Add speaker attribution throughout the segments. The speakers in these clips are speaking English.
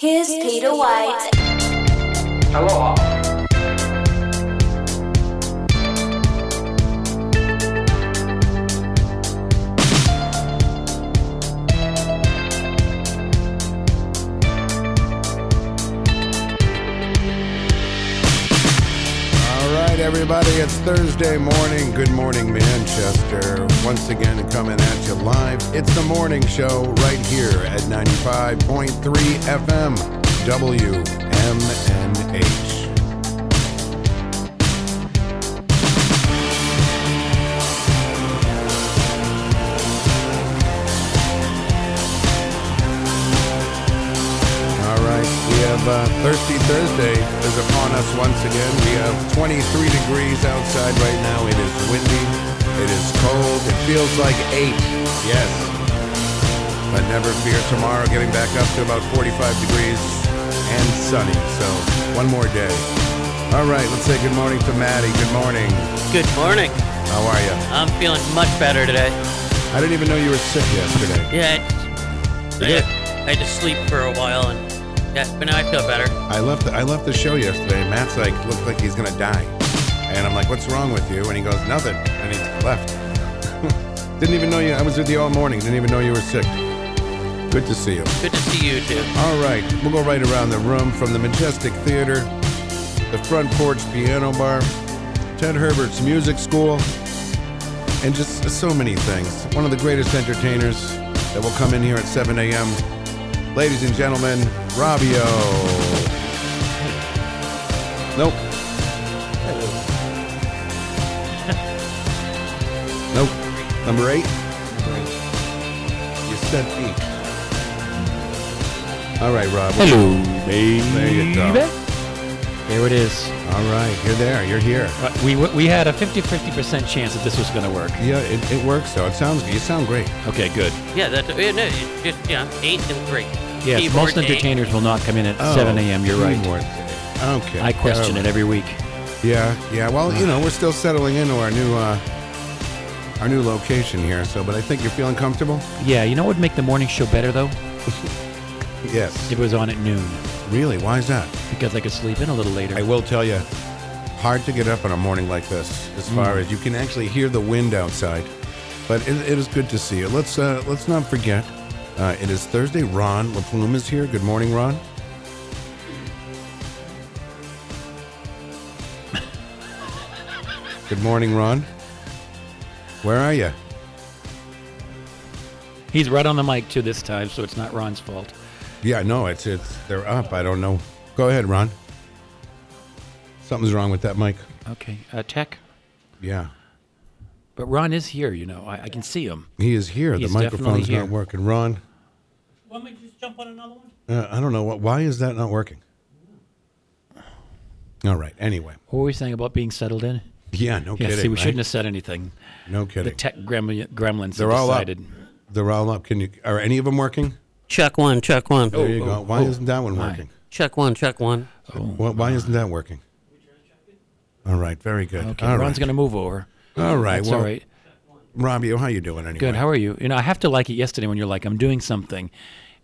Speaker 1: Here's Peter White.
Speaker 2: Hello.
Speaker 3: All right, everybody, it's Thursday morning. Good morning, Manchester. Once again, coming at you live. It's the morning show right here at 95.3 FM, WMNH. All right, we have uh, Thirsty Thursday is upon us once again. We have 23 degrees outside right now. It is windy, it is cold, it feels like eight. Yes, but never fear tomorrow getting back up to about 45 degrees and sunny. So one more day. All right, let's say good morning to Maddie. Good morning.
Speaker 4: Good morning.
Speaker 3: How are you?
Speaker 4: I'm feeling much better today.
Speaker 3: I didn't even know you were sick yesterday.
Speaker 4: Yeah. I, I, I had to sleep for a while, and yeah, but now I feel better.
Speaker 3: I left the, I left the show yesterday, and Matt's like looked like he's gonna die, and I'm like, "What's wrong with you?" And he goes, "Nothing," and he left. didn't even know you. I was with you all morning. Didn't even know you were sick. Good to see you.
Speaker 4: Good to see you too.
Speaker 3: All right, we'll go right around the room from the Majestic Theater, the Front Porch Piano Bar, Ted Herbert's Music School, and just so many things. One of the greatest entertainers that will come in here at 7 a.m. Ladies and gentlemen, Robbio. Nope. Nope. Number eight. You said eight. All right, Rob.
Speaker 5: Hello, baby.
Speaker 3: There you go.
Speaker 5: There it is.
Speaker 3: All right, you're there. You're here.
Speaker 5: Uh, We, we had a 50-50% chance that this was going to work.
Speaker 3: Yeah, it, it works though. It sounds you sound great.
Speaker 5: Okay, good.
Speaker 4: Yeah, that's yeah, no, it just yeah, eight and three.
Speaker 5: Yes,
Speaker 4: Keyboard
Speaker 5: most
Speaker 4: eight.
Speaker 5: entertainers will not come in at 7 a.m. You're right.
Speaker 3: Okay.
Speaker 5: I question
Speaker 3: All
Speaker 5: it every week.
Speaker 3: right. Yeah, yeah. Well, you know, we're still settling into our new uh, our new location here. So, but I think you're feeling comfortable.
Speaker 5: Yeah, you know what would make the morning show better, though?
Speaker 3: Yes.
Speaker 5: If it was on at noon,
Speaker 3: Really? Why is that?
Speaker 5: because I could sleep in a little later.
Speaker 3: I will tell you, hard to get up on a morning like this. As far as you can actually hear the wind outside, but it, it is good to see you. Let's uh, let's not forget, uh, it is Thursday. Ron LaPlume is here. Good morning, Ron. good morning, Ron. Where are you?
Speaker 5: He's right on the mic, too, this time, so it's not Ron's fault.
Speaker 3: Yeah, no, it's it's they're up. I don't know. Go ahead, Ron. Something's wrong with that mic.
Speaker 5: Okay, uh, tech.
Speaker 3: Yeah.
Speaker 5: But Ron is here, you know. I, I can see him.
Speaker 3: He is here.
Speaker 5: He's
Speaker 3: the microphone's
Speaker 5: definitely here.
Speaker 3: not working. Ron,
Speaker 4: Want me to just jump on another one?
Speaker 3: uh, I don't know what. Why is that not working? All right. Anyway,
Speaker 5: What were we saying about being settled in?
Speaker 3: yeah, no
Speaker 5: Yeah,
Speaker 3: kidding.
Speaker 5: see, we
Speaker 3: right?
Speaker 5: shouldn't have said anything.
Speaker 3: No
Speaker 5: The
Speaker 3: kidding.
Speaker 5: tech gremlin, gremlins
Speaker 3: They're
Speaker 5: have
Speaker 3: all up.
Speaker 5: decided.
Speaker 3: They're all up. Can you? Are any of them working?
Speaker 4: Check one, check one.
Speaker 3: There you go. Why isn't that one
Speaker 5: Oh, my.
Speaker 3: working?
Speaker 4: Check one, check one.
Speaker 3: Why, why isn't that working? All right. Very good.
Speaker 5: Okay,
Speaker 3: all
Speaker 5: Ron's going to move over.
Speaker 3: to. All right.
Speaker 5: That's
Speaker 3: well,
Speaker 5: all right.
Speaker 3: Robbio, how you doing anyway?
Speaker 5: Good. How are you? You know, I have to like it yesterday when you're like, I'm doing something,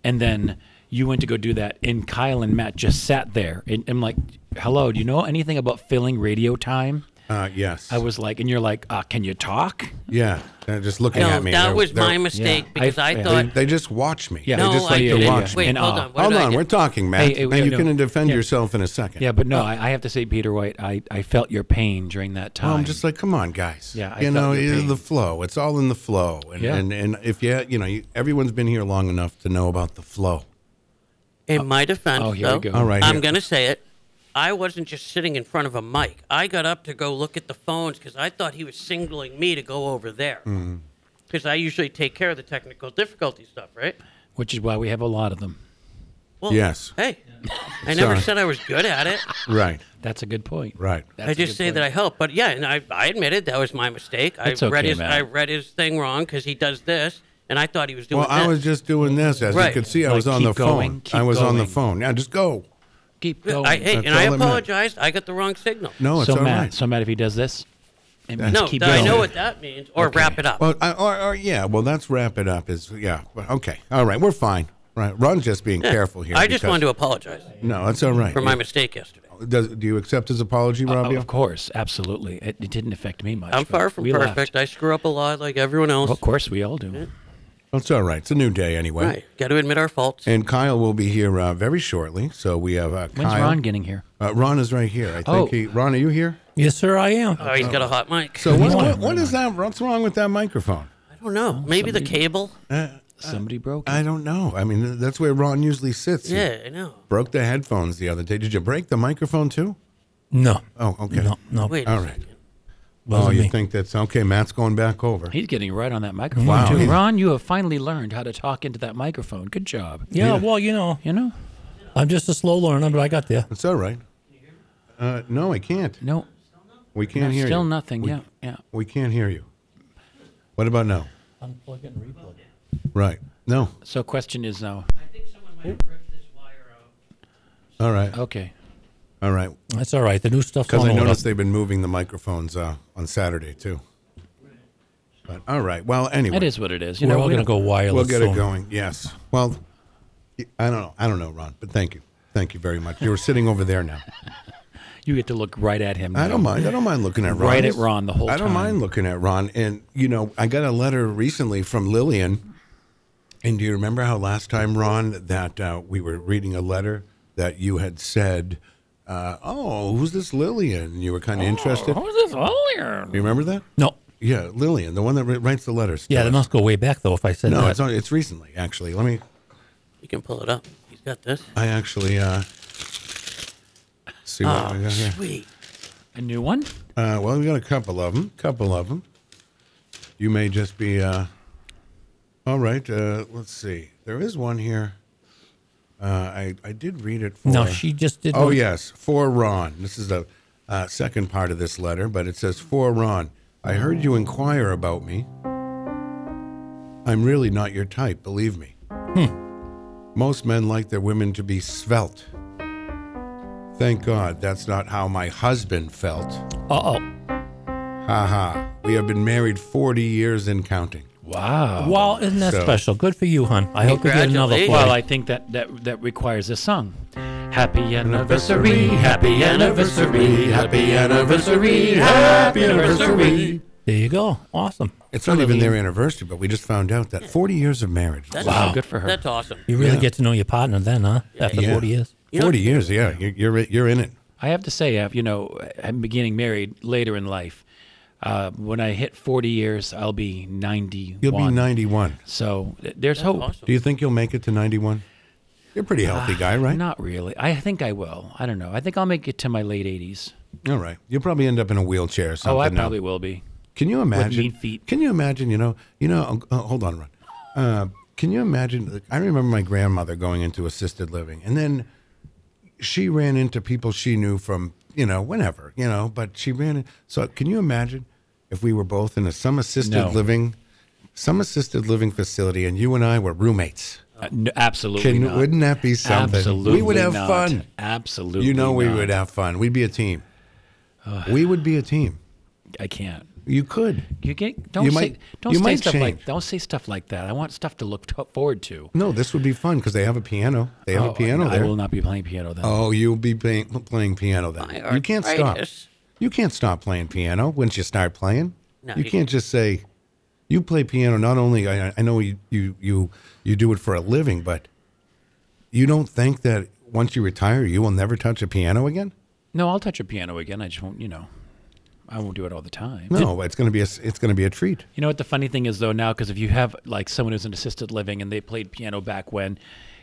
Speaker 5: and then you went to go do that, and Kyle and Matt just sat there, and I'm like, "Hello, do you know anything about filling radio time?"
Speaker 3: Uh, yes.
Speaker 5: I was like, and you're like, uh, "Can you talk?"
Speaker 3: yeah. They're just looking
Speaker 4: No,
Speaker 3: at me.
Speaker 4: that
Speaker 3: They're-
Speaker 4: was
Speaker 3: they're-
Speaker 4: my mistake
Speaker 5: Yeah.
Speaker 4: because I,
Speaker 5: I-
Speaker 4: thought.
Speaker 3: They just watch me.
Speaker 5: Yeah.
Speaker 3: They
Speaker 4: no,
Speaker 3: just
Speaker 4: I
Speaker 3: like to
Speaker 4: didn't.
Speaker 3: watch
Speaker 4: Wait,
Speaker 3: me.
Speaker 5: And,
Speaker 4: hold
Speaker 5: uh,
Speaker 4: on. What
Speaker 3: Hold
Speaker 4: did I
Speaker 3: on.
Speaker 4: do?
Speaker 3: We're talking, Matt.
Speaker 5: Hey, hey,
Speaker 3: now you
Speaker 5: no.
Speaker 3: can defend
Speaker 5: Yeah.
Speaker 3: yourself in a second.
Speaker 5: Yeah, but no, I, I have to say, Peter White, I, I felt your pain during that time.
Speaker 3: Well, I'm just like, come on, guys.
Speaker 5: Yeah, I
Speaker 3: you
Speaker 5: felt
Speaker 3: know,
Speaker 5: your
Speaker 3: it-
Speaker 5: pain.
Speaker 3: the flow. It's all in the flow, and
Speaker 5: Yeah.
Speaker 3: and, and if you, you know, you, everyone's been here long enough to know about the flow.
Speaker 4: In my defense,
Speaker 5: Oh, here we
Speaker 4: though,
Speaker 5: go.
Speaker 3: All right,
Speaker 4: I'm
Speaker 3: here.
Speaker 4: going to say it. I wasn't just sitting in front of a mic. I got up to go look at the phones because I thought he was singling me to go over there.
Speaker 3: Mm-hmm.
Speaker 4: Because I usually take care of the technical difficulty stuff, right?
Speaker 5: which is why we have a lot of them.
Speaker 4: Well,
Speaker 3: Yes.
Speaker 4: Hey, I never
Speaker 3: Sorry.
Speaker 4: said I was good at it.
Speaker 3: Right.
Speaker 5: That's a good point.
Speaker 3: Right.
Speaker 5: That's
Speaker 4: I
Speaker 5: a
Speaker 4: just
Speaker 5: good
Speaker 4: say
Speaker 5: point.
Speaker 4: that I help, but yeah, and I, I admitted that was my mistake. I
Speaker 5: It's
Speaker 4: read
Speaker 5: okay,
Speaker 4: his
Speaker 5: Matt.
Speaker 4: I read his thing wrong because he does this, and I thought he was doing.
Speaker 3: Well, I
Speaker 4: this.
Speaker 3: was just doing this, as you
Speaker 4: Right.
Speaker 3: could see. I
Speaker 5: Like,
Speaker 3: was on
Speaker 5: keep
Speaker 3: the phone.
Speaker 5: going, keep
Speaker 3: I was on the
Speaker 5: going.
Speaker 3: phone. Now just go.
Speaker 5: keep
Speaker 4: Yeah,
Speaker 5: going.
Speaker 4: I, hey,
Speaker 3: That's
Speaker 4: and I
Speaker 3: all that mattered.
Speaker 4: apologized. I got the wrong signal.
Speaker 3: No, Oh, it's
Speaker 5: so
Speaker 3: all
Speaker 5: Matt,
Speaker 3: right.
Speaker 5: so Matt, if he does this, it means
Speaker 4: no,
Speaker 5: keep
Speaker 4: I
Speaker 5: going.
Speaker 4: know what that means. Or wrap it up.
Speaker 3: Well, I, or, or yeah. Well, let's wrap it up. Is yeah. Well, Okay. All right. We're fine. Right. Ron's just being careful here.
Speaker 4: I just
Speaker 3: because- Oh,
Speaker 4: wanted to apologize
Speaker 3: No, that's all right.
Speaker 4: for my Uh, mistake yesterday.
Speaker 3: Does, do you accept his apology, Robbie?
Speaker 5: of course, absolutely. It, it didn't affect me much.
Speaker 4: I'm
Speaker 5: but
Speaker 4: far from
Speaker 5: we laughed.
Speaker 4: perfect. I screw up a lot like everyone else.
Speaker 3: Oh,
Speaker 5: Of course, we all do.
Speaker 3: That's all right. It's a new day anyway.
Speaker 4: Right. Got to admit our faults.
Speaker 3: And Kyle will be here uh, very shortly. So we have uh,
Speaker 5: When's
Speaker 3: Kyle.
Speaker 5: Ron getting here?
Speaker 3: Uh, Ron is right here. I think
Speaker 5: Oh.
Speaker 3: he. Ron, are you here?
Speaker 1: Yes, sir, I am.
Speaker 5: Uh,
Speaker 4: oh, he's got a hot mic.
Speaker 3: So what,
Speaker 5: He's
Speaker 3: what,
Speaker 5: not.
Speaker 3: what is that? What's wrong with that microphone?
Speaker 4: I don't know. Maybe the cable.
Speaker 5: Somebody broke.
Speaker 3: I don't know. I mean, that's where Ron usually sits. He
Speaker 4: Yeah, I know.
Speaker 3: broke the headphones the other day. Did you break the microphone too?
Speaker 1: No.
Speaker 3: Oh, okay.
Speaker 1: No, no.
Speaker 4: Wait.
Speaker 3: All
Speaker 4: a
Speaker 3: right.
Speaker 4: second.
Speaker 3: Oh,
Speaker 1: wasn't
Speaker 3: you
Speaker 1: me.
Speaker 3: think that's okay? Matt's going back over.
Speaker 5: He's getting right on that microphone
Speaker 3: Wow.
Speaker 5: too.
Speaker 3: He's-
Speaker 5: Ron, you have finally learned how to talk into that microphone. Good job.
Speaker 1: Yeah, well, you know,
Speaker 5: You know?
Speaker 1: I'm just a slow learner, but I got there.
Speaker 3: It's all right. Uh, no, I can't.
Speaker 5: No,
Speaker 3: We can't hear
Speaker 5: still
Speaker 3: you.
Speaker 5: nothing. yeah, yeah.
Speaker 3: We can't hear you. What about now?
Speaker 1: Unplug and replug.
Speaker 3: Right. No.
Speaker 5: So question is now.
Speaker 4: I think someone might have ripped this wire out.
Speaker 3: All right.
Speaker 5: Okay.
Speaker 3: All right.
Speaker 1: That's all right. The new stuff's
Speaker 3: Because
Speaker 1: on
Speaker 3: I
Speaker 1: order.
Speaker 3: noticed they've been moving the microphones uh, on Saturday too. But all right. Well, anyway,
Speaker 5: It is what it is. You
Speaker 1: We're
Speaker 5: know,
Speaker 1: all
Speaker 5: we
Speaker 1: going to
Speaker 5: don't-
Speaker 1: go wireless
Speaker 3: we'll get
Speaker 1: soon.
Speaker 3: it going. Yes. Well, I don't know. I don't know, Ron. But thank you. Thank you very much. You were sitting over there now.
Speaker 5: You get to look right at him.
Speaker 3: I
Speaker 5: now.
Speaker 3: don't mind. I don't mind looking at Ron.
Speaker 5: Right at Ron the whole
Speaker 3: I don't
Speaker 5: time.
Speaker 3: mind looking at Ron. And you know, I got a letter recently from Lillian. And do you remember how last time, Ron, that uh, we were reading a letter that you had said, uh, "Oh, who's this Lillian?" And you were kind of interested.
Speaker 5: Who's this earlier?
Speaker 3: You remember that?
Speaker 1: No.
Speaker 3: Yeah, Lillian, the one that wri- writes the letters. to
Speaker 1: Yeah, that
Speaker 3: us.
Speaker 1: must go way back, though, if I said
Speaker 3: No,
Speaker 1: that.
Speaker 3: it's, on- it's recently actually. Let me.
Speaker 4: You can pull it up. He's got this.
Speaker 3: I actually uh, see
Speaker 1: Oh.
Speaker 3: what we got here.
Speaker 4: Sweet.
Speaker 5: A new one?
Speaker 3: Uh, well, we got a couple of them. Couple of them. You may just be. Uh, all right. Uh, let's see. There is one here. Uh, I I did read it for.
Speaker 1: no, she just did.
Speaker 3: Oh
Speaker 1: one-
Speaker 3: yes, for Ron. This is the uh, second part of this letter, but it says for Ron. I heard you inquire about me. I'm really not your type, believe me. Most men like their women to be svelte. Thank God that's not how my husband felt.
Speaker 1: Uh oh.
Speaker 3: Ha ha. We have been married 40 years and counting.
Speaker 5: Wow.
Speaker 1: Well, isn't that
Speaker 3: oh. So-
Speaker 1: special? Good for you, hon. I hope you get another
Speaker 4: Congratulations.
Speaker 5: Well,
Speaker 1: flight.
Speaker 5: I think that that that requires a song. Happy anniversary, happy anniversary, happy anniversary, happy anniversary.
Speaker 1: There you go. Awesome.
Speaker 3: It's not even their anniversary, but we just found out that 40 years of marriage.
Speaker 4: That's
Speaker 5: Wow, good for her.
Speaker 4: That's awesome.
Speaker 1: You really get to know your partner then, huh? After
Speaker 3: Yeah.
Speaker 1: 40 years.
Speaker 4: You know-
Speaker 3: 40 years, yeah. You're, you're, you're in it.
Speaker 5: I have to say, I've, you know, I'm beginning married later in life. Uh, when I hit 40 years, I'll be 91.
Speaker 3: You'll be 91.
Speaker 5: So th- there's hope.
Speaker 4: awesome.
Speaker 3: Do you think you'll make it to 91? You're a pretty
Speaker 5: Uh,
Speaker 3: healthy guy, right?
Speaker 5: Not really. I think I will. I don't know. I think I'll make it to my late 80s.
Speaker 3: All right. You'll probably end up in a wheelchair or something.
Speaker 5: oh, I
Speaker 3: now.
Speaker 5: probably will be.
Speaker 3: Can you imagine?
Speaker 5: mean feet.
Speaker 3: Can you imagine? You know, you know. Uh, hold on, Ron. Uh, can you imagine? like, I remember my grandmother going into assisted living, and then she ran into people she knew from you know whenever you know. But she ran. In, so can you imagine if we were both in a, some assisted
Speaker 5: No.
Speaker 3: living, some assisted living facility, and you and I were roommates?
Speaker 5: Uh, no, absolutely
Speaker 3: Can-
Speaker 5: not.
Speaker 3: wouldn't that be something?
Speaker 5: Absolutely
Speaker 3: We would have
Speaker 5: not.
Speaker 3: fun.
Speaker 5: Absolutely.
Speaker 3: you know, we
Speaker 5: not.
Speaker 3: would have fun. We'd be a team. we would be a team.
Speaker 5: I can't.
Speaker 3: You could.
Speaker 5: You get don't
Speaker 3: You
Speaker 5: say
Speaker 3: might-
Speaker 5: don't
Speaker 3: you
Speaker 5: say
Speaker 3: might
Speaker 5: stuff
Speaker 3: change.
Speaker 5: like don't say stuff like that. I want stuff to look to forward to.
Speaker 3: No, this would be fun because they have a piano. They have
Speaker 5: Oh,
Speaker 3: a piano
Speaker 5: no,
Speaker 3: there.
Speaker 5: I will not be playing piano then.
Speaker 3: Oh, you'll be playing, playing piano then.
Speaker 4: My
Speaker 3: you can't stop.
Speaker 4: arthritis.
Speaker 3: You can't stop playing piano once you start playing.
Speaker 4: No,
Speaker 3: you,
Speaker 4: you-
Speaker 3: can't just say, you play piano. Not only I, I know you, you you you do it for a living, but you don't think that once you retire, you will never touch a piano again.
Speaker 5: No, I'll touch a piano again. I just won't, you know, I won't do it all the time.
Speaker 3: No, it's gonna be a s- it's gonna be a treat.
Speaker 5: You know what the funny thing is though now, because if you have like someone who's in assisted living and they played piano back when,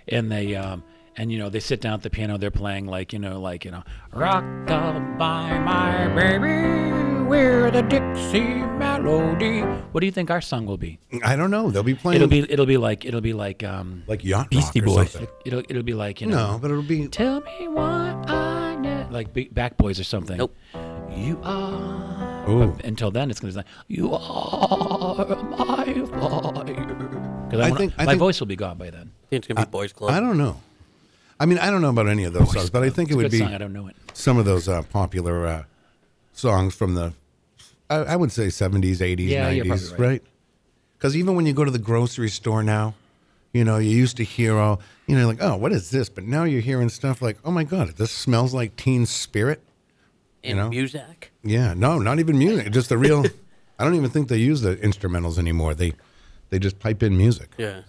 Speaker 5: and they um and you know they sit down at the piano, they're playing like you know like you know rocked by my baby, we're the Dixie melody. What do you think our song will be?
Speaker 3: I don't know. They'll be playing
Speaker 5: It'll be it'll be like it'll be like um
Speaker 3: like yacht
Speaker 1: Beastie
Speaker 3: rock or
Speaker 1: Boys.
Speaker 3: something.
Speaker 5: it'll it'll be like you know
Speaker 3: No, but it'll be
Speaker 5: Tell me what I know. Like Big Back Boys or something.
Speaker 4: Nope.
Speaker 5: You are.
Speaker 3: Ooh.
Speaker 5: But until then, it's going to be like, You are my fire. Because
Speaker 3: I
Speaker 5: I wanna,
Speaker 3: think- I
Speaker 5: my
Speaker 3: think-
Speaker 5: voice will be gone by then.
Speaker 4: It's gonna be boys' club.
Speaker 3: I don't know. I mean, I don't know about any of those songs, but I think
Speaker 5: It's
Speaker 3: it
Speaker 5: a
Speaker 3: would
Speaker 5: good
Speaker 3: be
Speaker 5: song. I don't know it.
Speaker 3: some of those uh, popular uh, songs from the, I, I would say 70s, 80s,
Speaker 5: Yeah, you're
Speaker 3: 90s,
Speaker 5: probably right.
Speaker 3: right? Because even when you go to the grocery store now You know, you used to hear all, you know, like, oh, what is this? But now you're hearing stuff like, oh my God, this smells like teen spirit.
Speaker 4: in
Speaker 3: know?
Speaker 4: music.
Speaker 3: Yeah, no, not even music. Just the real. I don't even think they use the instrumentals anymore. They, they just pipe in music.
Speaker 4: Yeah.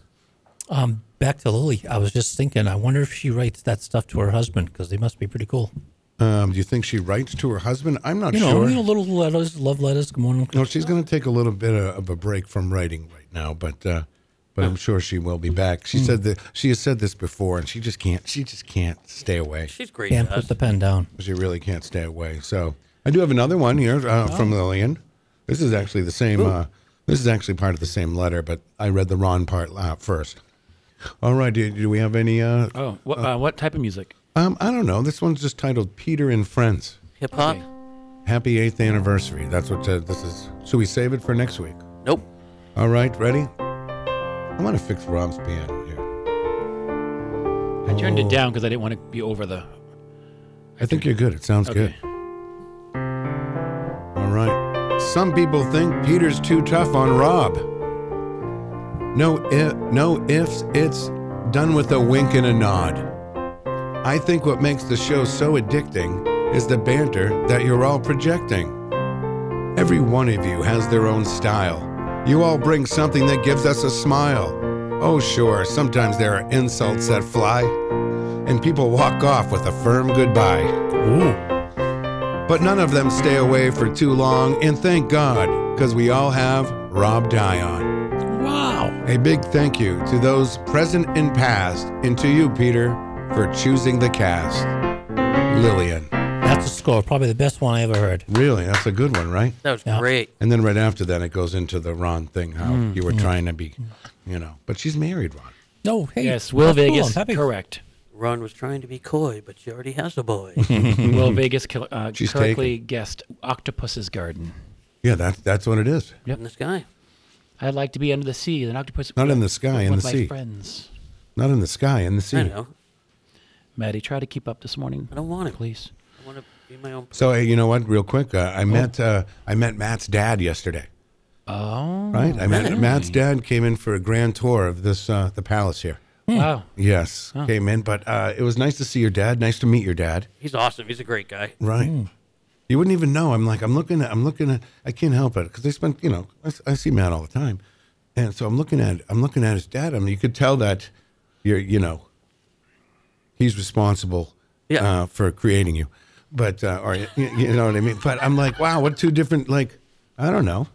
Speaker 1: Um, back to Lily. I was just thinking. I wonder if she writes that stuff to her husband because they must be pretty cool.
Speaker 3: Um, do you think she writes to her husband? I'm not
Speaker 1: You know,
Speaker 3: sure.
Speaker 1: you know, little letters, love letters. Good morning.
Speaker 3: No, she's going to take a little bit of, of a break from writing right now, but uh, but I'm sure she will be back. She said that she has said this before, and she just can't. She just can't stay away.
Speaker 4: She's great.
Speaker 1: Can't
Speaker 4: to us.
Speaker 1: put the pen down.
Speaker 3: She really can't stay away. So I do have another one here uh, from Lillian. This is actually the same. Uh, this is actually part of the same letter, but I read the wrong part uh, first. All right. Do, do we have any? Uh,
Speaker 5: Oh, what, uh, what type of music?
Speaker 3: um, I don't know. This one's just titled "Peter and Friends."
Speaker 4: Hip hop?
Speaker 3: Happy eighth anniversary. That's what uh, this is. Should we save it for next week?
Speaker 4: Nope.
Speaker 3: All right, ready? I want to fix Rob's piano here.
Speaker 5: I turned
Speaker 3: Oh.
Speaker 5: it down because I didn't want to be over the.
Speaker 3: I think you're good. It sounds
Speaker 5: Okay.
Speaker 3: good. All right. Some people think Peter's too tough on Rob. No if, no ifs, it's done with a wink and a nod. I think what makes the show so addicting is the banter that you're all projecting. Every one of you has their own style. You all bring something that gives us a smile. Oh, sure, sometimes there are insults that fly, and people walk off with a firm goodbye. But none of them stay away for too long, and thank God, because we all have Rob Dion.
Speaker 1: Wow.
Speaker 3: A big thank you to those present and past, and to you, Peter, for choosing the cast. Lillian.
Speaker 1: That's a score. Probably the best one I ever heard.
Speaker 3: Really, that's a good one, right?
Speaker 4: That was great.
Speaker 3: And then right after that, it goes into the Ron thing, how you were trying to be, you know. But she's married, Ron.
Speaker 1: No. Hey.
Speaker 5: Yes, Will
Speaker 1: that's cool.
Speaker 5: Vegas.
Speaker 1: I'm happy.
Speaker 5: Correct.
Speaker 4: Ron was trying to be coy, but she already has a boy.
Speaker 5: Will Vegas cor- uh,
Speaker 3: She's
Speaker 5: correctly guessed Octopus's Garden.
Speaker 3: Yeah, that, that's what it is.
Speaker 4: and this guy.
Speaker 5: I'd like to be under the sea. An octopus.
Speaker 3: Not in the sky,
Speaker 5: with
Speaker 3: in
Speaker 5: one
Speaker 3: the
Speaker 5: of my
Speaker 3: sea.
Speaker 5: friends.
Speaker 3: Not in the sky, in the
Speaker 4: I
Speaker 3: sea.
Speaker 4: know.
Speaker 5: Maddie, try to keep up this morning.
Speaker 4: I don't want it.
Speaker 5: Please.
Speaker 4: I want to be my own.
Speaker 3: So hey, you know what? Real quick, uh, I met uh, I met Matt's dad yesterday.
Speaker 5: Oh.
Speaker 3: Right, I met Matt's dad came in for a grand tour of this uh, the palace here.
Speaker 5: Wow.
Speaker 3: Yes, came in, but uh, it was nice to see your dad. Nice to meet your dad.
Speaker 4: He's awesome. He's a great guy.
Speaker 3: Right. You wouldn't even know. I'm like, I'm looking at, I'm looking at, I can't help it because they spent, you know, I, s- I see Matt all the time, and so I'm looking at, I'm looking at his dad. I mean, you could tell that you're, you know, he's responsible,
Speaker 4: Yeah.
Speaker 3: uh, for creating you, but uh, or you, you know what I mean. But I'm like, wow, what two different, like, I don't know,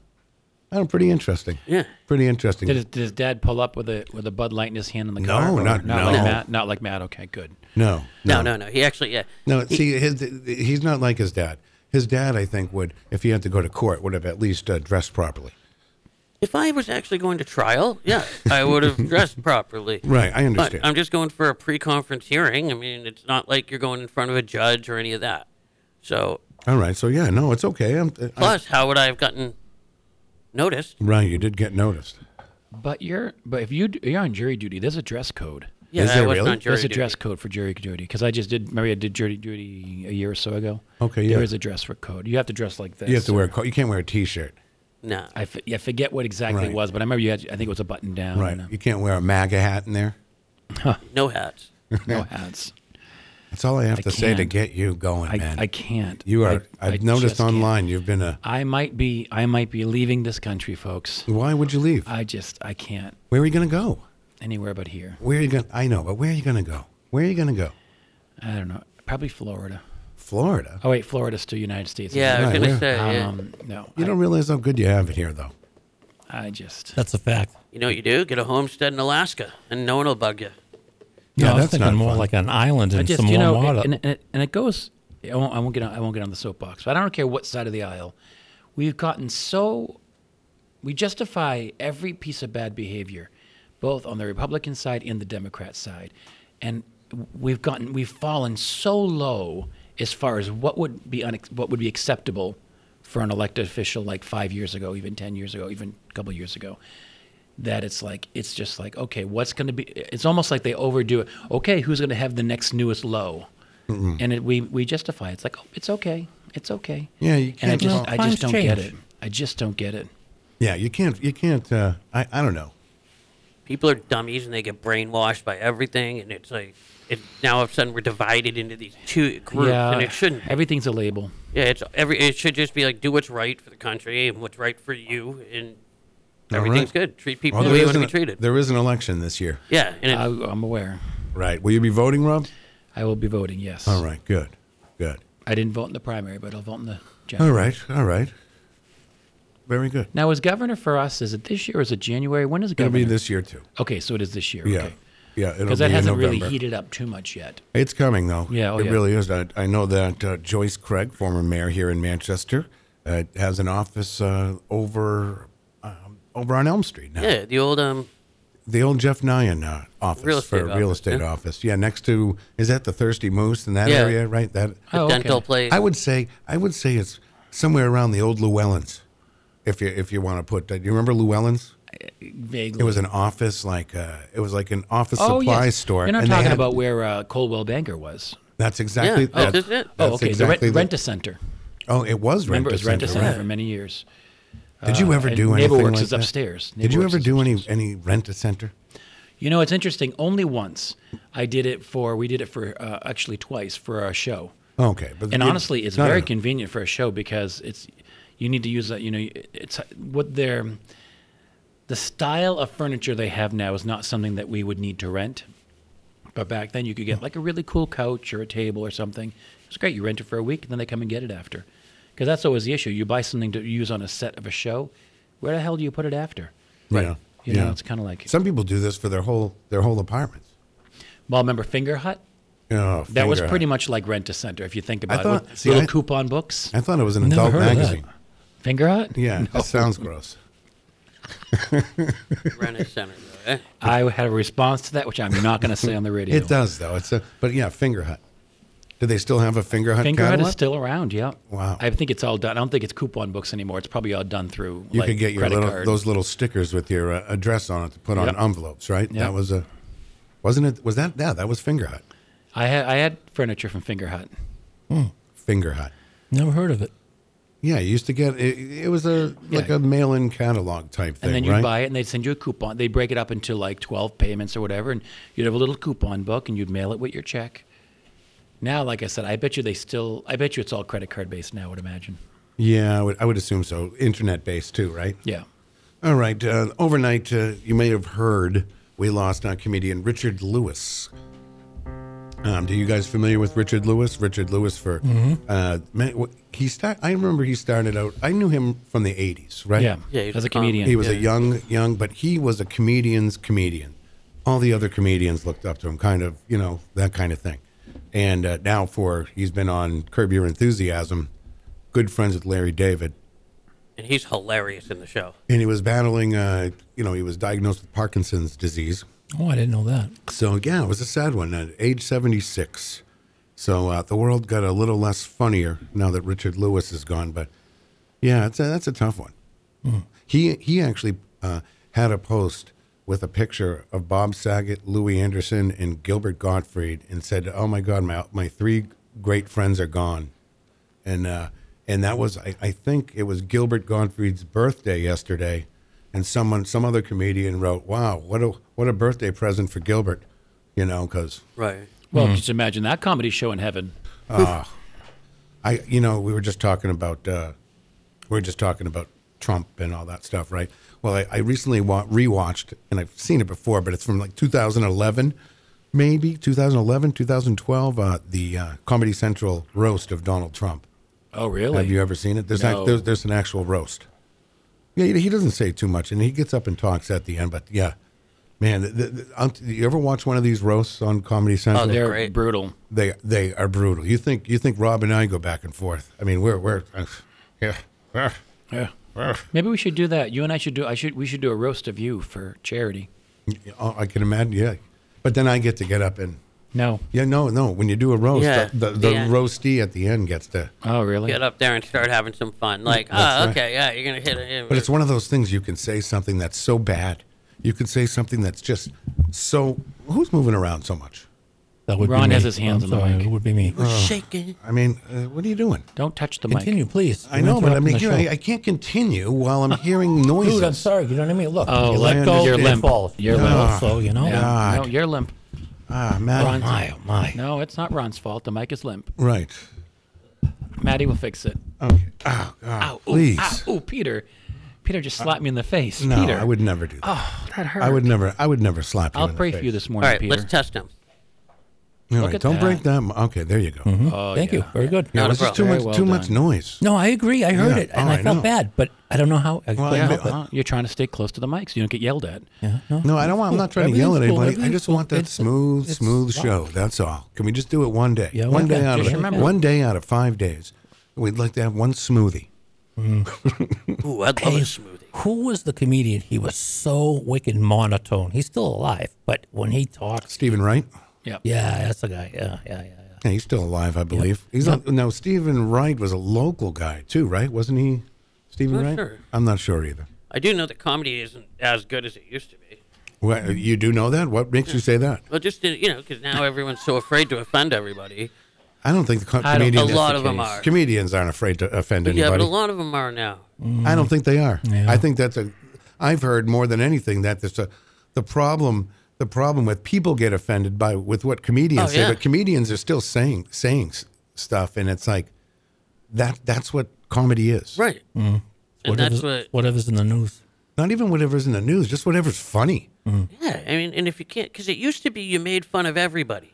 Speaker 3: I don't, pretty interesting.
Speaker 4: Yeah.
Speaker 3: pretty interesting.
Speaker 5: Did his, did his dad pull up with a with a Bud Light in his hand in the
Speaker 3: No,
Speaker 5: car? Or
Speaker 3: not- no.
Speaker 5: like Matt. Not like Matt. Okay, good.
Speaker 3: no,
Speaker 4: No, no, no. He actually, yeah.
Speaker 3: No, see, his, he's not like his dad. His dad, I think, would, if he had to go to court, would have at least uh, dressed properly.
Speaker 4: If I was actually going to trial, yeah, I would have dressed properly.
Speaker 3: Right, I
Speaker 4: But
Speaker 3: understand.
Speaker 4: I'm just going for a pre-conference hearing. I mean, it's not like you're going in front of a judge or any of that. So,
Speaker 3: All right, so yeah, no, it's okay. I'm, I-
Speaker 4: plus, how would I have gotten noticed?
Speaker 3: right, you did get noticed.
Speaker 5: But you're but if you d- you're on jury duty, there's a dress code.
Speaker 4: Yeah,
Speaker 3: Is
Speaker 4: I
Speaker 3: there
Speaker 4: wasn't
Speaker 3: really?
Speaker 4: on jury
Speaker 5: there's a
Speaker 4: duty.
Speaker 5: dress code for jury duty because I just did. Maybe I did jury duty a year or so ago.
Speaker 3: Okay, yeah.
Speaker 5: There is a dress for code. You have to dress like this.
Speaker 3: You have to wear a coat. You can't wear a T-shirt.
Speaker 4: Nah.
Speaker 5: I, f- yeah, I forget what exactly
Speaker 3: Right.
Speaker 5: it was, but I remember you had. I think it was a button down.
Speaker 3: Right,
Speaker 5: and, uh,
Speaker 3: you can't wear a MAGA hat in there.
Speaker 4: No hats.
Speaker 5: no hats.
Speaker 3: That's all I have
Speaker 5: I
Speaker 3: to say to
Speaker 5: can't.
Speaker 3: get you going,
Speaker 5: I,
Speaker 3: man.
Speaker 5: I can't.
Speaker 3: you are.
Speaker 5: I,
Speaker 3: I, have
Speaker 5: I
Speaker 3: noticed
Speaker 5: just can't.
Speaker 3: online you've been a.
Speaker 5: I might be. I might be leaving this country, folks.
Speaker 3: Why would you leave?
Speaker 5: I just. I can't
Speaker 3: where are you gonna go?
Speaker 5: anywhere but here.
Speaker 3: Where are you gonna? I know, but where are you gonna go? Where are you gonna go?
Speaker 5: I don't know. Probably Florida.
Speaker 3: Florida.
Speaker 5: Oh wait, Florida's still United States. isn't
Speaker 4: Yeah, I was
Speaker 3: Right,
Speaker 4: going
Speaker 3: yeah.
Speaker 4: to say, yeah.
Speaker 5: Um, no,
Speaker 3: You don't realize how good you have it here, though.
Speaker 5: I, I just
Speaker 1: That's a fact.
Speaker 4: you know what you do? Get a homestead in Alaska, and no one will bug you.
Speaker 1: No,
Speaker 3: Yeah,
Speaker 1: I was
Speaker 3: that's
Speaker 1: thinking
Speaker 3: not
Speaker 1: more
Speaker 3: fun.
Speaker 1: like an island
Speaker 5: I
Speaker 1: and
Speaker 5: just
Speaker 1: some
Speaker 5: you
Speaker 1: warm
Speaker 5: know,
Speaker 1: water.
Speaker 5: and, and, it, and it goes. I won't, I won't get on. I won't get on the soapbox. But I don't care what side of the aisle. We've gotten so we justify every piece of bad behavior, both on the Republican side and the Democrat side, and we've gotten we've fallen so low as far as what would be unex what would be acceptable for an elected official like five years ago, even ten years ago, even a couple years ago. That it's like it's just like okay, what's going to be? It's almost like they overdo it. Okay, who's going to have the next newest low? And it, we we justify. it. It's like oh, it's okay, it's okay.
Speaker 3: Yeah, you
Speaker 5: And I
Speaker 3: can't-
Speaker 5: just
Speaker 3: well,
Speaker 5: I just
Speaker 1: times
Speaker 5: don't get
Speaker 1: change.
Speaker 5: it. I just don't get it.
Speaker 3: Yeah, you can't. You can't. Uh, I. I don't know.
Speaker 4: people are dummies and they get brainwashed by everything, and it's like it now all of a sudden we're divided into these two groups, and it shouldn't. be.
Speaker 5: Everything's a label.
Speaker 4: Yeah, it's every. It should just be like do what's right for the country and what's right for you, and
Speaker 3: All right.
Speaker 4: everything's good. Treat people
Speaker 3: Well,
Speaker 4: the
Speaker 3: there
Speaker 4: way you want to
Speaker 3: is
Speaker 4: be
Speaker 3: an-
Speaker 4: treated.
Speaker 3: There is an election this year.
Speaker 4: yeah, and it,
Speaker 5: I, I'm aware.
Speaker 3: Right. Will you be voting, Rob?
Speaker 5: I will be voting yes.
Speaker 3: All right. Good. Good.
Speaker 5: I didn't vote in the primary, but I'll vote in the general.
Speaker 3: All right. All right. Very good.
Speaker 5: Now, is governor for us? Is it this year? Or is it January? When is
Speaker 3: It'll
Speaker 5: governor?
Speaker 3: be this year too.
Speaker 5: Okay, so it is this year.
Speaker 3: Yeah.
Speaker 5: Okay.
Speaker 3: Yeah. It'll
Speaker 5: Because that
Speaker 3: be in
Speaker 5: hasn't
Speaker 3: November.
Speaker 5: really heated up too much yet.
Speaker 3: It's coming though.
Speaker 5: Yeah, oh,
Speaker 3: it
Speaker 5: yeah.
Speaker 3: really is. I, I know that uh, Joyce Craig, former mayor here in Manchester, uh, has an office uh, over um, over on Elm Street now.
Speaker 4: yeah, the old um,
Speaker 3: The old Jeff Nyan uh, office
Speaker 4: Real
Speaker 3: for
Speaker 4: estate
Speaker 3: real
Speaker 4: office,
Speaker 3: estate
Speaker 4: yeah.
Speaker 3: office. Yeah, next to is that the Thirsty Moose in that
Speaker 4: Yeah.
Speaker 3: area, right? That
Speaker 4: the
Speaker 5: Oh, okay.
Speaker 4: dental place.
Speaker 3: I would say I would say it's somewhere around the old Llewellyns. If you if you want to put that, do you remember Llewellyns?
Speaker 5: Vaguely.
Speaker 3: It was an office like uh, it was like an office
Speaker 5: oh,
Speaker 3: supply
Speaker 5: yes.
Speaker 3: store.
Speaker 5: You're not
Speaker 3: and they
Speaker 5: talking
Speaker 3: had-
Speaker 5: about where uh, Coldwell Banker was.
Speaker 3: that's exactly
Speaker 4: Yeah, oh,
Speaker 3: that's,
Speaker 4: that's it.
Speaker 5: Oh,
Speaker 3: that's
Speaker 5: okay.
Speaker 3: exactly
Speaker 5: the rent, a center.
Speaker 3: Oh, it was
Speaker 5: Remember, it
Speaker 3: rent
Speaker 5: was rent a center
Speaker 3: right?
Speaker 5: for many years.
Speaker 3: Did you ever
Speaker 5: and
Speaker 3: do anything
Speaker 5: NeighborWorks
Speaker 3: like
Speaker 5: is
Speaker 3: that?
Speaker 5: upstairs.
Speaker 3: Did you
Speaker 5: NeighborWorks
Speaker 3: ever
Speaker 5: is
Speaker 3: do any any rent a center?
Speaker 5: You know, it's interesting. Only once I did it for. We did it for uh, actually twice for our show.
Speaker 3: Oh, Okay, but
Speaker 5: And
Speaker 3: you-
Speaker 5: honestly, it's
Speaker 3: no, no,
Speaker 5: very
Speaker 3: no.
Speaker 5: convenient for a show because it's you need to use that. You know, it's what their the style of furniture they have now is not something that we would need to rent. But back then, you could get like a really cool couch or a table or something. It's great. You rent it for a week, and then they come and get it after. Because that's always the issue. You buy something to use on a set of a show. Where the hell do you put it after?
Speaker 3: Yeah.
Speaker 5: You know, it's kind of like.
Speaker 3: Some people do this for their whole their whole apartments.
Speaker 5: well, remember Finger Hut?
Speaker 3: Oh,
Speaker 5: That was
Speaker 3: finger
Speaker 5: pretty
Speaker 3: hut.
Speaker 5: much like Rent a Center, if you think about
Speaker 3: thought-
Speaker 5: it. With
Speaker 3: see,
Speaker 5: little
Speaker 3: I-
Speaker 5: coupon books.
Speaker 3: I thought it was an
Speaker 1: Never
Speaker 3: adult
Speaker 1: heard of that.
Speaker 3: magazine.
Speaker 5: Finger Hut?
Speaker 3: Yeah, that sounds gross.
Speaker 4: Renner Center. Though, eh?
Speaker 5: I had a response to that, which I'm not going to say on the radio.
Speaker 3: It does though. It's a but yeah, finger hut. Do they still have a finger hut?
Speaker 5: Finger Hut
Speaker 3: catalog?
Speaker 5: is still around, yeah.
Speaker 3: Wow.
Speaker 5: I think it's all done. I don't think it's coupon books anymore. It's probably all done through
Speaker 3: You
Speaker 5: like,
Speaker 3: could get your
Speaker 5: credit
Speaker 3: little
Speaker 5: card.
Speaker 3: those little stickers with your uh, address on it to put on
Speaker 5: Yep.
Speaker 3: envelopes, right? That was a wasn't it? Was that yeah? That was finger hut.
Speaker 5: I had I had furniture from Finger Hut.
Speaker 3: Finger hut.
Speaker 1: Never heard of it.
Speaker 3: Yeah, you used to get it. It was a like
Speaker 5: Yeah.
Speaker 3: a mail-in catalog type thing,
Speaker 5: And then you'd
Speaker 3: right?
Speaker 5: buy it and they'd send you a coupon. They'd break it up into like 12 payments or whatever. And you'd have a little coupon book and you'd mail it with your check. Now, like I said, I bet you they still, I bet you it's all credit card based now, I would imagine.
Speaker 3: Yeah, I would, I would assume so. Internet-based too, right?
Speaker 5: Yeah.
Speaker 3: All right. Uh, overnight, uh, you may have heard we lost our comedian Richard Lewis. Um, do you guys familiar with Richard Lewis? Richard Lewis for
Speaker 5: Mm-hmm.
Speaker 3: uh, man, wh- he start. I remember he started out. I knew him from the '80s, right?
Speaker 5: Yeah.
Speaker 4: Yeah, he was
Speaker 5: As
Speaker 4: a
Speaker 5: a
Speaker 4: comedy.
Speaker 5: comedian.
Speaker 3: He was a young, young, but he was a comedian's comedian. All the other comedians looked up to him, kind of, you know, that kind of thing. And uh, now, for he's been on Curb Your Enthusiasm, good friends with Larry David,
Speaker 4: And he's hilarious in the show.
Speaker 3: and he was battling, uh, you know, he was diagnosed with Parkinson's disease.
Speaker 1: Oh, I didn't know that.
Speaker 3: So yeah, it was a sad one. At age seventy-six, so uh, the world got a little less funnier now that Richard Lewis is gone. But yeah, it's a, that's a tough one. He he actually uh, had a post with a picture of Bob Saget, Louis Anderson, and Gilbert Gottfried, and said, "Oh my God, my my three great friends are gone," and uh, and that was I, I think it was Gilbert Gottfried's birthday yesterday, and someone some other comedian wrote, "Wow, what a what a birthday present for Gilbert," you know, because
Speaker 4: Right.
Speaker 3: Mm.
Speaker 5: Well, just imagine that comedy show in heaven.
Speaker 3: I, you know, we were just talking about, uh, we were just talking about Trump and all that stuff, right? Well, I, I recently wa- rewatched, and I've seen it before, but it's from like 2011, maybe 2011, 2012, uh, the uh, Comedy Central roast of Donald Trump.
Speaker 5: Oh, really?
Speaker 3: Have you ever seen it? There's, act-
Speaker 5: No.
Speaker 3: there's there's an actual roast. Yeah, he he doesn't say too much, and he gets up and talks at the end. But yeah, man, the, the, um, you ever watch one of these roasts on Comedy Central?
Speaker 5: They're
Speaker 4: Great.
Speaker 5: brutal.
Speaker 3: they they are brutal. You think you think Rob and I go back and forth? I mean, we're we're uh, yeah. uh,
Speaker 5: Yeah.
Speaker 3: uh.
Speaker 5: Maybe we should do that. You and I should do. I should. We should do a roast of you for charity.
Speaker 3: Oh, I can imagine, yeah. But then I get to get up and
Speaker 5: No.
Speaker 3: yeah, no, no. When you do a roast,
Speaker 4: Yeah,
Speaker 3: the, the, the
Speaker 4: yeah.
Speaker 3: roastee at the end gets to.
Speaker 5: Oh, really?
Speaker 4: Get up there and start having some fun. Like,
Speaker 3: Mm, That's
Speaker 4: oh,
Speaker 3: right.
Speaker 4: okay, yeah, you're gonna hit it.
Speaker 3: But it's one of those things you can say something that's so bad. You can say something that's just so. Who's moving around so much?
Speaker 1: That would
Speaker 5: Ron
Speaker 1: be me.
Speaker 5: has his hands
Speaker 1: I'm
Speaker 5: on the
Speaker 1: sorry,
Speaker 5: mic.
Speaker 1: It would be me.
Speaker 4: shaking.
Speaker 3: I mean, uh, what are you doing?
Speaker 5: Don't touch the mic.
Speaker 1: Continue, please.
Speaker 3: I
Speaker 1: You're
Speaker 3: know, but I
Speaker 1: interrupting
Speaker 3: mean,
Speaker 1: the
Speaker 3: you-
Speaker 1: show.
Speaker 3: I, I can't continue while I'm hearing noises.
Speaker 1: Dude, I'm sorry. You know what I mean? Look,
Speaker 5: Oh,
Speaker 1: you
Speaker 5: I
Speaker 1: let go,
Speaker 5: understand.
Speaker 1: it
Speaker 5: You're limp.
Speaker 1: falls.
Speaker 5: You're
Speaker 1: You
Speaker 5: limp.
Speaker 1: know, So, you know?
Speaker 5: Yeah. No,
Speaker 3: God.
Speaker 5: you're limp.
Speaker 3: Ah, Matt.
Speaker 5: Ron-
Speaker 1: My, oh, my.
Speaker 5: No, it's not Ron's fault. The mic is limp.
Speaker 3: Right.
Speaker 5: Maddie will fix it.
Speaker 3: Okay. Oh, God.
Speaker 5: Ow, ooh,
Speaker 3: please.
Speaker 5: Ow, ooh, Peter. Peter just slapped me in the face.
Speaker 3: No,
Speaker 5: Peter.
Speaker 3: I would never do that.
Speaker 5: That hurt.
Speaker 3: I would never. I would never slap you.
Speaker 5: I'll
Speaker 3: in the
Speaker 5: pray
Speaker 3: face.
Speaker 5: for you this
Speaker 4: All
Speaker 5: morning,
Speaker 4: right,
Speaker 5: Peter.
Speaker 4: let's test him.
Speaker 3: All
Speaker 5: Look
Speaker 3: right,
Speaker 5: at
Speaker 3: don't
Speaker 5: that.
Speaker 3: break that. m- Okay, there you go.
Speaker 5: Oh,
Speaker 1: Thank
Speaker 5: yeah.
Speaker 1: you. Very good.
Speaker 3: Yeah,
Speaker 4: Not a
Speaker 3: this is too
Speaker 4: problem.
Speaker 3: much.
Speaker 5: Very well
Speaker 3: too much
Speaker 5: done.
Speaker 3: noise.
Speaker 1: No, I agree. I heard
Speaker 3: Yeah.
Speaker 1: it, and
Speaker 3: Oh,
Speaker 1: I
Speaker 3: I
Speaker 1: felt
Speaker 3: know.
Speaker 1: bad, but I don't know how. I
Speaker 3: Well,
Speaker 1: couldn't
Speaker 3: yeah.
Speaker 1: help it.
Speaker 5: Uh, you're trying to stay close to the mic so you don't get yelled at.
Speaker 1: Yeah, no,
Speaker 3: No, I don't want. I'm not trying to yell at
Speaker 1: Everything's cool.
Speaker 3: anybody. I just
Speaker 1: Everything's
Speaker 3: want
Speaker 1: cool.
Speaker 3: that
Speaker 1: It's-
Speaker 3: smooth,
Speaker 1: it's
Speaker 3: smooth
Speaker 1: fine.
Speaker 3: show. That's all. Can we just do it one day?
Speaker 1: Yeah,
Speaker 3: one
Speaker 1: one
Speaker 3: day
Speaker 1: day.
Speaker 3: out of
Speaker 1: Just
Speaker 3: it.
Speaker 1: remember.
Speaker 3: One day out of five days, we'd like to have one smoothie.
Speaker 4: Ooh, I'd love a smoothie.
Speaker 1: Who was the comedian? He was so wicked monotone. He's still alive, but when he talks,
Speaker 3: Stephen Wright.
Speaker 5: Yep.
Speaker 1: yeah, that's the guy. Yeah, yeah, yeah. yeah.
Speaker 3: Yeah, he's still alive, I believe. He's not, no. Stephen Wright was a local guy too, right? Wasn't he? Stephen
Speaker 4: Not
Speaker 3: Wright.
Speaker 4: sure.
Speaker 3: I'm not sure either.
Speaker 4: I do know that comedy isn't as good as it used to be.
Speaker 3: Well, you do know that. What makes you say that?
Speaker 4: Well, just to- you know, because now everyone's so afraid to offend everybody.
Speaker 3: I don't think the co-
Speaker 5: I don't-
Speaker 3: comedians.
Speaker 4: A lot of them are.
Speaker 3: Comedians aren't afraid to offend anybody. Mm.
Speaker 4: Yeah, but a lot of them are now.
Speaker 3: I
Speaker 4: Mm.
Speaker 3: don't think they are. I think that's a. I've heard more than anything that there's a, the problem. The problem with people get offended by with what comedians
Speaker 4: Oh,
Speaker 3: say,
Speaker 4: yeah.
Speaker 3: but comedians are still saying saying s- stuff, and it's like that. That's what comedy is.
Speaker 4: Right. And that's what.
Speaker 1: whatever's in the news.
Speaker 3: Not even whatever's in the news, just whatever's funny.
Speaker 4: Yeah, I mean, and if you can't, because it used to be you made fun of everybody.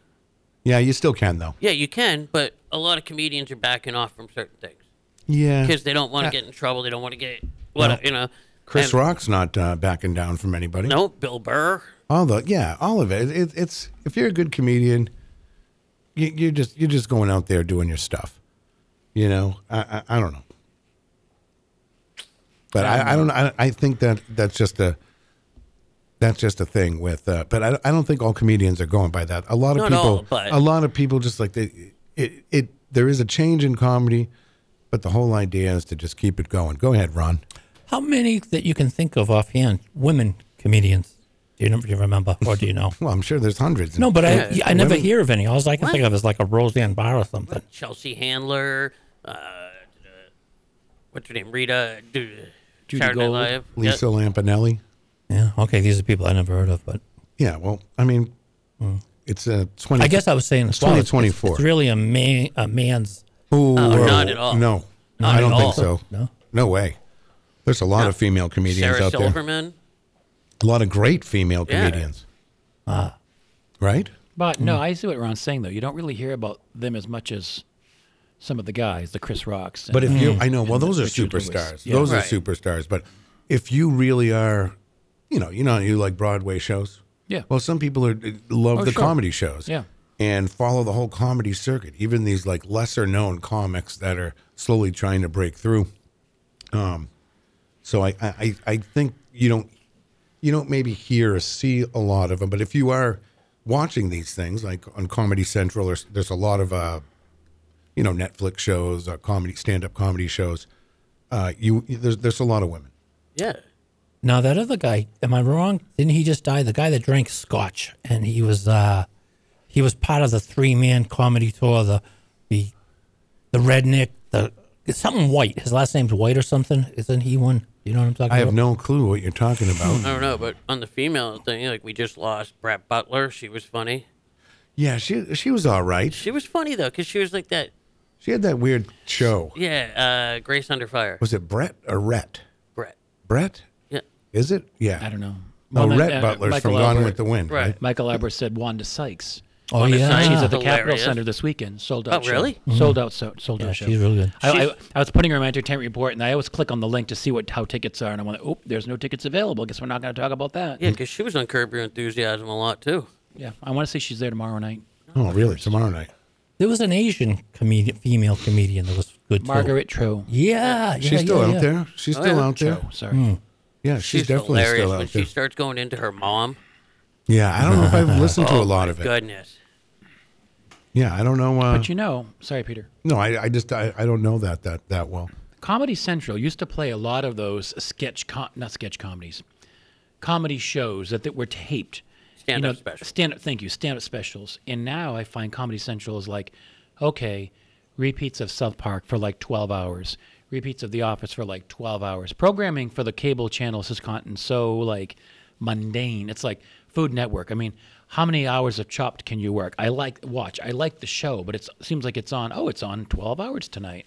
Speaker 3: Yeah, you still can though.
Speaker 4: Yeah, you can, but a lot of comedians are backing off from certain things
Speaker 3: Yeah.
Speaker 4: because they don't want to get in trouble. They don't want to get what you know.
Speaker 3: Chris
Speaker 4: and-
Speaker 3: Rock's not uh, backing down from anybody.
Speaker 4: No, Bill Burr.
Speaker 3: All the yeah, all of it. it it's if you're a good comedian, you, you're just you're just going out there doing your stuff. You know, I I, I don't know, but I, I don't. I, I think that that's just a that's just a thing with. Uh, but I, I don't think all comedians are going by that. A lot of
Speaker 4: Not
Speaker 3: people,
Speaker 4: all, but-
Speaker 3: a lot of people just like they it it. There is a change in comedy, but the whole idea is to just keep it going. Go ahead, Ron.
Speaker 1: How many that you can think of offhand? Women comedians. Do you, do you remember, or do you know?
Speaker 3: Well, I'm sure there's hundreds.
Speaker 1: No, but I,
Speaker 4: Yeah.
Speaker 1: I never
Speaker 3: Women-
Speaker 1: hear of any. All I can
Speaker 4: What?
Speaker 1: think of is like a Roseanne Barr or something.
Speaker 4: Chelsea Handler, uh, uh, what's her name? Rita. Dude,
Speaker 5: Judy
Speaker 4: Saturday Night
Speaker 5: Gold.
Speaker 4: Live. Yeah.
Speaker 3: Lisa Lampanelli.
Speaker 1: Yeah. Okay. These are people I never heard of, but
Speaker 3: Yeah, well, I mean, it's a twenty.
Speaker 1: I guess I was saying as well, it's- it's-
Speaker 3: 2024.
Speaker 1: It's, really a man, a man's.
Speaker 3: Ooh, whoa.
Speaker 4: Oh, not at all.
Speaker 3: No,
Speaker 4: Not
Speaker 3: I
Speaker 4: at
Speaker 3: don't think
Speaker 4: all.
Speaker 3: so.
Speaker 1: No?
Speaker 3: way. There's a lot of female comedians
Speaker 4: Sarah
Speaker 3: out
Speaker 4: Silverman.
Speaker 3: there. A lot of great female
Speaker 4: Yeah.
Speaker 3: comedians. Ah, right.
Speaker 5: But no, I see what Ron's saying though. You don't really hear about them as much as some of the guys, the Chris Rocks.
Speaker 3: But if
Speaker 5: and-
Speaker 4: Mm.
Speaker 3: you, I know. Well,
Speaker 5: And
Speaker 3: those are
Speaker 5: Richard Lewis.
Speaker 3: superstars.
Speaker 5: Yeah.
Speaker 3: Those
Speaker 4: Right.
Speaker 3: are superstars. But if you really are, you know, you know, you like Broadway shows.
Speaker 5: Yeah.
Speaker 3: Well, some people are love
Speaker 5: Oh,
Speaker 3: the
Speaker 5: sure.
Speaker 3: comedy shows.
Speaker 5: Yeah.
Speaker 3: And follow the whole comedy circuit, even these like lesser known comics that are slowly trying to break through. Um, so I, I, I- I think you don't you don't maybe hear or see a lot of them, but if you are watching these things like on Comedy Central, there's, there's a lot of uh, you know Netflix shows, uh, comedy stand up comedy shows. Uh, you there's there's a lot of women.
Speaker 4: Yeah.
Speaker 1: Now that other guy, am I wrong? Didn't he just die? The guy that drank scotch, and he was uh, he was part of the three man comedy tour. The the the redneck, the it's something white. His last name's White or something. Isn't he one? You know what I'm talking
Speaker 3: I have
Speaker 1: about?
Speaker 3: no clue what you're talking
Speaker 4: I
Speaker 3: about.
Speaker 4: don't know, but on the female thing, like we just lost Brett Butler. She was funny.
Speaker 3: yeah, she she was all right.
Speaker 4: She was funny though, because she was like that.
Speaker 3: She had that weird show.
Speaker 4: Yeah, uh, Grace Under Fire.
Speaker 3: Was it Brett or Rhett?
Speaker 4: Brett.
Speaker 3: Brett?
Speaker 4: Yeah.
Speaker 3: Is it? Yeah.
Speaker 5: I don't know.
Speaker 3: No,
Speaker 5: Well,
Speaker 3: Oh, Rhett
Speaker 5: uh,
Speaker 3: Butler's
Speaker 5: Michael
Speaker 3: from Gone
Speaker 5: Albert-
Speaker 3: with the Wind. Right.
Speaker 4: Right.
Speaker 5: Michael Albert said Wanda Sykes.
Speaker 1: Oh
Speaker 4: the
Speaker 1: yeah,
Speaker 4: side,
Speaker 5: She's
Speaker 4: Ah.
Speaker 5: at the Capitol
Speaker 4: Hilarious.
Speaker 5: Center this weekend. Sold out.
Speaker 4: Oh,
Speaker 5: show.
Speaker 4: really?
Speaker 3: Mm-hmm.
Speaker 5: Sold out. So, sold out. show.
Speaker 1: she's really good.
Speaker 5: I, I,
Speaker 4: She's-
Speaker 5: I was putting her in my entertainment report, and I always click on the link to see what how tickets are, and I went, "Oh, there's no tickets available. Guess we're not going to talk about that."
Speaker 4: Yeah, because she was on Curb Your Enthusiasm a lot too.
Speaker 5: Yeah, I want to say she's there tomorrow night.
Speaker 3: Oh, really? Tomorrow night.
Speaker 1: There was an Asian comedian, female comedian that was good. too.
Speaker 5: Margaret Cho.
Speaker 1: Yeah, yeah,
Speaker 3: She's still
Speaker 1: yeah,
Speaker 3: out
Speaker 1: yeah.
Speaker 3: there. She's still
Speaker 4: yeah.
Speaker 3: out there.
Speaker 5: Oh, sorry.
Speaker 3: Hmm. Yeah, she's,
Speaker 4: She's,
Speaker 3: definitely
Speaker 4: hilarious
Speaker 3: still
Speaker 4: when
Speaker 3: out
Speaker 4: she
Speaker 3: there.
Speaker 4: starts going into her mom.
Speaker 3: Yeah, I don't know if I've listened
Speaker 5: Oh,
Speaker 3: to a lot of it.
Speaker 4: Goodness.
Speaker 3: Yeah, I don't know. Uh,
Speaker 5: But you know, sorry, Peter.
Speaker 3: no, I, I just I, I don't know that that that well.
Speaker 5: Comedy Central used to play a lot of those sketch, com- not sketch comedies, comedy shows that, that were taped.
Speaker 4: Stand
Speaker 5: you
Speaker 4: up
Speaker 5: know,
Speaker 4: special.
Speaker 5: Stand up, thank you. Stand up specials. And now I find Comedy Central is like, okay, repeats of South Park for like 12 hours, repeats of The Office for like 12 hours. Programming for the cable channels has gotten so like mundane. It's like Food Network. I mean, how many hours of Chopped can you work? I like watch. I like the show, but it seems like it's on. Oh, it's on 12 hours tonight.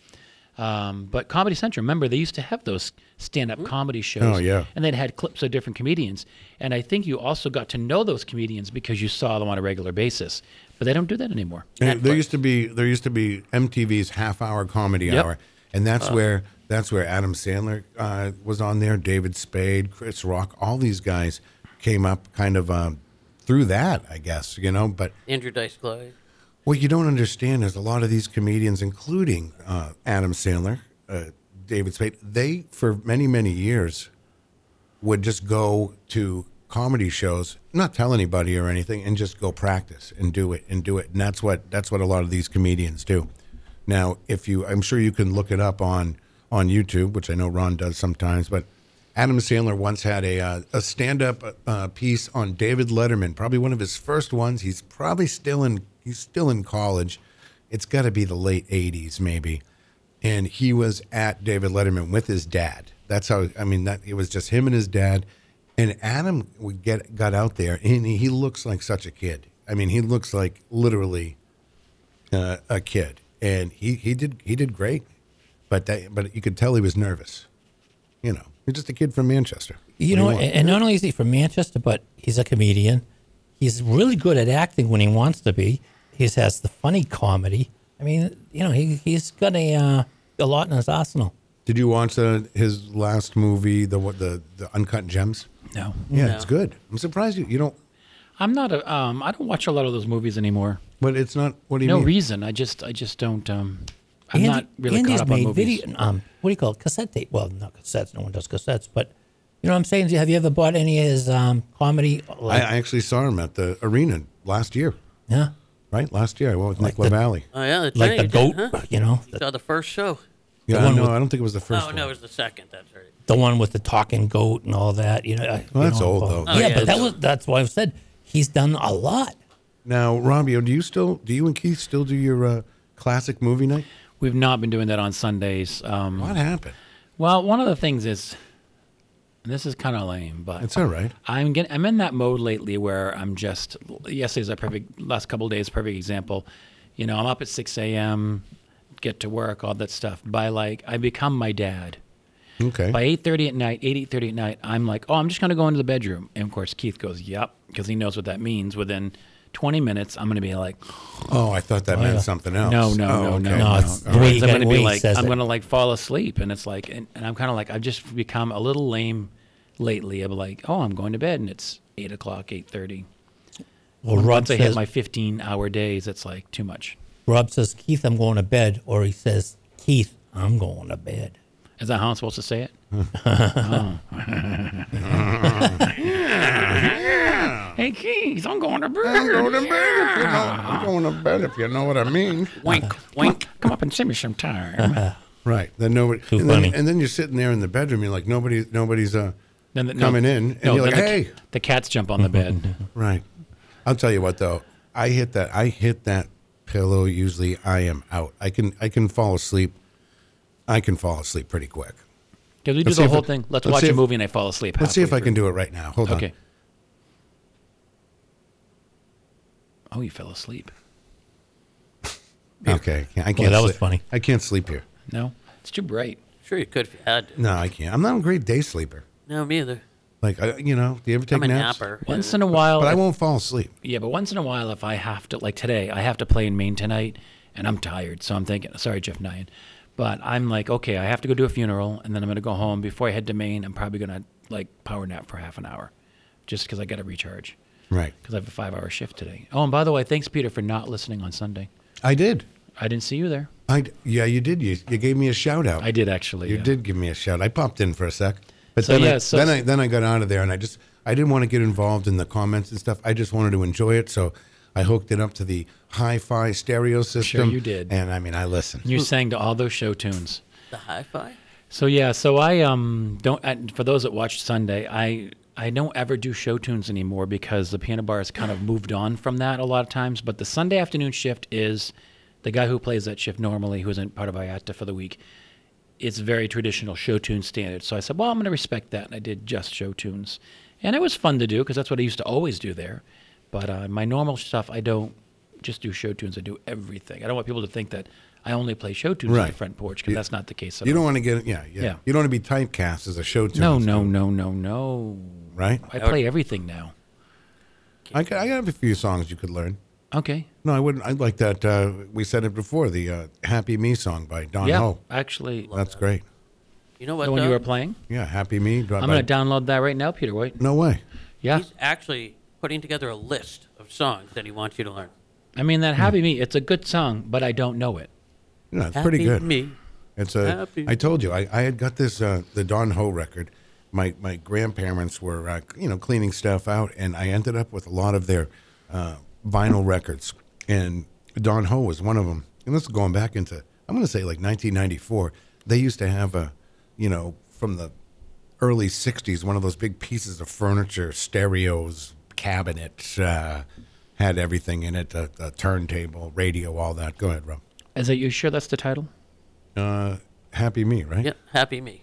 Speaker 5: Um, but Comedy Central, remember they used to have those stand-up comedy shows.
Speaker 3: Oh, yeah.
Speaker 5: And they'd had clips of different comedians. And I think you also got to know those comedians because you saw them on a regular basis. But they don't do that anymore.
Speaker 3: And there used to be there used to be MTV's half hour comedy
Speaker 5: Yep. Uh.
Speaker 3: hour, and that's where that's where Adam Sandler uh, was on there. David Spade, Chris Rock, all these guys came up kind of um, through that, I guess you know. But
Speaker 4: Andrew Dice Clay.
Speaker 3: what you don't understand is a lot of these comedians, including uh, Adam Sandler, uh, David Spade, they for many many years would just go to comedy shows, not tell anybody or anything, and just go practice and do it and do it. And that's what that's what a lot of these comedians do. Now, if you, I'm sure you can look it up on on YouTube, which I know Ron does sometimes. But Adam Sandler once had a uh, a stand up uh, piece on David Letterman, probably one of his first ones. He's probably still in he's still in college. It's got to be the late '80s, maybe and he was at David Letterman with his dad. That's how I mean that it was just him and his dad. And Adam would get got out there, and he looks like such a kid. I mean, he looks like literally uh, a kid, and he, he did he did great, but that but you could tell he was nervous. You know, he's just a kid from Manchester.
Speaker 1: You know, eh,
Speaker 3: What do
Speaker 1: and
Speaker 3: want?
Speaker 1: and not only is he from Manchester, but he's a comedian. He's really good at acting when he wants to be. He has the funny comedy. I mean, you know, he he's got a uh, a lot in his arsenal.
Speaker 3: did you watch uh, his last movie, the what the the Uncut Gems?
Speaker 5: No.
Speaker 3: Yeah, it's good. I'm surprised you you don't.
Speaker 5: I'm not a um I don't watch a lot of those movies anymore.
Speaker 3: But it's not. What do you
Speaker 5: No
Speaker 3: mean?
Speaker 5: reason. I just I just don't um I'm
Speaker 1: Andy-
Speaker 5: not really
Speaker 1: Andy's
Speaker 5: caught up on
Speaker 1: made
Speaker 5: movies.
Speaker 1: Video, um, what do you call it? Cassette tape. Well, not cassettes. No one does cassettes. But you know what I'm saying? Have you ever bought any of his um, comedy?
Speaker 3: I,
Speaker 1: Like,
Speaker 3: I actually saw him at the arena last year.
Speaker 1: yeah,
Speaker 3: right? Last year, I went with Nick
Speaker 1: Like the-
Speaker 3: LaValle.
Speaker 4: Oh yeah, that's
Speaker 1: like
Speaker 4: right,
Speaker 1: the
Speaker 4: you
Speaker 1: goat.
Speaker 4: did, huh?
Speaker 1: You know,
Speaker 4: You
Speaker 1: the,
Speaker 4: saw the first show.
Speaker 3: Yeah,
Speaker 1: one
Speaker 3: no,
Speaker 1: with-
Speaker 3: I don't think it was the first
Speaker 4: oh
Speaker 3: one.
Speaker 4: no, it was the second. That's right.
Speaker 1: the one with the talking goat and all that. You know, I- you
Speaker 3: that's
Speaker 1: know,
Speaker 3: old,
Speaker 1: but-
Speaker 3: though.
Speaker 1: Yeah,
Speaker 3: Oh,
Speaker 4: yeah,
Speaker 1: but that
Speaker 4: it's-
Speaker 1: was that's why I've said he's done a lot.
Speaker 3: Now, Robbio, do you still do you and Keith still do your uh, classic movie night?
Speaker 5: We've not been doing that on Sundays. Um
Speaker 3: What happened?
Speaker 5: Well, one of the things is, and this is kind of lame, but
Speaker 3: It's all right.
Speaker 5: I'm getting, I'm in that mode lately where I'm just yesterday's a perfect last couple of days perfect example. You know, I'm up at 6 a.m., get to work, all that stuff. By like, I become my dad.
Speaker 3: Okay.
Speaker 5: By 8:30 at night, 8 8:30 at night, I'm like, oh, I'm just gonna go into the bedroom, and of course Keith goes, yep, because he knows what that means. Within 20 minutes, I'm gonna be like,
Speaker 3: Oh, I thought that meant something else.
Speaker 5: no, no,
Speaker 3: Oh,
Speaker 5: no,
Speaker 3: okay.
Speaker 5: no,
Speaker 1: No,
Speaker 5: no.
Speaker 1: it's the
Speaker 5: Or
Speaker 1: way
Speaker 5: it's
Speaker 1: he
Speaker 5: I'm
Speaker 1: got-
Speaker 5: gonna
Speaker 1: way
Speaker 5: be
Speaker 1: he
Speaker 5: like,
Speaker 1: says
Speaker 5: I'm
Speaker 1: it.
Speaker 5: gonna like fall asleep, and it's like, and, and I'm kind of like, I've just become a little lame lately. I'm like, oh, I'm going to bed, and it's eight o'clock, eight thirty.
Speaker 1: Well, Rob
Speaker 5: Once I hit
Speaker 1: says,
Speaker 5: my 15 hour days, it's like too much.
Speaker 1: Rob says, Keith, I'm going to bed, or he says, Keith, I'm going to bed.
Speaker 5: Is that how I'm supposed to say it? Oh. hey, Keith, I'm going to
Speaker 3: I'm
Speaker 5: bed.
Speaker 3: going to bed. If you know, I'm going to bed if you know what I mean.
Speaker 5: Wink, wink. Come up and see me sometime.
Speaker 3: Right. Then nobody.
Speaker 1: Too
Speaker 3: and, then,
Speaker 1: funny.
Speaker 3: and then you're sitting there in the bedroom. You're like nobody. Nobody's uh,
Speaker 5: Then the- no.
Speaker 3: coming in, and
Speaker 5: No,
Speaker 3: you're like,
Speaker 5: then the,
Speaker 3: hey.
Speaker 5: ca- the cats jump on the bed.
Speaker 3: Right. I'll tell you what though. I hit that I hit that pillow usually I am out. I can I can fall asleep. I can fall asleep pretty quick.
Speaker 5: Because we do
Speaker 3: Let's see
Speaker 5: the
Speaker 3: if
Speaker 5: whole
Speaker 3: I-
Speaker 5: thing. Let's,
Speaker 3: let's
Speaker 5: watch
Speaker 3: see
Speaker 5: a
Speaker 3: if-
Speaker 5: movie and I fall asleep.
Speaker 3: Let's see if
Speaker 5: halfway
Speaker 3: I can do it right now. Hold
Speaker 5: through.
Speaker 3: on.
Speaker 5: Okay. Oh, you fell asleep.
Speaker 3: Okay. I can't
Speaker 1: Well, that was
Speaker 3: sleep-
Speaker 1: funny.
Speaker 3: I can't sleep here.
Speaker 5: No, it's too bright.
Speaker 4: Sure, you could if you had to.
Speaker 3: No, I can't. I'm not a great day sleeper.
Speaker 4: No, me either.
Speaker 3: Like I, you know, do you ever take
Speaker 4: I'm a
Speaker 3: naps?
Speaker 4: napper.
Speaker 5: Once in a while,
Speaker 3: But I
Speaker 5: if-
Speaker 3: won't fall asleep.
Speaker 5: Yeah, but once in a while, if I have to, like today, I have to play in Maine tonight, and I'm tired, so I'm thinking, sorry, Jeff Nyan, but I'm like, okay, I have to go do a funeral, and then I'm gonna go home. Before I head to Maine, I'm probably gonna like power nap for half an hour, just because I gotta recharge,
Speaker 3: Right.
Speaker 5: because I have a five-hour shift today. Oh, and by the way, thanks Peter for not listening on Sunday.
Speaker 3: I did.
Speaker 5: I didn't see you there.
Speaker 3: I d- yeah, you did. You you gave me a shout out.
Speaker 5: I did actually.
Speaker 3: You
Speaker 5: yeah.
Speaker 3: did give me a shout. I popped in for a sec, but
Speaker 5: So,
Speaker 3: then, I,
Speaker 5: yeah, so-
Speaker 3: then I then I got out of there, and I just I didn't want to get involved in the comments and stuff. I just wanted to enjoy it, so I hooked it up to the hi-fi stereo system.
Speaker 5: you did.
Speaker 3: and I mean I listened.
Speaker 5: You sang to all those show tunes.
Speaker 4: The hi-fi.
Speaker 5: So yeah, so I um don't. I, for those that watched Sunday, I I don't ever do show tunes anymore because the piano bar has kind of moved on from that a lot of times. But the Sunday afternoon shift is the guy who plays that shift normally, who isn't part of IATA for the week. It's very traditional show tune standard. So I said, well, I'm going to respect that. And I did just show tunes. And it was fun to do because that's what I used to always do there. But uh, my normal stuff, I don't just do show tunes. I do everything. I don't want people to think that I only play show tunes on
Speaker 3: Right.
Speaker 5: the front porch because that's not the case at
Speaker 3: You
Speaker 5: all.
Speaker 3: don't want to get yeah, yeah
Speaker 5: Yeah.
Speaker 3: You don't want to be typecast as a show tune.
Speaker 5: No, no, no, no, no.
Speaker 3: right?
Speaker 5: I play everything now.
Speaker 3: I could, I have a few songs you could learn.
Speaker 5: Okay.
Speaker 3: No, I wouldn't. I'd like that. Uh, we said it before. The uh, "Happy Me" song by Don
Speaker 5: yeah.
Speaker 3: Ho.
Speaker 5: Actually,
Speaker 3: That's great.
Speaker 4: You know what?
Speaker 5: the one you
Speaker 4: though?
Speaker 5: were playing.
Speaker 3: Yeah, "Happy Me." By,
Speaker 5: I'm
Speaker 3: by-
Speaker 5: going to download that right now, Peter. Wait.
Speaker 3: no way.
Speaker 5: Yeah.
Speaker 4: He's actually putting together a list of songs that he wants you to learn.
Speaker 5: I mean,
Speaker 1: Hmm.
Speaker 5: that Happy Me, it's a good song, but I don't know it.
Speaker 3: No, it's pretty
Speaker 4: Happy
Speaker 3: good.
Speaker 4: Me.
Speaker 3: It's a. I
Speaker 4: Happy.
Speaker 3: told you, I, I had got this uh, the Don Ho record. My my grandparents were uh, you know cleaning stuff out, and I ended up with a lot of their uh, vinyl records, and Don Ho was one of them. And this is going back into I'm going to say like 1994. They used to have a, you know, from the early 60s, one of those big pieces of furniture, stereos, cabinet, uh, had everything in it, a, a turntable, radio, all that. Go ahead, Rob.
Speaker 5: Is that you sure that's the title?
Speaker 3: Uh, happy me, right?
Speaker 4: Yeah, Happy Me.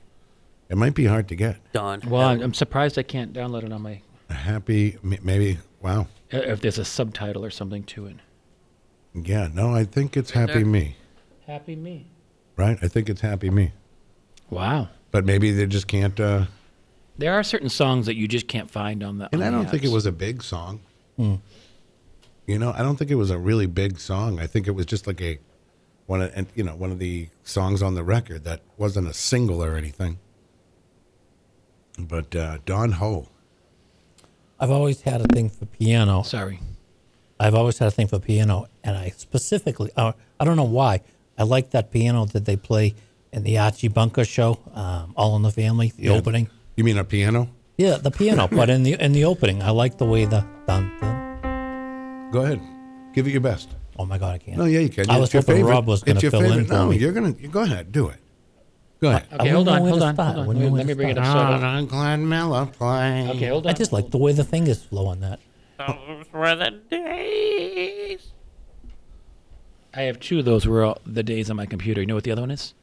Speaker 3: It might be hard to get.
Speaker 4: Don.
Speaker 5: Well, I'm,
Speaker 4: Howard.
Speaker 5: I'm surprised I can't download it on my.
Speaker 3: A happy, m- maybe. Wow.
Speaker 5: uh, If there's a subtitle or something to it.
Speaker 3: Yeah. No, I think it's happy
Speaker 4: there.
Speaker 3: me.
Speaker 5: Happy Me.
Speaker 3: Right. I think it's happy me.
Speaker 5: Wow.
Speaker 3: But maybe they just can't. Uh,
Speaker 5: There are certain songs that you just can't find on the.
Speaker 3: and I
Speaker 5: on the
Speaker 3: don't think it
Speaker 5: apps.
Speaker 3: was a big song. You know, I don't think it was a really big song. I think it was just like a one of and you know one of the songs on the record that wasn't a single or anything. But uh, Don Ho.
Speaker 1: I've always had a thing for piano.
Speaker 5: Sorry.
Speaker 1: I've always had a thing for piano, and I specifically, uh, I don't know why, I like that piano that they play in the Archie Bunker show, um, All in the Family, the opening.
Speaker 3: You mean a piano?
Speaker 1: Yeah, the piano, but in the in the opening, I like the way the dun dun.
Speaker 3: Go ahead, give it your best.
Speaker 1: Oh my God, I can't.
Speaker 3: No, yeah, you can.
Speaker 1: I
Speaker 3: It's
Speaker 1: was
Speaker 3: your
Speaker 1: hoping
Speaker 3: favorite.
Speaker 1: Rob was going
Speaker 3: It's
Speaker 1: to
Speaker 3: your
Speaker 1: fill
Speaker 3: favorite.
Speaker 1: in for
Speaker 3: no,
Speaker 1: me.
Speaker 3: you're gonna you go ahead, do it. Go ahead.
Speaker 5: Okay,
Speaker 1: wouldn't
Speaker 5: hold
Speaker 1: know
Speaker 5: on,
Speaker 1: where
Speaker 5: hold
Speaker 1: to
Speaker 5: on,
Speaker 1: start.
Speaker 5: hold on.
Speaker 1: Wouldn't
Speaker 5: Wait,
Speaker 1: know where
Speaker 5: let
Speaker 1: to
Speaker 5: me bring it
Speaker 1: start.
Speaker 5: up. Uh, So-
Speaker 3: on Glenn Miller plane.
Speaker 5: Okay, hold on.
Speaker 1: I just like the way the fingers flow on that.
Speaker 4: Those were the days.
Speaker 5: I have two of those were all the days on my computer. You know what the other one is?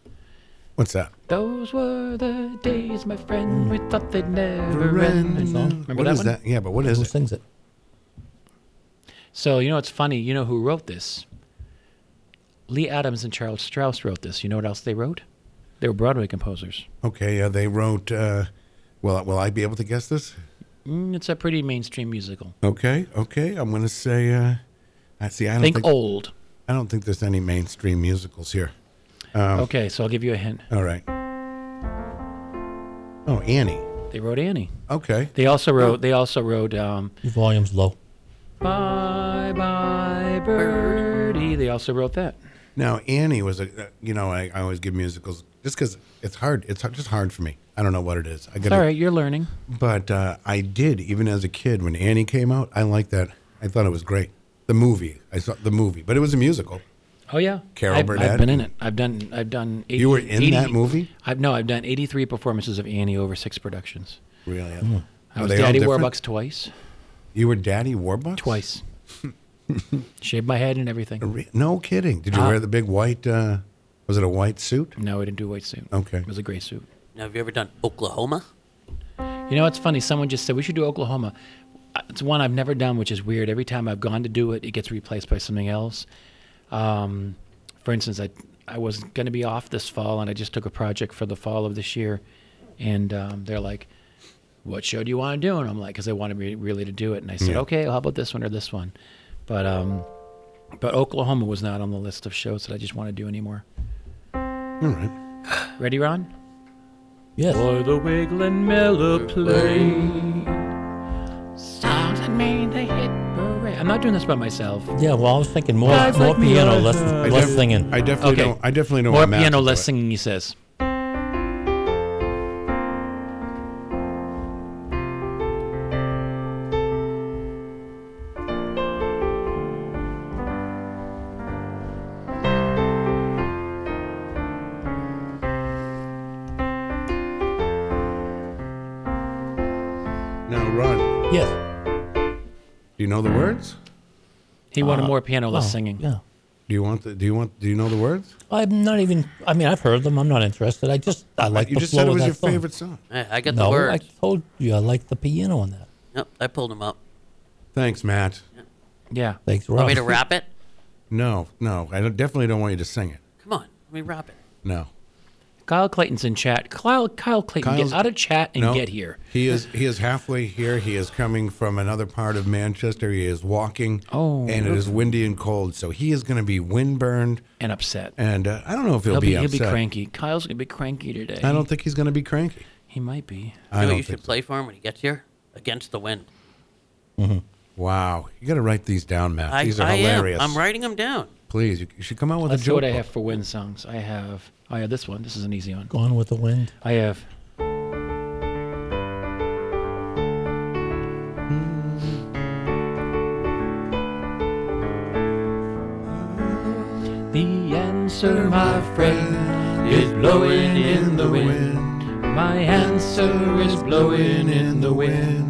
Speaker 3: What's that?
Speaker 5: Those were the days, my friend. We thought they'd never end. Remember
Speaker 3: What
Speaker 5: that
Speaker 3: is
Speaker 5: one?
Speaker 3: that? Yeah, but what
Speaker 1: Who
Speaker 3: is it?
Speaker 1: sings it?
Speaker 5: So you know what's funny? You know who wrote this? Lee Adams and Charles Strauss wrote this. You know what else they wrote? They were Broadway composers.
Speaker 3: Okay, uh, they wrote. Uh, well, will I be able to guess this?
Speaker 5: Mm, it's a pretty mainstream musical.
Speaker 3: Okay, okay. I'm going to say. Uh, I see. I don't
Speaker 5: Think
Speaker 3: think.
Speaker 5: old.
Speaker 3: I don't think there's any mainstream musicals here.
Speaker 5: Okay, so I'll give you a hint.
Speaker 3: All right. Oh, Annie.
Speaker 5: They wrote Annie.
Speaker 3: Okay.
Speaker 5: They also wrote. They also wrote. Um,
Speaker 1: Your volume's low.
Speaker 5: bye bye birdie. They also wrote that.
Speaker 3: Now Annie was a. You know, I, I always give musicals just because it's hard. It's hard, just hard for me. I don't know what it is. I got
Speaker 5: It's all right. You're learning.
Speaker 3: But uh, I did, even as a kid, when Annie came out, I liked that. I thought it was great. The movie, I saw the movie, but it was a musical.
Speaker 5: Oh yeah,
Speaker 3: Carol
Speaker 5: I've,
Speaker 3: Burnett.
Speaker 5: I've been in it. I've done. I've done. 80,
Speaker 3: were in that movie?
Speaker 5: I've no. I've done 83 performances of Annie over six productions.
Speaker 3: Really,
Speaker 5: I
Speaker 3: Hmm. Are
Speaker 5: was
Speaker 3: they all
Speaker 5: Daddy
Speaker 3: different?
Speaker 5: Warbucks twice.
Speaker 3: You were Daddy Warbucks
Speaker 5: Twice. Shaved my head and everything.
Speaker 3: Re- No kidding. Did you
Speaker 5: Ah.
Speaker 3: wear the big white? Uh, was it a white suit?
Speaker 5: No, I didn't do a white suit.
Speaker 3: Okay.
Speaker 5: It was a gray suit.
Speaker 4: Now, have you ever done Oklahoma?
Speaker 5: You know, it's funny. Someone just said we should do Oklahoma. Uh, It's one I've never done, which is weird. Every time I've gone to do it, it gets replaced by something else. Um, for instance, I I was going to be off this fall, and I just took a project for the fall of this year, and um, they're like, "What show do you want to do?" And I'm like, "Cause they wanted me really to do it," and I said,
Speaker 3: Yeah.
Speaker 5: "Okay, well, how about this one or this one?" But um, but Oklahoma was not on the list of shows that I just want to do anymore.
Speaker 3: All right.
Speaker 5: Ready, Ron?
Speaker 1: Yes.
Speaker 5: Or the Wiggling Miller play. Songs that made the hit parade. I'm not doing this by myself.
Speaker 1: yeah. Well, I was thinking more,
Speaker 5: Guys
Speaker 1: more
Speaker 5: like me
Speaker 1: piano,
Speaker 5: all the
Speaker 1: less,
Speaker 5: time.
Speaker 1: less
Speaker 3: def-
Speaker 1: singing.
Speaker 3: I definitely
Speaker 5: Okay.
Speaker 3: don't. I definitely don't.
Speaker 5: More
Speaker 3: want Matt
Speaker 5: piano,
Speaker 3: to do
Speaker 5: less
Speaker 3: it.
Speaker 5: singing, he says.
Speaker 3: Now, Run. Do
Speaker 1: Yes.
Speaker 3: you know the words?
Speaker 5: He
Speaker 3: Uh,
Speaker 5: wanted more piano,
Speaker 3: oh,
Speaker 5: less singing.
Speaker 1: Yeah.
Speaker 3: Do you want the? Do you want? Do you know the words?
Speaker 1: I'm not even. I mean, I've heard them. I'm not interested. I just I like
Speaker 3: you
Speaker 1: the
Speaker 3: just
Speaker 1: flow
Speaker 3: said it
Speaker 1: of
Speaker 3: was
Speaker 1: that
Speaker 3: your
Speaker 1: song.
Speaker 3: favorite song.
Speaker 4: I, I got
Speaker 1: No,
Speaker 4: the words.
Speaker 1: I told you I like the piano on that.
Speaker 4: Yep, I pulled him up.
Speaker 3: Thanks, Matt.
Speaker 5: Yeah.
Speaker 1: Thanks, Rob.
Speaker 3: Oh.
Speaker 4: Want me to wrap it?
Speaker 3: No, no, I don't, definitely don't want you to sing it.
Speaker 4: Come on, let me wrap it.
Speaker 3: No,
Speaker 5: Kyle Clayton's in chat. Kyle, Kyle Clayton,
Speaker 3: Kyle's-
Speaker 5: get out of chat and
Speaker 3: no.
Speaker 5: get here.
Speaker 3: He is he is halfway here. He is coming from another part of Manchester. He is walking.
Speaker 5: Oh.
Speaker 3: and it is windy and cold, so he is going to be windburned.
Speaker 5: And upset.
Speaker 3: And uh, I don't know if he'll,
Speaker 5: He'll be, he'll
Speaker 3: upset.
Speaker 5: be cranky. Kyle's gonna be cranky today.
Speaker 3: I don't think he's going to be cranky.
Speaker 5: He might be.
Speaker 3: I
Speaker 4: you know
Speaker 3: don't
Speaker 4: what you
Speaker 3: think.
Speaker 4: should play for him when he gets here? Against the Wind.
Speaker 3: Wow, you got to write these down, Matt.
Speaker 4: I,
Speaker 3: these are
Speaker 4: I
Speaker 3: hilarious.
Speaker 4: am. I'm writing them down.
Speaker 3: Please, you, you should come out with
Speaker 5: Let's
Speaker 3: a
Speaker 5: see
Speaker 3: joke.
Speaker 5: what I
Speaker 3: book.
Speaker 5: have for wind songs. I have. I have this one. This is an easy one.
Speaker 1: Gone with the wind.
Speaker 5: I have. The answer, my friend, is blowing in the wind. My answer is blowing in the wind.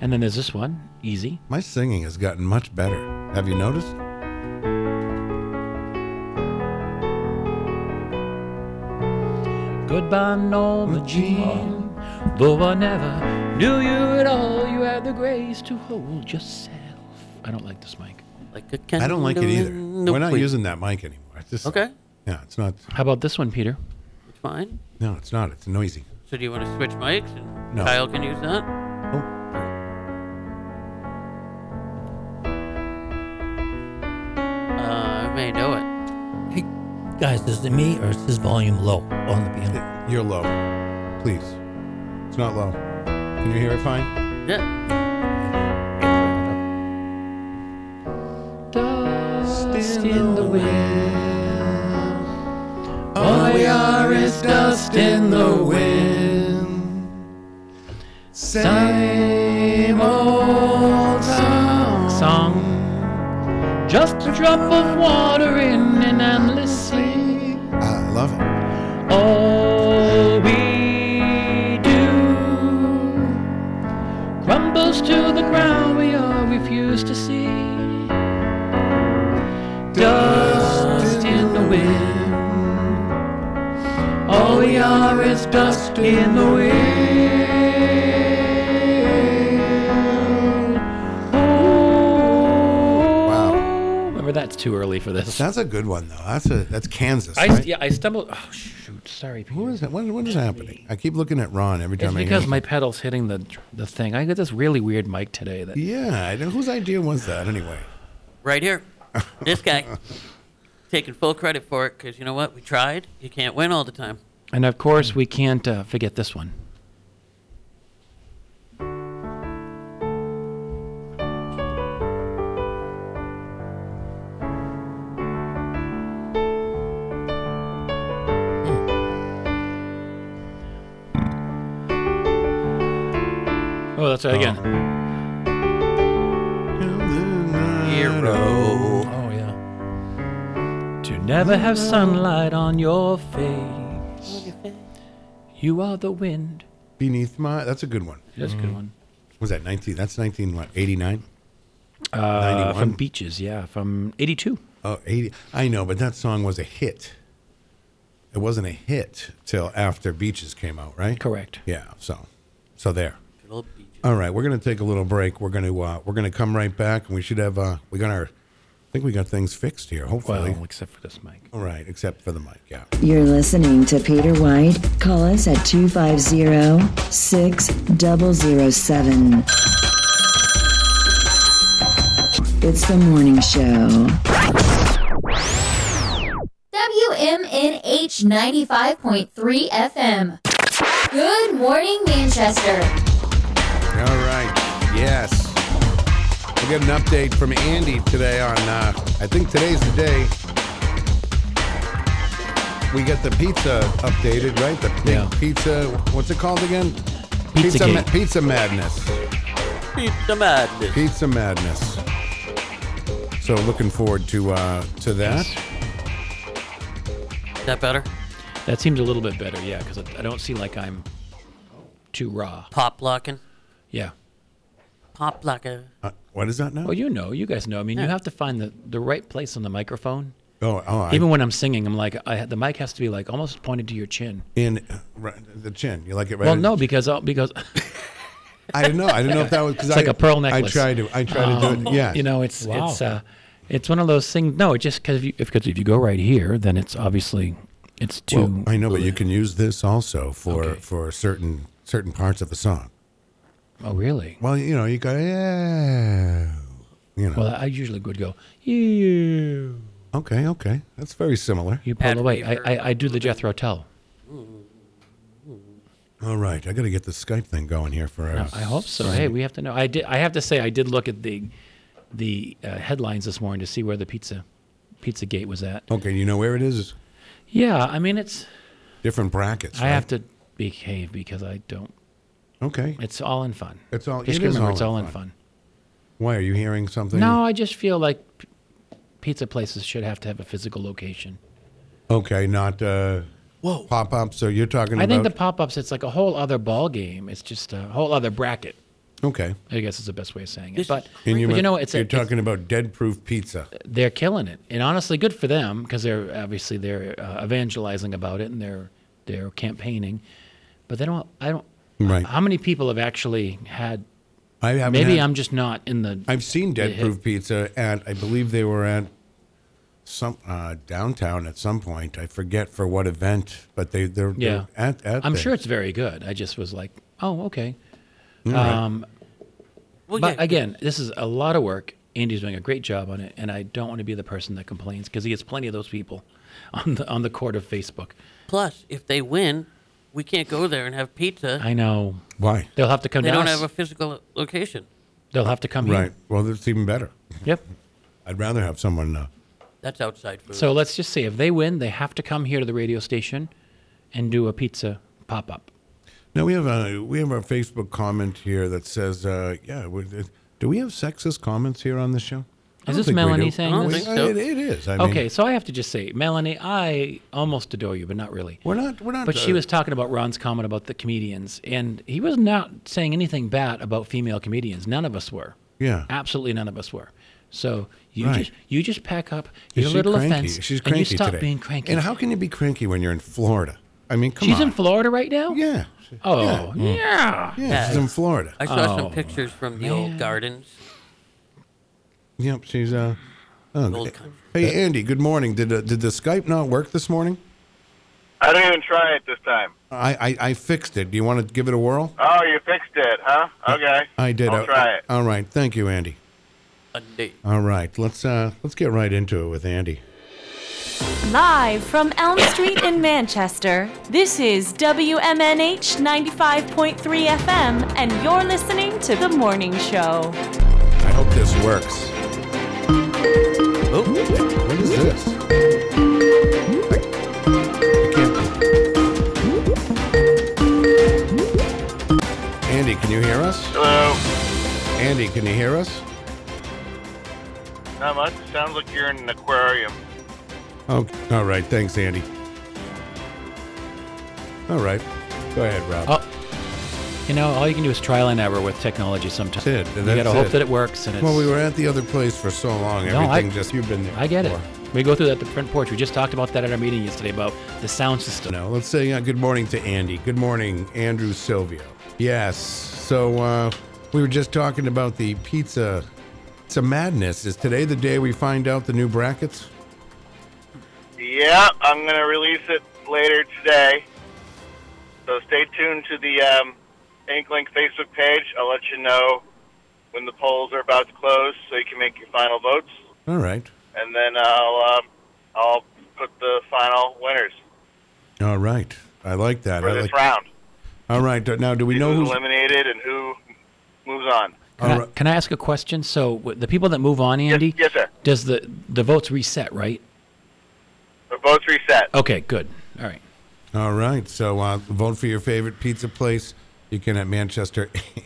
Speaker 5: And then there's this one, easy.
Speaker 3: My singing has gotten much better. Have you noticed?
Speaker 5: Goodbye, Norma Jean. Though I never knew you at all, you had the grace to hold yourself. I don't like this mic.
Speaker 4: Like a candle
Speaker 3: I don't like it either.
Speaker 4: in the
Speaker 3: We're not
Speaker 4: wind.
Speaker 3: using that mic anymore. It's just,
Speaker 4: Okay.
Speaker 3: Yeah, it's not.
Speaker 5: How about this one, Peter?
Speaker 4: It's fine.
Speaker 3: No, it's not. It's noisy.
Speaker 4: So do you want to switch mics? And
Speaker 3: No.
Speaker 4: Kyle can use that.
Speaker 3: Oh.
Speaker 4: Uh, I may know it.
Speaker 1: Hey, guys, is it me or is his volume low on the piano?
Speaker 3: You're low. Please. It's not low. Can you hear it fine?
Speaker 4: Yeah.
Speaker 5: Dust in the wind. All we are is dust in the wind. Same old song. Just a drop of water in an endless sea.
Speaker 3: I love it.
Speaker 5: All we do crumbles to the ground we all refuse to see. Dust in the wind. All we are is dust in the wind.
Speaker 3: Wow.
Speaker 5: Remember, that's too early for this.
Speaker 3: That's a good one though. That's a that's Kansas.
Speaker 5: I,
Speaker 3: right?
Speaker 5: yeah, I stumbled. Oh, shoot. Sorry, Peter.
Speaker 3: Who is that? What, what is happening? I keep looking at Ron every
Speaker 5: It's
Speaker 3: time I
Speaker 5: because
Speaker 3: hear
Speaker 5: my pedal's hitting the the thing. I got this really weird mic today. That
Speaker 3: Yeah, I know. whose idea was that anyway?
Speaker 4: Right here. This guy. Taking full credit for it because you know what? We tried. You can't win all the time.
Speaker 5: and of course we can't uh, forget this one. Hmm. Oh, that's right again.
Speaker 4: Hero.
Speaker 1: Oh yeah.
Speaker 5: To never have sunlight on your face. You are the wind.
Speaker 3: Beneath my that's a good one.
Speaker 5: That's a good one.
Speaker 3: Was that nineteen that's nineteen what, eighty nine?
Speaker 5: Uh,
Speaker 3: 91?
Speaker 5: from Beaches, yeah, from 82.
Speaker 3: Oh, 80. I know, but that song was a hit. It wasn't a hit till after Beaches came out, right?
Speaker 5: Correct.
Speaker 3: Yeah. So, so there.
Speaker 4: Good old BJ.
Speaker 3: All right, we're gonna take a little break. We're gonna uh, we're gonna come right back, and we should have uh, we got our. I think we got things fixed here. Hopefully.
Speaker 5: Well, except for this mic.
Speaker 3: All right, except for the mic. Yeah.
Speaker 6: You're listening to Peter White. Call us at 250 6007. It's the morning show.
Speaker 7: WMNH 95.3 FM. Good morning, Manchester.
Speaker 3: All right. Yes. We get an update from Andy today on. Uh, I think today's the day. We get the pizza updated, right? The big
Speaker 5: Yeah.
Speaker 3: pizza. What's it called again? Pizza
Speaker 5: Pizzagate.
Speaker 3: ma- pizza madness.
Speaker 4: Pizza madness.
Speaker 3: Pizza madness. So looking forward to uh, to that.
Speaker 4: Is that better?
Speaker 5: That seems a little bit better, yeah, because I, I don't see like I'm too raw.
Speaker 4: Pop locking.
Speaker 5: Yeah.
Speaker 4: pop like a.
Speaker 3: Uh, what is that now?
Speaker 5: Well, you know, you guys know. I mean, you have to find the, the right place on the microphone.
Speaker 3: oh, oh, I,
Speaker 5: Even when I'm singing, I'm like, I, the mic has to be like almost pointed to your chin.
Speaker 3: in uh, right, the chin. You like it right?
Speaker 5: Well,
Speaker 3: in-
Speaker 5: no, because I'll, because
Speaker 3: I didn't know. I didn't know if that was because
Speaker 5: It's like
Speaker 3: a
Speaker 5: a pearl necklace. Oh.
Speaker 3: I tried to. I tried to do it. Yeah.
Speaker 5: you know it's
Speaker 1: Wow.
Speaker 5: it's uh, it's one of those things. No, it just because if you because if you go right here, then it's obviously it's too.
Speaker 3: Well, I know, but you can use this also for for certain certain parts of a song.
Speaker 5: oh, really?
Speaker 3: Well, you know, you go yeah. You know.
Speaker 5: Well, I usually would go you.
Speaker 3: okay, okay, that's very similar.
Speaker 5: You pull
Speaker 4: Had
Speaker 5: away.
Speaker 4: we
Speaker 5: I,
Speaker 4: heard-
Speaker 5: I I do the Jethro Tull.
Speaker 3: All right, I got to get the Skype thing going here for us.
Speaker 5: I hope so. Hey, we have to know. I did. I have to say, I did look at the the uh, headlines this morning to see where the pizza pizza gate was at.
Speaker 3: Okay, you know where it is?
Speaker 5: Yeah, I mean it's.
Speaker 3: Different brackets.
Speaker 5: I have to behave because I don't.
Speaker 3: Okay.
Speaker 5: It's all in fun.
Speaker 3: It's all-
Speaker 5: Just
Speaker 3: it is
Speaker 5: remember,
Speaker 3: all
Speaker 5: it's
Speaker 3: in
Speaker 5: all in
Speaker 3: fun.
Speaker 5: fun.
Speaker 3: Why are you hearing something?
Speaker 5: No, I just feel like p- pizza places should have to have a physical location.
Speaker 3: Okay, not uh,
Speaker 5: Whoa.
Speaker 3: pop ups. So you're talking
Speaker 5: I
Speaker 3: about
Speaker 5: think the pop-ups. It's like a whole other ball game. It's just a whole other bracket.
Speaker 3: okay.
Speaker 5: I guess is the best way of saying it.
Speaker 4: This
Speaker 5: But,
Speaker 4: is
Speaker 5: but you,
Speaker 3: you,
Speaker 5: know, it's
Speaker 3: you're
Speaker 5: a, it's- Uh,
Speaker 3: talking about dead proof pizza.
Speaker 5: they're killing it, and honestly, good for them because they're obviously they're uh, evangelizing about it and they're they're campaigning. But they don't. I don't.
Speaker 3: Right.
Speaker 5: How many people have actually had?
Speaker 3: I haven't
Speaker 5: Maybe
Speaker 3: had-
Speaker 5: I'm just not in the.
Speaker 3: I've seen Dead
Speaker 5: Yeah.
Speaker 3: Proof Pizza at I believe they were at some uh, downtown at some point. I forget for what event, but they they're,
Speaker 5: yeah.
Speaker 3: they're at at.
Speaker 5: I'm
Speaker 3: there.
Speaker 5: sure it's very good. I just was like, oh, okay.
Speaker 4: Well,
Speaker 5: But
Speaker 4: yeah,
Speaker 5: again, this is a lot of work. Andy's doing a great job on it, and I don't want to be the person that complains because he gets plenty of those people on the on the court of Facebook.
Speaker 4: Plus, if they win, we can't go there and have pizza.
Speaker 5: I know
Speaker 3: why
Speaker 5: they'll have to come.
Speaker 4: they
Speaker 5: to
Speaker 4: don't
Speaker 5: us.
Speaker 4: have a physical location.
Speaker 5: They'll have to come
Speaker 3: right. Well, that's even better.
Speaker 5: here. Yep.
Speaker 3: I'd rather have someone. Uh,
Speaker 4: That's outside food.
Speaker 5: So let's just say if they win, they have to come here to the radio station and do a pizza pop up.
Speaker 3: now we have a we have a Facebook comment here that says, uh, "Yeah, we, do we have sexist comments here on the show?" I
Speaker 5: Is
Speaker 3: don't
Speaker 5: this
Speaker 3: think we do.
Speaker 5: Melanie saying
Speaker 4: I don't
Speaker 5: this?
Speaker 4: think so.
Speaker 3: It, it is. I mean,
Speaker 5: Okay, so I have to just say, Melanie, I almost adore you, but not really.
Speaker 3: We're not. We're not.
Speaker 5: But she
Speaker 3: uh,
Speaker 5: was talking about Ron's comment about the comedians, and he was not saying anything bad about female comedians. None of us were.
Speaker 3: Yeah.
Speaker 5: Absolutely none of us were. So you
Speaker 3: Right.
Speaker 5: just you just pack up
Speaker 3: is
Speaker 5: your
Speaker 3: she
Speaker 5: little
Speaker 3: cranky?
Speaker 5: offense
Speaker 3: She's
Speaker 5: and
Speaker 3: cranky
Speaker 5: you stop
Speaker 3: today.
Speaker 5: being cranky.
Speaker 3: And how can you be cranky when you're in Florida? I mean, come
Speaker 5: She's
Speaker 3: on.
Speaker 5: in Florida right now?
Speaker 3: Yeah.
Speaker 5: Oh, yeah.
Speaker 3: Yeah, she's in Florida.
Speaker 4: I saw
Speaker 5: Oh,
Speaker 4: some pictures from the
Speaker 5: man.
Speaker 4: old gardens.
Speaker 3: Yep, she's uh. Oh,
Speaker 4: Old country.
Speaker 3: hey, Andy. Good morning. Did uh, did the Skype not work this morning?
Speaker 8: I didn't even try it this time.
Speaker 3: I, I I fixed it. Do you want to give it a whirl?
Speaker 8: Oh, you fixed it, huh? Okay.
Speaker 3: I did.
Speaker 8: I'll
Speaker 3: Uh,
Speaker 8: try it.
Speaker 3: All right. Thank you, Andy.
Speaker 4: Indeed.
Speaker 3: All right. Let's uh let's get right into it with Andy.
Speaker 9: Live from Elm Street in Manchester, this is WMNH 95.3 FM, and you're listening to The Morning Show.
Speaker 10: Oh,
Speaker 3: I hope this works. What is this? I can't- Andy, can you hear us?
Speaker 8: Hello.
Speaker 3: Andy, can you hear us?
Speaker 8: Not much. Sounds like you're in an aquarium.
Speaker 3: Oh, all right. Thanks, Andy. All right. Go ahead, Rob.
Speaker 5: Oh, you know, all you can do is trial and error with technology sometimes.
Speaker 3: Mm. That's it.
Speaker 5: You
Speaker 3: That's
Speaker 5: got to hope
Speaker 3: it.
Speaker 5: that it works. And it's,
Speaker 3: well, we were at the other place for so long.
Speaker 5: No, I-
Speaker 3: Everything just you've been there.
Speaker 5: I get it.
Speaker 3: before.
Speaker 5: We go through that at the front porch. We just talked about that at our meeting yesterday about the sound system.
Speaker 3: No, let's say uh, good morning to Andy. Good morning, Andrew Silvio. Yes. So uh, we were just talking about the pizza. It's a madness. Is today the day we find out the new brackets?
Speaker 8: Yeah, I'm gonna release it later today. So stay tuned to the um, Inklink Facebook page. I'll let you know when the polls are about to close, so you can make your final votes,
Speaker 3: All right.
Speaker 8: and then I'll um, I'll put the final winners
Speaker 3: All right. I like that.
Speaker 8: for
Speaker 3: I
Speaker 8: this
Speaker 3: like-
Speaker 8: round.
Speaker 3: All right. Now, do we
Speaker 8: See
Speaker 3: know
Speaker 8: who's
Speaker 3: who's?
Speaker 8: eliminated and who moves on.
Speaker 5: Can,
Speaker 3: All
Speaker 5: I,
Speaker 3: right.
Speaker 5: can I ask a question? So w- the people that move on, Andy,
Speaker 8: yes, sir.
Speaker 5: does the the votes reset, right?
Speaker 8: The votes reset.
Speaker 5: Okay, good. All right.
Speaker 3: All right. So uh, vote for your favorite pizza place. You can at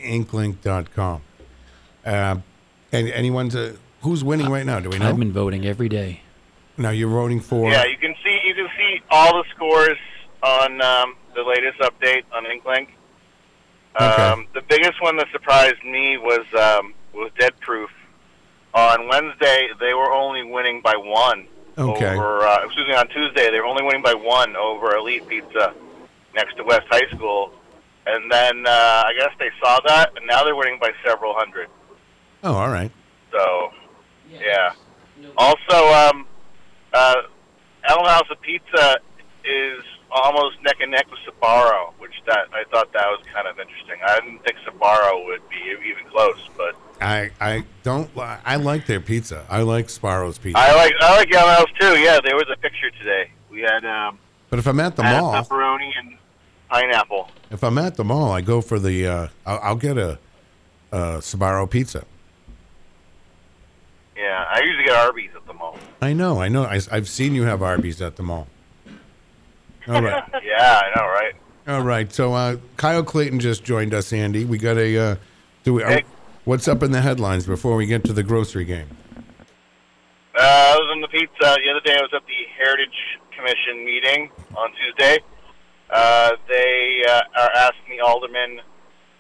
Speaker 3: manchesterinklink.com. Uh, and anyone's uh, who's winning right now? Do we know?
Speaker 5: I've been voting every day.
Speaker 3: now you're voting for.
Speaker 8: Yeah, you can see you can see all the scores on um, the latest update on Inklink. Um, the biggest one that surprised me was um, was Dead Proof. On Wednesday, they were only winning by one.
Speaker 3: Okay.
Speaker 8: Over, uh, excuse me, on Tuesday, they were only winning by one over Elite Pizza next to West High School. And then uh, I guess they saw that, and now they're winning by several hundred.
Speaker 3: Oh, all right.
Speaker 8: So, yeah. Also, um, uh, El House of Pizza is almost neck and neck with Sabaro, which that I thought that was kind of interesting. I didn't think Sabaro would be even close, but
Speaker 3: I I don't li- I like their pizza. I like Sparrow's pizza.
Speaker 8: I like I like El House too. Yeah, there was a picture today. We had um,
Speaker 3: but if I'm at the
Speaker 8: had
Speaker 3: mall,
Speaker 8: pepperoni and pineapple.
Speaker 3: if I'm at the mall, I go for the uh, I'll, I'll get a, a Sbarro pizza.
Speaker 8: Yeah, I usually get Arby's at the mall.
Speaker 3: I know, I know. I, have seen you have Arby's at the mall. All right,
Speaker 8: Yeah, I know, right?
Speaker 3: all right. So uh, Kyle Clayton just joined us, Andy. We got a uh, do we?
Speaker 8: Hey.
Speaker 3: what's up in the headlines before we get to the grocery game?
Speaker 8: Uh, I was on the pizza the other day. I was at the Heritage Commission meeting on Tuesday. Uh, they uh, are asking the aldermen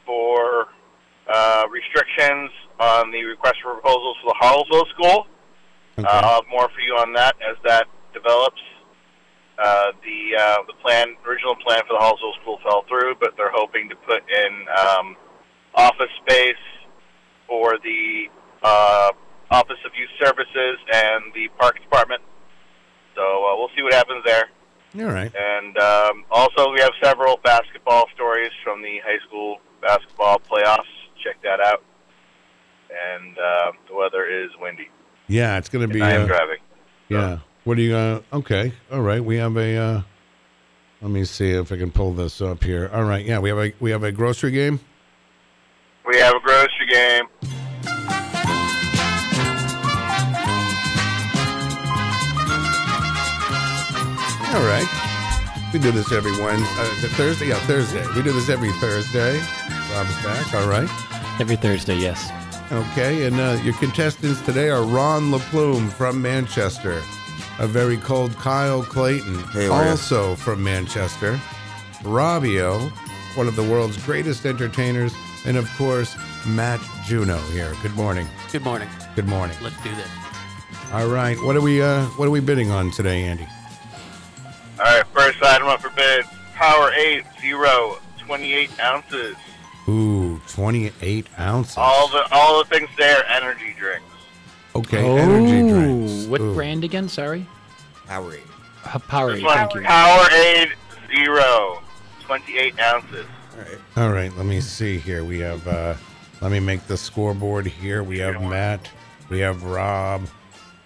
Speaker 8: for uh, restrictions on the request for proposals for the Harlesville School.
Speaker 3: Okay.
Speaker 8: Uh, I'll have more for you on that as that develops. Uh, the uh, the plan original plan for the Hallsville School fell through, but they're hoping to put in um, office space for the uh, Office of Youth Services and the Park Department. So uh, we'll see what happens there.
Speaker 3: all right.
Speaker 8: And um, also, we have several basketball stories from the high school basketball playoffs. Check that out. And uh, the weather is windy.
Speaker 3: Yeah, it's gonna be.
Speaker 8: I am
Speaker 3: uh,
Speaker 8: driving.
Speaker 3: Yeah. What do you? Uh, okay. All right. We have a. Uh, let me see if I can pull this up here. All right. Yeah, we have a we have a grocery game.
Speaker 8: We have a grocery game.
Speaker 3: All right. We do this every Wednesday. Uh, is it Thursday? Yeah, Thursday. We do this every Thursday. Rob's back. All right.
Speaker 5: Every Thursday, yes.
Speaker 3: Okay. And uh, your contestants today are Ron LaPlume from Manchester, a very cold Kyle Clayton,
Speaker 11: Hey, how are ya?
Speaker 3: also from Manchester, Robbio, one of the world's greatest entertainers, and of course, Matt Juno here. Good morning.
Speaker 4: Good morning.
Speaker 3: Good morning.
Speaker 4: Let's do this.
Speaker 3: All right, what are we uh, what are we bidding on today, Andy?
Speaker 8: All right, first item up for bid Power 8, 0, 28 ounces.
Speaker 3: Ooh, 28 ounces.
Speaker 8: All the all the things there, energy drinks.
Speaker 3: okay, energy
Speaker 1: Oh.
Speaker 3: drinks.
Speaker 5: Oh, What
Speaker 3: Ooh.
Speaker 5: brand again? Sorry.
Speaker 11: Powerade.
Speaker 5: Uh, Powerade.
Speaker 8: This one,
Speaker 5: Thank you.
Speaker 8: Powerade 0, 28 ounces.
Speaker 11: All right.
Speaker 3: All right, let me see here. We have uh, let me make the scoreboard here. We have Matt, we have Rob,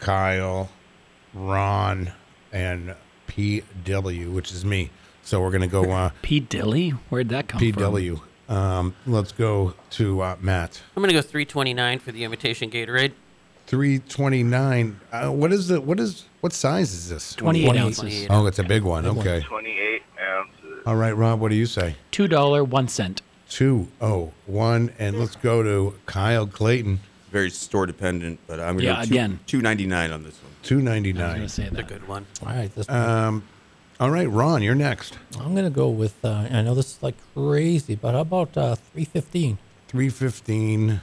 Speaker 3: Kyle, Ron, and PW, which is me. So we're gonna go uh,
Speaker 5: P Dilly. Where'd that come from?
Speaker 3: PW. Um, let's go to uh, Matt.
Speaker 4: I'm gonna go 329 for the imitation Gatorade.
Speaker 3: 329. Uh, what is the what is what size is this?
Speaker 5: 28,
Speaker 1: 28
Speaker 5: ounces.
Speaker 3: Oh, it's a big one. Okay.
Speaker 8: 28 ounces.
Speaker 3: All right, Rob. What do you say?
Speaker 5: Two dollar one cent.
Speaker 3: Two oh one, and let's go to Kyle Clayton,
Speaker 11: Very store dependent, but I'm gonna
Speaker 5: Yeah,
Speaker 11: go
Speaker 5: again.
Speaker 11: two ninety nine on this one.
Speaker 3: two ninety
Speaker 5: I was
Speaker 3: nine.
Speaker 5: gonna say
Speaker 4: It's a
Speaker 5: that.
Speaker 4: good one.
Speaker 1: All right, this,
Speaker 3: Um, all right, Ron, you're next.
Speaker 1: I'm gonna go with. Uh, I know this is like crazy, but how about uh, 315?
Speaker 3: Three fifteen.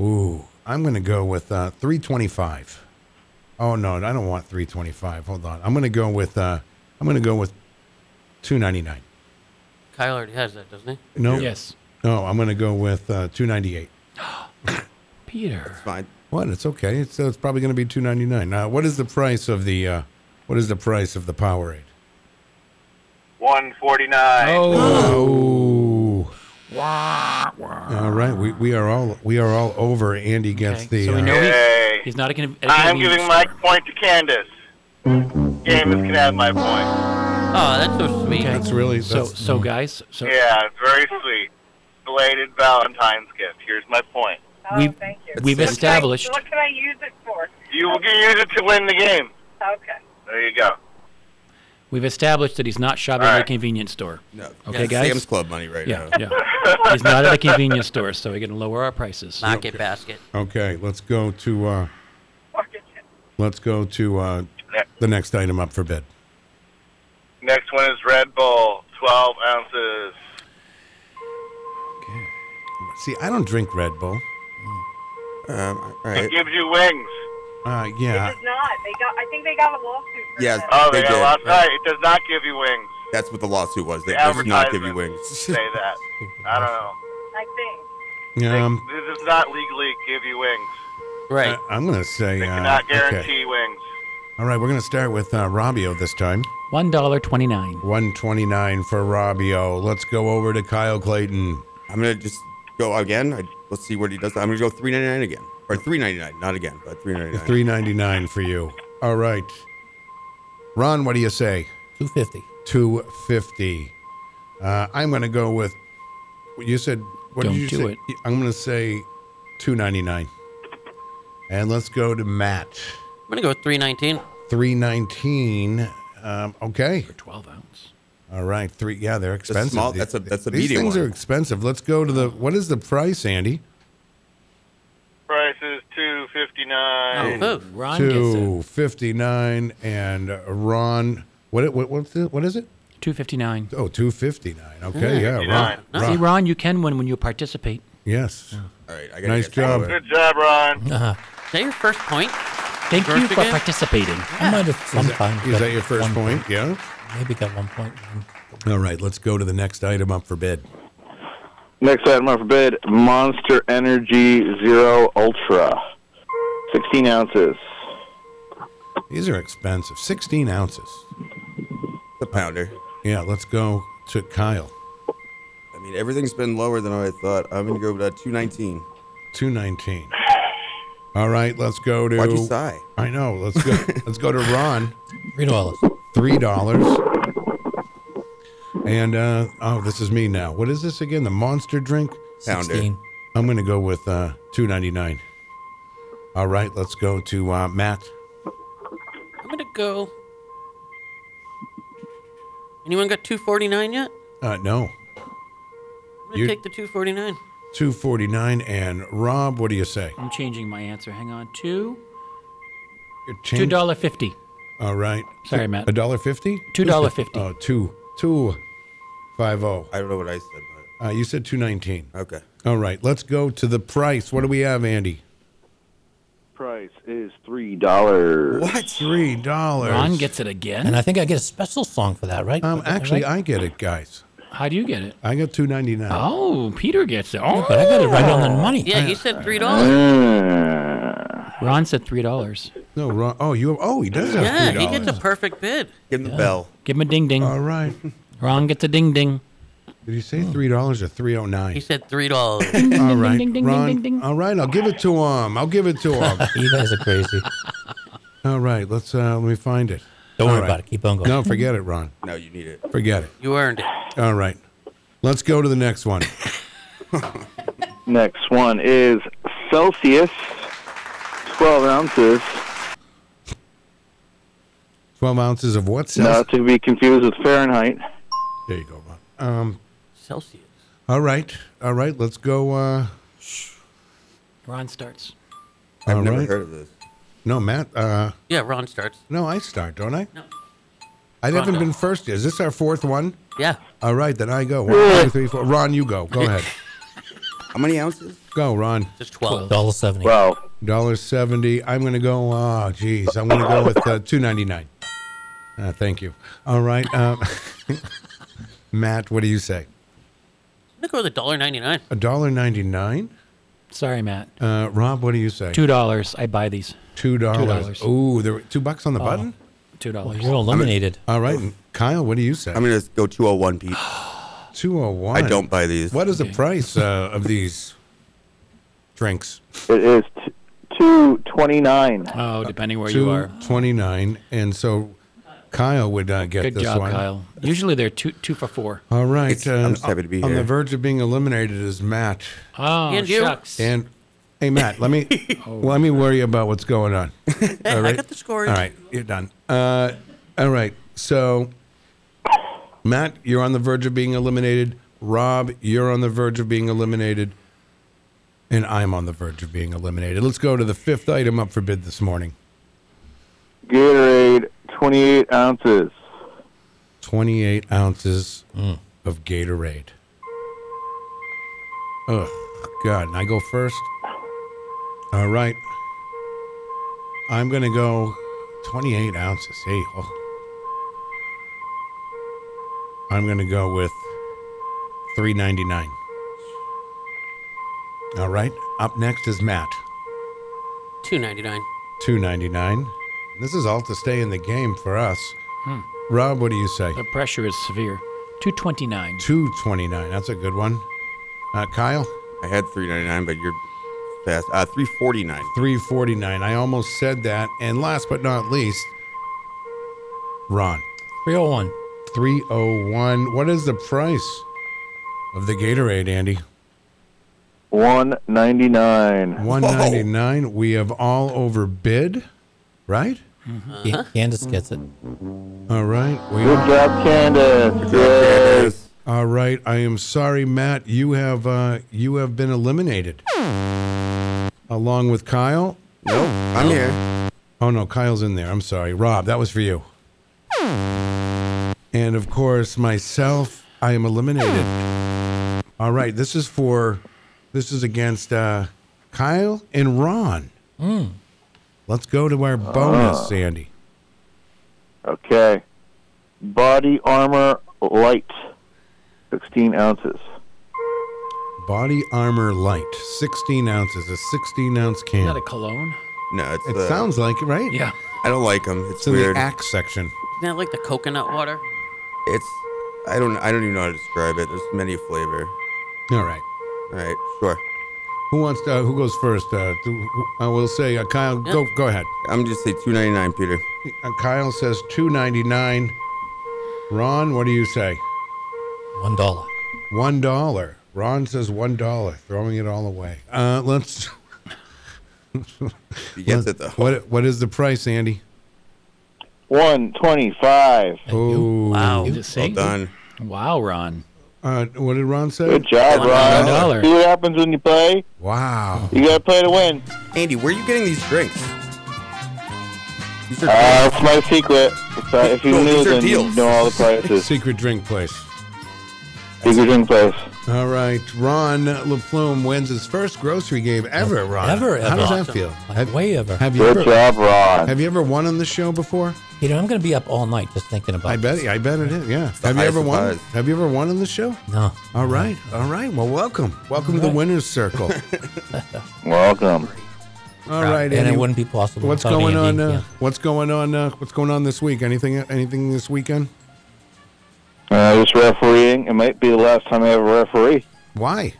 Speaker 3: Ooh, I'm gonna go with uh, three twenty five. Oh no, I don't want three twenty five. Hold on, I'm gonna go with uh, I'm gonna go with two ninety nine.
Speaker 4: Kyle already has that, doesn't he?
Speaker 3: No,
Speaker 5: Yes,
Speaker 3: no, I'm gonna go with uh, two ninety eight.
Speaker 5: Peter.
Speaker 11: Fine.
Speaker 3: What? It's okay. It's uh, it's probably gonna be two ninety nine. Uh, what is the price of the uh, what is the price of the Powerade?
Speaker 8: 149.
Speaker 5: Oh,
Speaker 8: Oh.
Speaker 3: Oh. All right, we, we are all we are all over. Andy gets
Speaker 5: Okay,
Speaker 3: the.
Speaker 5: so we
Speaker 3: uh,
Speaker 5: know he-
Speaker 8: Yay.
Speaker 5: he's not a. Con- a
Speaker 8: I'm
Speaker 5: convenience
Speaker 8: giving my
Speaker 5: store.
Speaker 8: point to Candace. Candace can have my point.
Speaker 4: Oh, that's so sweet.
Speaker 5: Okay.
Speaker 3: That's really-
Speaker 5: so.
Speaker 3: that's-
Speaker 5: So guys, so
Speaker 8: Yeah, very sweet. Belated Valentine's gift. Here's my point.
Speaker 10: Oh,
Speaker 5: We've-
Speaker 10: thank you.
Speaker 5: we've
Speaker 10: What can I-
Speaker 5: established-
Speaker 10: What can I use it for?
Speaker 8: You can use it to win the game.
Speaker 10: Okay.
Speaker 8: There you go.
Speaker 5: we've established that he's not shopping
Speaker 8: All
Speaker 5: at a
Speaker 8: right.
Speaker 5: convenience store.
Speaker 11: No.
Speaker 5: Okay,
Speaker 11: it's
Speaker 5: guys?
Speaker 11: Sam's Club money right
Speaker 5: Yeah,
Speaker 11: now.
Speaker 5: yeah. he's not at a convenience store, so we're gonna lower our prices.
Speaker 4: Market basket.
Speaker 3: Okay, let's go to uh,
Speaker 10: Mortgage.
Speaker 3: let's go to uh,
Speaker 8: Ne-
Speaker 3: the next item up for bid.
Speaker 8: Next one is Red Bull, 12 ounces.
Speaker 3: See, I don't drink Red Bull.
Speaker 11: Um, all
Speaker 8: It gives you wings.
Speaker 3: Uh, yeah.
Speaker 10: It's not. They got. I think they got a lawsuit. For
Speaker 11: Yeah,
Speaker 10: that.
Speaker 8: Oh, they
Speaker 11: They
Speaker 8: got
Speaker 11: did,
Speaker 8: last
Speaker 11: right.
Speaker 8: night. It does not give you wings.
Speaker 11: That's what the lawsuit was. They
Speaker 8: The
Speaker 11: does not give you
Speaker 8: advertisement
Speaker 11: wings.
Speaker 8: Say that. I don't know.
Speaker 10: I think.
Speaker 3: Um,
Speaker 8: This does not legally give you wings.
Speaker 3: Right. I, am going to say.
Speaker 8: They
Speaker 3: uh,
Speaker 8: cannot
Speaker 3: Okay.
Speaker 8: guarantee wings.
Speaker 3: All right, we're going to start with uh, Robbio this time.
Speaker 5: One dollar twenty nine.
Speaker 3: One twenty nine for Robbio. Let's go over to Kyle Clayton.
Speaker 11: I'm gonna just go again. I, let's see what he does. I'm gonna go three ninety nine again, or three ninety nine, not again, but three ninety nine.
Speaker 3: Three ninety nine for you. All right. Ron, what do you say?
Speaker 1: Two fifty.
Speaker 3: Two fifty. Uh, I'm going to go with. You said what
Speaker 5: Don't
Speaker 3: did you
Speaker 5: do
Speaker 3: say?
Speaker 5: it.
Speaker 3: I'm going to say two ninety nine. And let's go to Matt.
Speaker 4: I'm gonna go with 319.
Speaker 3: Three nineteen. Um, okay.
Speaker 5: Twelve ounce.
Speaker 3: All right, three. Yeah, they're
Speaker 11: a
Speaker 3: expensive.
Speaker 11: small-
Speaker 3: The-
Speaker 11: that's a- that's a
Speaker 3: These
Speaker 11: medium
Speaker 3: things
Speaker 11: one.
Speaker 3: are expensive. Let's go to the. What is the price, Andy?
Speaker 8: Price is two fifty nine.
Speaker 4: Oh, Ron
Speaker 3: Two fifty nine and Ron. What it- what what's the, what is it?
Speaker 5: Two fifty nine.
Speaker 3: Oh, 259. Okay, yeah, Ron.
Speaker 8: 259.
Speaker 5: See,
Speaker 3: Ron.
Speaker 5: Ron, you can win when you participate.
Speaker 3: Yes.
Speaker 11: All right, I got
Speaker 3: Nice job.
Speaker 8: Good job, Ron.
Speaker 4: Is that your first point?
Speaker 5: Thank you
Speaker 4: Grocery
Speaker 5: for
Speaker 4: game?
Speaker 5: participating.
Speaker 1: I might have sometimes.
Speaker 3: Is that
Speaker 1: got
Speaker 3: your first
Speaker 1: one
Speaker 3: point? Yeah.
Speaker 1: Maybe got one point.
Speaker 3: All right, let's go to the next item up for bid.
Speaker 12: Next item up for bid Monster Energy Zero Ultra. 16 ounces.
Speaker 3: These are expensive. 16 ounces.
Speaker 11: The pounder.
Speaker 3: Yeah, let's go to Kyle.
Speaker 11: I mean, everything's been lower than I thought. I'm gonna go with uh, two nineteen.
Speaker 3: 219. All right, let's go to
Speaker 11: Why'd you sigh?
Speaker 3: I know. Let's go let's go to Ron.
Speaker 1: Three dollars.
Speaker 3: Three dollars. And uh oh, this is me now. What is this again? The monster drink?
Speaker 11: Pounder.
Speaker 1: Sixteen.
Speaker 3: I'm gonna go with uh two ninety nine. All right, let's go to uh Matt.
Speaker 4: I'm gonna go. Anyone got 249 yet?
Speaker 3: Uh no.
Speaker 4: I'm gonna
Speaker 3: You-
Speaker 4: take the 249.
Speaker 3: Two forty nine and Rob, what do you say?
Speaker 5: I'm changing my answer. Hang on. Two.
Speaker 3: You're
Speaker 5: Two
Speaker 3: changed-
Speaker 5: dollar fifty.
Speaker 3: All right.
Speaker 5: Sorry, Matt.
Speaker 3: A dollar fifty?
Speaker 5: Two dollar fifty.
Speaker 3: Oh, two two five oh.
Speaker 11: I don't know what I said,
Speaker 3: Uh, you said two nineteen.
Speaker 11: but okay.
Speaker 3: All right, let's go to the price. What do we have, Andy?
Speaker 12: Price is $3.
Speaker 11: What?
Speaker 3: Three dollars.
Speaker 5: Ron gets it again.
Speaker 1: And I think I get a special song for that, right?
Speaker 3: Um,
Speaker 1: Is that
Speaker 3: actually,
Speaker 1: right?
Speaker 3: I get it, guys.
Speaker 5: How do you get it?
Speaker 3: I got two ninety nine.
Speaker 5: Oh, Peter gets it. Oh,
Speaker 1: But I got it right on the money.
Speaker 4: Yeah, you said $3.
Speaker 3: Uh,
Speaker 5: Oh. Ron said three dollars.
Speaker 3: No, Ron. Oh, you. Oh, he does have
Speaker 4: yeah,
Speaker 3: three
Speaker 4: he
Speaker 3: dollars.
Speaker 4: gets a perfect bid.
Speaker 11: Give him the bell.
Speaker 5: Give him a ding ding.
Speaker 3: All right.
Speaker 5: Ron gets a ding ding.
Speaker 3: Did you say three dollars or three oh
Speaker 4: He
Speaker 3: nine?
Speaker 4: said $3.
Speaker 3: All right,
Speaker 5: ding, ding, ding,
Speaker 3: Ron.
Speaker 5: ding, ding.
Speaker 3: All right, I'll give it to him. I'll give it to him.
Speaker 1: You guys are crazy.
Speaker 3: All right, let's. Uh, let me find it.
Speaker 1: Don't
Speaker 3: All
Speaker 1: worry
Speaker 3: right.
Speaker 1: about it. Keep on going.
Speaker 3: No, forget it, Ron.
Speaker 11: No, you need it.
Speaker 3: Forget it.
Speaker 4: you earned it.
Speaker 3: All right, let's go to the next one.
Speaker 12: Next one is Celsius. 12 ounces.
Speaker 3: Twelve ounces of what? Celsius?
Speaker 12: Not to be confused with Fahrenheit.
Speaker 3: There you go, Ron. Um.
Speaker 4: Celsius.
Speaker 3: All right. All right. Let's go. Uh,
Speaker 5: Ron starts.
Speaker 11: I've
Speaker 3: all
Speaker 11: never
Speaker 3: right.
Speaker 11: heard of this.
Speaker 3: No, Matt. Uh,
Speaker 4: Yeah, Ron starts.
Speaker 3: no, I start, don't I?
Speaker 4: No.
Speaker 3: I
Speaker 4: Ron
Speaker 3: haven't
Speaker 4: does.
Speaker 3: been first. yet. Is this our fourth one?
Speaker 4: Yeah.
Speaker 3: All right, then I go. One, two, three, four. Ron, you go. Go ahead.
Speaker 11: How many ounces?
Speaker 3: Go, Ron.
Speaker 4: Just 12.
Speaker 1: Dollar seventy.
Speaker 12: Wow.
Speaker 3: Dollar seventy. I'm gonna go. Oh, geez. I'm gonna go with uh, two ninety nine. Uh, thank you. All right, um, Matt. What do you say?
Speaker 4: I'm gonna go with a dollar ninety-nine.
Speaker 3: A dollar ninety nine.
Speaker 5: Sorry, Matt.
Speaker 3: Uh, Rob, what do you say?
Speaker 5: Two dollars. I buy these.
Speaker 3: Two dollars.
Speaker 5: dollars. Oh.
Speaker 3: Ooh, there were two bucks on the button.
Speaker 5: Two
Speaker 1: Well,
Speaker 5: dollars.
Speaker 1: you're eliminated.
Speaker 3: All right, and Kyle. What do you say?
Speaker 11: I'm gonna go two oh one, Pete.
Speaker 3: two oh one.
Speaker 11: I don't buy these.
Speaker 3: What is the price uh, of these drinks?
Speaker 12: It is t- 229.
Speaker 5: oh, depending where you
Speaker 3: Two
Speaker 5: are.
Speaker 3: twenty nine, and so Kyle would uh, get
Speaker 5: Good
Speaker 3: this
Speaker 5: job,
Speaker 3: one.
Speaker 5: Kyle. Usually they're two two for four.
Speaker 3: All right, uh,
Speaker 11: It's- I'm just happy to be
Speaker 3: on the
Speaker 11: here.
Speaker 3: verge of being eliminated is Matt.
Speaker 5: Oh,
Speaker 4: And you.
Speaker 5: shucks.
Speaker 3: And hey, Matt, let me Oh. let me worry about what's going on.
Speaker 4: Hey,
Speaker 3: All
Speaker 4: I
Speaker 3: right.
Speaker 4: got the score.
Speaker 3: All right, you're done. Uh, all right, so Matt, you're on the verge of being eliminated. Rob, you're on the verge of being eliminated. And I'm on the verge of being eliminated. Let's go to the fifth item up for bid this morning.
Speaker 12: Gatorade, 28 ounces.
Speaker 3: 28 ounces of Gatorade. Ugh. God. And I go first. All right. I'm going to go 28 ounces. Hey, oh. I'm going to go with 399. All right. Up next is Matt.
Speaker 4: Two ninety nine.
Speaker 3: 299. This is all to stay in the game for us.
Speaker 5: Hmm.
Speaker 3: Rob, what do you say?
Speaker 5: The pressure is severe. 229.
Speaker 3: 229. That's a good one. Uh, Kyle?
Speaker 11: I had 399, but you're fast. Uh, 349.
Speaker 3: 349. I almost said that. And last but not least, Ron.
Speaker 1: 301.
Speaker 3: 301. What is the price of the Gatorade, Andy?
Speaker 12: 199.
Speaker 3: 199. We have all overbid, right?
Speaker 1: Yeah,
Speaker 4: Uh-huh.
Speaker 1: Candace gets it.
Speaker 3: All right. We
Speaker 12: Good job, Candace. Yes.
Speaker 3: All right. I am sorry, Matt. You have uh, you have been eliminated. Along with Kyle.
Speaker 11: No, I'm here.
Speaker 3: Oh no, Kyle's in there. I'm sorry. Rob, that was for you. And of course, myself, I am eliminated. All right, this is for this is against uh, Kyle and Ron. Let's go to our bonus,
Speaker 12: Ah.
Speaker 3: Sandy.
Speaker 12: Okay. Body armor light, 16 ounces.
Speaker 3: Body armor light, 16 ounces, a 16 ounce
Speaker 5: Is
Speaker 3: can.
Speaker 5: that a cologne?
Speaker 11: No, it's
Speaker 3: it
Speaker 11: the-
Speaker 3: sounds like it, right?
Speaker 5: Yeah.
Speaker 11: I don't like them. It's
Speaker 3: It's in
Speaker 11: weird.
Speaker 3: the axe section.
Speaker 4: Isn't that like the coconut water?
Speaker 11: it's I don't I don't even know how to describe it. There's many flavor.
Speaker 3: All right.
Speaker 11: All right, sure.
Speaker 3: Who wants to, who goes first? Uh, who- who- I will say, uh, Kyle, go go ahead.
Speaker 11: I'm just say 299, Peter.
Speaker 3: Uh, Kyle says 2.99. Ron, what do you say?
Speaker 1: One dollar.
Speaker 3: One dollar. Ron says one dollar, throwing it all away. Uh, let's.
Speaker 11: He gets it though.
Speaker 3: What what is the price, Andy?
Speaker 12: 125.
Speaker 3: Oh,
Speaker 5: Wow.
Speaker 11: Well done.
Speaker 5: Wow, Ron.
Speaker 3: Uh, what did Ron say?
Speaker 12: Good job,
Speaker 5: One dollar.
Speaker 12: Ron. See what happens when you play?
Speaker 3: Wow.
Speaker 12: You got to play to win.
Speaker 11: Andy, where are you getting these drinks? These are
Speaker 12: Uh, it's my secret. If, I- if you
Speaker 11: No,
Speaker 12: knew,
Speaker 11: these are
Speaker 12: then you
Speaker 11: deals.
Speaker 12: know all the prices.
Speaker 3: Secret drink place.
Speaker 12: Secret drink place.
Speaker 3: All right, Ron LaPlume wins his first grocery game ever. Ron,
Speaker 1: Ever,
Speaker 3: How does
Speaker 1: ever.
Speaker 3: that feel?
Speaker 1: Like, way ever.
Speaker 3: Have you
Speaker 12: Good
Speaker 3: ever
Speaker 12: job, Ron.
Speaker 3: have you ever won on the show before?
Speaker 1: You know, I'm going to be up all night just thinking about
Speaker 3: I bet
Speaker 1: this.
Speaker 3: I bet it is. Yeah. Have you
Speaker 11: highest
Speaker 3: ever
Speaker 11: of
Speaker 3: won?
Speaker 11: highs.
Speaker 3: Have you ever won on the show?
Speaker 1: No.
Speaker 3: All right, all right. Well, welcome, welcome to the winners' circle.
Speaker 12: Welcome.
Speaker 3: All right,
Speaker 1: and
Speaker 3: Andy,
Speaker 1: it wouldn't be possible.
Speaker 3: What's
Speaker 1: without
Speaker 3: going
Speaker 1: Andy,
Speaker 3: on? Uh,
Speaker 1: yeah.
Speaker 3: What's going on? Uh, what's going on this week? Anything? Anything this weekend?
Speaker 12: Uh, just refereeing. It might be the last time I have a referee.
Speaker 3: Why?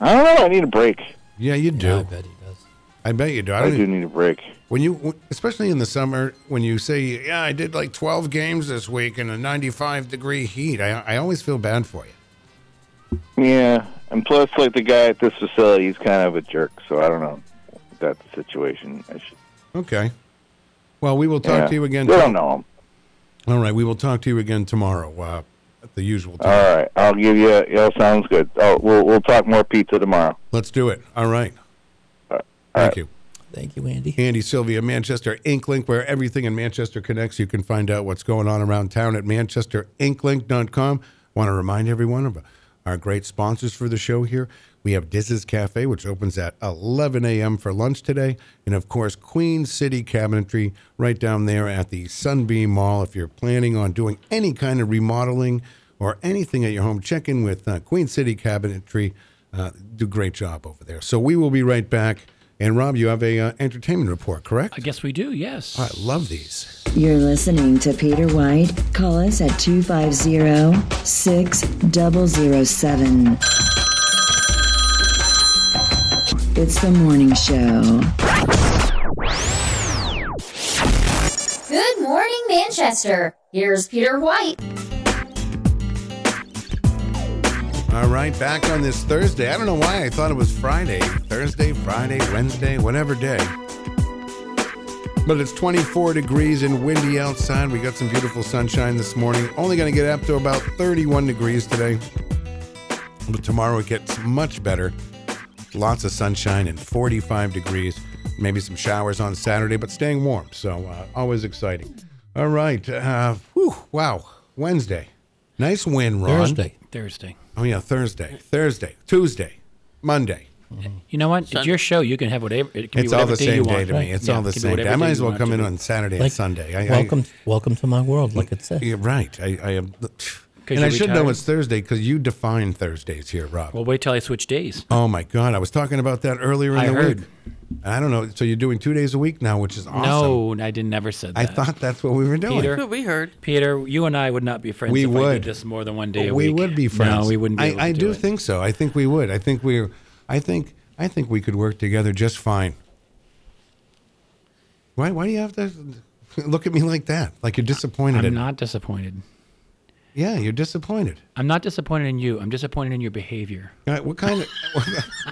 Speaker 12: I don't know. I need a break.
Speaker 3: Yeah, you do.
Speaker 1: Yeah, I bet he does.
Speaker 3: I bet you do. I
Speaker 12: I
Speaker 3: don't e-
Speaker 12: do need a break.
Speaker 3: When you, especially in the summer, when you say, "Yeah, I did like 12 games this week in a 95 degree heat," I, I always feel bad for you.
Speaker 12: Yeah, and plus, like the guy at this facility, he's kind of a jerk. So I don't know. If that's the situation. I should,
Speaker 3: Okay. Well, we will talk
Speaker 12: yeah.
Speaker 3: to you again.
Speaker 12: We
Speaker 3: tom-
Speaker 12: don't know him.
Speaker 3: All right, we will talk to you again tomorrow uh, at the usual time.
Speaker 12: All right, I'll give you. Yeah, sounds good. Oh, we'll we'll talk more pizza tomorrow.
Speaker 3: Let's do it. All right.
Speaker 12: uh,
Speaker 3: Thank you.
Speaker 1: Thank you, Andy.
Speaker 3: Andy Sylvia, Manchester Inklink, where everything in Manchester connects. You can find out what's going on around town at manchesterinklink.com. Want to remind everyone of our great sponsors for the show here. We have Diz's Cafe, which opens at 11 a.m. for lunch today. And of course, Queen City Cabinetry, right down there at the Sunbeam Mall. If you're planning on doing any kind of remodeling or anything at your home, check in with uh, Queen City Cabinetry. Uh, do a great job over there. So we will be right back. And Rob, you have a uh, entertainment report, correct?
Speaker 5: I guess we do, yes.
Speaker 3: I love these.
Speaker 6: You're listening to Peter White. Call us at 250 6007. It's the morning show.
Speaker 7: Good morning, Manchester. Here's Peter White.
Speaker 3: All right, back on this Thursday. I don't know why I thought it was Friday. Thursday, Friday, Wednesday, whatever day. But it's 24 degrees and windy outside. We got some beautiful sunshine this morning. Only going to get up to about 31 degrees today. But tomorrow it gets much better. Lots of sunshine and 45 degrees. Maybe some showers on Saturday, but staying warm. So uh, always exciting. All right. Uh, whew, wow. Wednesday. Nice win, Ron.
Speaker 1: Thursday.
Speaker 5: Thursday.
Speaker 3: Oh yeah, Thursday, Thursday, Tuesday. Monday.
Speaker 5: You know what? It's your show. You can have whatever. It can
Speaker 3: It's
Speaker 5: be
Speaker 3: all
Speaker 5: whatever
Speaker 3: the
Speaker 5: day you
Speaker 3: same
Speaker 5: want.
Speaker 3: day to me. It's all the
Speaker 5: it can be
Speaker 3: same day.
Speaker 5: whatever
Speaker 3: I might
Speaker 5: you
Speaker 3: as well
Speaker 5: want
Speaker 3: come
Speaker 5: to
Speaker 3: in
Speaker 5: do.
Speaker 3: on Saturday
Speaker 1: Like,
Speaker 3: and Sunday. I,
Speaker 1: welcome, welcome to my world. Like it
Speaker 3: I,
Speaker 1: said.
Speaker 3: you're right. I, I am. And I
Speaker 5: you're
Speaker 3: should know
Speaker 5: retired.
Speaker 3: it's Thursday because you define Thursdays here, Rob.
Speaker 5: Well, wait till I switch days.
Speaker 3: Oh my God! I was talking about that earlier in
Speaker 5: I
Speaker 3: the
Speaker 5: heard.
Speaker 3: week. And I don't know. So you're doing two days a week now, which is awesome.
Speaker 5: No, I didn't. Never said that.
Speaker 3: I thought that's what we were doing.
Speaker 5: Peter,
Speaker 4: we heard.
Speaker 5: Peter, you and I would not be friends.
Speaker 3: We
Speaker 5: if I
Speaker 3: would.
Speaker 5: did this more than one day. A
Speaker 3: we
Speaker 5: week.
Speaker 3: would be friends.
Speaker 5: No, we wouldn't. Be
Speaker 3: I,
Speaker 5: able to
Speaker 3: I
Speaker 5: do,
Speaker 3: do
Speaker 5: it.
Speaker 3: think so. I think we would. I think we. I think. I think we could work together just fine. Why? Why do you have to look at me like that? Like you're disappointed?
Speaker 5: I'm
Speaker 3: in-
Speaker 5: not disappointed.
Speaker 3: Yeah, you're disappointed.
Speaker 5: I'm not disappointed in you. I'm disappointed in your behavior.
Speaker 3: Uh, What kind of?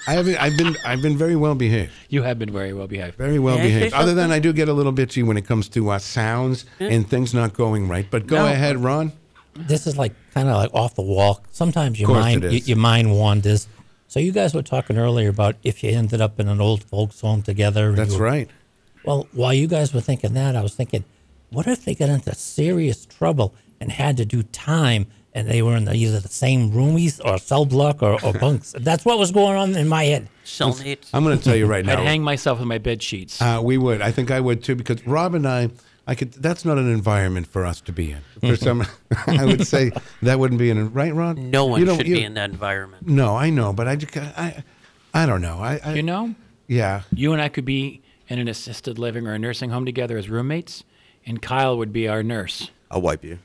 Speaker 3: I haven't. I've been. I've been very well behaved.
Speaker 5: You have been very well behaved.
Speaker 3: Very well
Speaker 5: May I say
Speaker 3: behaved. Other than
Speaker 5: something?
Speaker 3: I do get a little bitchy when it comes to uh, sounds
Speaker 5: Yeah.
Speaker 3: and things not going right. But go
Speaker 1: No.
Speaker 3: ahead, Ron.
Speaker 1: this is like kind of like off the wall. Sometimes your
Speaker 3: Of course
Speaker 1: mind
Speaker 3: it
Speaker 1: y-
Speaker 3: is.
Speaker 1: your mind wanders. So you guys were talking earlier about if you ended up in an old folks home together. and
Speaker 3: That's
Speaker 1: you were-
Speaker 3: right.
Speaker 1: Well, while you guys were thinking that, I was thinking, what if they got into serious trouble and had to do time, and they were in the, either the same roomies or cell block or, or bunks? That's what was going on in my head.
Speaker 4: Cellmates.
Speaker 3: I'm going to tell you right now.
Speaker 5: I'd hang myself in my bed sheets.
Speaker 3: Uh, we would. I think I would too, because Rob and I, I could. That's not an environment for us to be in.
Speaker 5: Mm-hmm.
Speaker 3: For some, I would say that wouldn't be an right, Ron.
Speaker 4: No one
Speaker 3: You don't-
Speaker 4: should
Speaker 3: you-
Speaker 4: be in that environment.
Speaker 3: No, I know, but I just, I, I don't know. I, I
Speaker 5: you know,
Speaker 3: yeah.
Speaker 5: you and I could be in an assisted living or a nursing home together as roommates, and Kyle would be our nurse.
Speaker 11: I'll wipe you.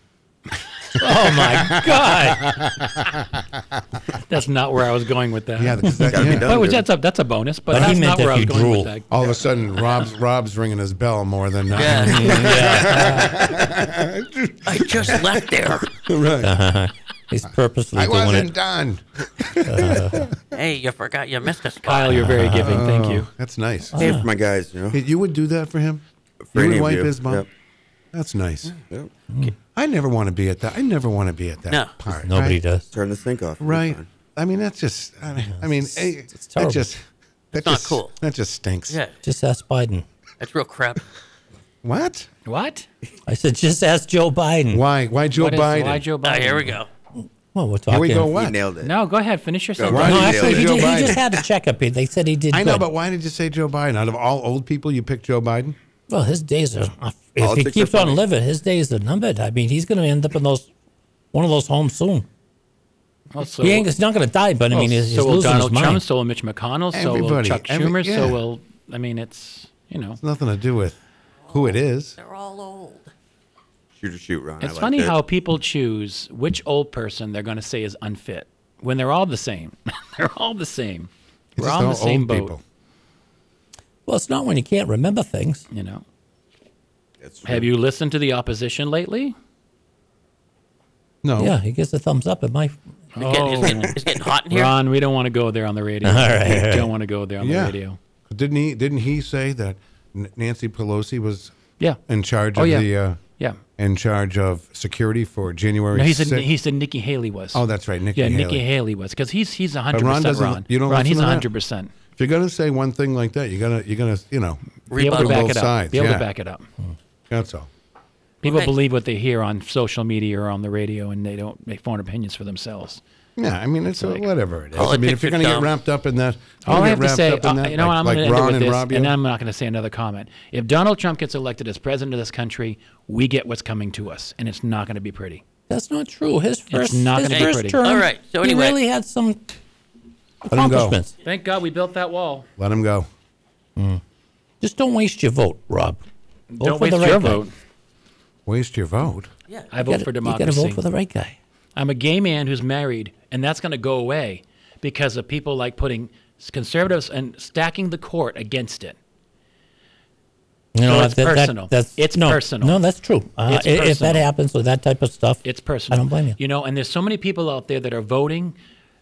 Speaker 5: Oh my God! that's not where I was going with that.
Speaker 3: Yeah, because that- Gotta be yeah. done,
Speaker 5: Well, which
Speaker 3: dude.
Speaker 5: that's a that's a bonus, but, that's not where I was going with that.
Speaker 3: All of a sudden, Rob's Rob's ringing his bell more than uh,
Speaker 4: I just left there.
Speaker 3: right.
Speaker 1: He's purposely
Speaker 3: I
Speaker 1: doing
Speaker 3: wasn't
Speaker 1: it.
Speaker 3: done.
Speaker 4: Hey, you forgot you missed us.
Speaker 5: Kyle, you're very giving. Thank you.
Speaker 3: Oh, That's nice.
Speaker 11: Hey, for my guys, you know.
Speaker 3: Hey, You would do that for him. you
Speaker 11: For any
Speaker 3: would
Speaker 11: of
Speaker 3: wipe
Speaker 11: you.
Speaker 3: his bum.
Speaker 11: Yep.
Speaker 3: That's nice.
Speaker 11: Yep.
Speaker 3: I never want to be at that. I never want to be at that
Speaker 4: No.
Speaker 3: part.
Speaker 1: Nobody
Speaker 3: right?
Speaker 1: does.
Speaker 11: Turn the sink off. You're
Speaker 3: Right.
Speaker 11: fine.
Speaker 3: I mean, that's just. I mean, I mean, hey, that
Speaker 1: terrible.
Speaker 3: just. That
Speaker 4: It's not
Speaker 3: just,
Speaker 4: cool.
Speaker 3: That just stinks.
Speaker 4: Yeah,
Speaker 1: Just ask Biden.
Speaker 4: that's real crap.
Speaker 3: What?
Speaker 5: What?
Speaker 1: I said, just ask Joe Biden.
Speaker 3: Why? Why Joe
Speaker 5: What is-
Speaker 3: Biden?
Speaker 5: Why Joe
Speaker 4: Ah,
Speaker 5: Biden?
Speaker 4: here we go.
Speaker 1: Well, we're
Speaker 3: Here
Speaker 1: talking.
Speaker 3: we go.
Speaker 11: You
Speaker 3: What?
Speaker 11: nailed it.
Speaker 5: No, go ahead. Finish your
Speaker 11: Go,
Speaker 5: sentence.
Speaker 11: Ron.
Speaker 1: No,
Speaker 11: He
Speaker 1: actually,
Speaker 11: nailed
Speaker 1: he,
Speaker 11: it.
Speaker 1: did,
Speaker 3: Joe
Speaker 1: he
Speaker 3: Biden.
Speaker 1: just had a checkup. He- They said he did.
Speaker 3: I know,
Speaker 1: good.
Speaker 3: but why did you say Joe Biden? Out of all old people, you picked Joe Biden.
Speaker 1: Well, his days are. If
Speaker 11: Politics
Speaker 1: he
Speaker 11: are
Speaker 1: keeps on
Speaker 11: funny.
Speaker 1: living, his days are numbered. I mean, he's going to end up in those one of those homes soon.
Speaker 5: Well, so-
Speaker 1: he ain't. He's not going to die, but I mean,
Speaker 5: well,
Speaker 1: he's,
Speaker 5: so
Speaker 1: he's
Speaker 5: will
Speaker 1: losing
Speaker 5: Donald
Speaker 1: his
Speaker 5: Trump,
Speaker 1: mind.
Speaker 5: so will Mitch McConnell, so will
Speaker 3: Everybody,
Speaker 5: Chuck
Speaker 3: every-
Speaker 5: Schumer,
Speaker 3: yeah.
Speaker 5: so will I mean, it's you know,
Speaker 3: Nothing to do with who it is.
Speaker 4: They're all old.
Speaker 11: Shoot or shoot, Ron. I
Speaker 5: it's
Speaker 11: like
Speaker 5: funny
Speaker 11: that.
Speaker 5: how people choose which old person they're going to say is unfit when they're all the same. they're all the same.
Speaker 3: It's
Speaker 5: We're
Speaker 3: just
Speaker 5: all on
Speaker 3: all
Speaker 5: the same
Speaker 3: old
Speaker 5: boat,
Speaker 3: people.
Speaker 1: Well, it's not when you can't remember things.
Speaker 5: you know.
Speaker 11: That's
Speaker 5: Have you listened to the opposition lately? Oh.
Speaker 3: No.
Speaker 1: Yeah, he gives a thumbs up at my.
Speaker 4: It's getting, it's getting, it's getting hot in here.
Speaker 5: Ron, we don't want to go there on the radio. All
Speaker 1: right, all right.
Speaker 5: don't want to go there on
Speaker 3: Yeah.
Speaker 5: the radio.
Speaker 3: Didn't he? Didn't he say that N- Nancy Pelosi was
Speaker 5: Yeah.
Speaker 3: in charge
Speaker 5: Oh,
Speaker 3: of
Speaker 5: yeah.
Speaker 3: the uh,
Speaker 5: Yeah.
Speaker 3: in charge of security for January?
Speaker 5: No, he said
Speaker 3: 6th?
Speaker 5: he said Nikki Haley was.
Speaker 3: Oh, that's right, Nikki
Speaker 5: yeah,
Speaker 3: Haley.
Speaker 5: Nikki Haley was because he's he's hundred
Speaker 3: Ron
Speaker 5: percent
Speaker 3: doesn't-
Speaker 5: Ron.
Speaker 3: you don't
Speaker 5: Ron,
Speaker 3: listen
Speaker 5: he's
Speaker 3: to that?
Speaker 5: hundred percent.
Speaker 3: If you're gonna say one thing like that, you're gonna you're gonna you know
Speaker 5: Be able
Speaker 4: Rebuttal.
Speaker 5: to
Speaker 3: From
Speaker 5: back
Speaker 3: both
Speaker 5: it up.
Speaker 3: sides,
Speaker 5: Be able
Speaker 3: yeah.
Speaker 5: to back it up.
Speaker 3: that's all.
Speaker 5: People
Speaker 4: Okay.
Speaker 5: believe what they hear on social media or on the radio, and they don't make foreign opinions for themselms.
Speaker 3: Yeah, I mean it's uh, whatever it is. I
Speaker 4: Politics
Speaker 3: mean, if you're
Speaker 4: are
Speaker 3: gonna get
Speaker 4: dumb.
Speaker 3: wrapped up in that, if
Speaker 5: All
Speaker 3: you
Speaker 5: I
Speaker 3: get
Speaker 5: have to
Speaker 3: wrapped
Speaker 5: say,
Speaker 3: up in
Speaker 5: uh,
Speaker 3: that,
Speaker 5: you know,
Speaker 3: like,
Speaker 5: what, I'm
Speaker 3: like
Speaker 5: going to
Speaker 3: Ron
Speaker 5: end it
Speaker 3: and
Speaker 5: with
Speaker 3: Rob,
Speaker 5: this,
Speaker 3: you
Speaker 5: and
Speaker 3: know?
Speaker 5: I'm not going to say another comment. If Donald Trump gets elected as president of this country, we get what's coming to us, and it's not going to be pretty.
Speaker 1: That's not true. His first,
Speaker 5: not
Speaker 1: his
Speaker 5: gonna be
Speaker 1: first
Speaker 5: pretty.
Speaker 1: term.
Speaker 4: All right, so
Speaker 1: he
Speaker 4: anyway.
Speaker 1: really had some
Speaker 3: go.
Speaker 1: accomplishments.
Speaker 5: Thank God we built that wall.
Speaker 3: let him go.
Speaker 1: Just don't waste your vote, Rob. Vote
Speaker 5: don't
Speaker 1: for
Speaker 5: waste
Speaker 1: the right
Speaker 5: your
Speaker 1: guy.
Speaker 5: vote.
Speaker 3: Waste your vote.
Speaker 4: Yeah.
Speaker 5: I
Speaker 1: You
Speaker 5: vote
Speaker 1: gotta-
Speaker 5: for
Speaker 1: You got
Speaker 5: democracy.
Speaker 1: to vote for the right guy.
Speaker 5: I'm a gay man who's married, and that's going to go away because of people like putting conservatives and stacking the court against it.
Speaker 1: You
Speaker 5: So
Speaker 1: know,
Speaker 5: it's
Speaker 1: that- that-
Speaker 5: personal.
Speaker 1: that's,
Speaker 5: It's
Speaker 1: no,
Speaker 5: personal.
Speaker 1: No, that's true. Uh,
Speaker 5: It's
Speaker 1: i- if that
Speaker 5: personal.
Speaker 1: happens with that type of stuff,
Speaker 5: It's personal.
Speaker 1: I don't blame you.
Speaker 5: You know, and there's so many people out there that are voting.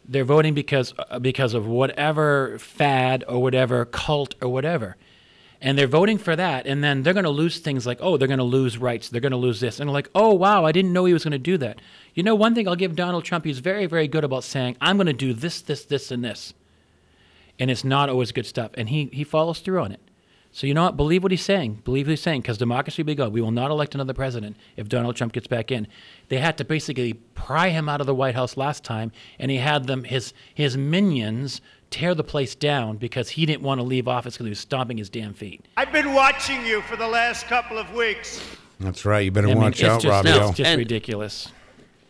Speaker 5: They're voting because uh, because of whatever fad or whatever cult or whatever. And they're voting for that, and then they're going to lose things like, oh, they're going to lose rights, they're going to lose this, and like, oh, wow, I didn't know he was going to do that. You know, one thing I'll give Donald Trump, he's very, very good about saying, I'm going to do this, this, this, and this, and it's not always good stuff, and he he follows through on it. So you know what? Believe what he's saying. Believe what he's saying, because democracy be go. We will not elect another president if Donald Trump gets back in. They had to basically pry him out of the White House last time, and he had them his his minions tear the place down because he didn't want to leave office because he was stomping his damn feet.
Speaker 13: I've been watching you for the last couple of weeks.
Speaker 3: That's right. You better
Speaker 5: I mean,
Speaker 3: watch
Speaker 5: it's
Speaker 3: out,
Speaker 5: just-
Speaker 3: Robbie.
Speaker 5: no, it's just ridiculous.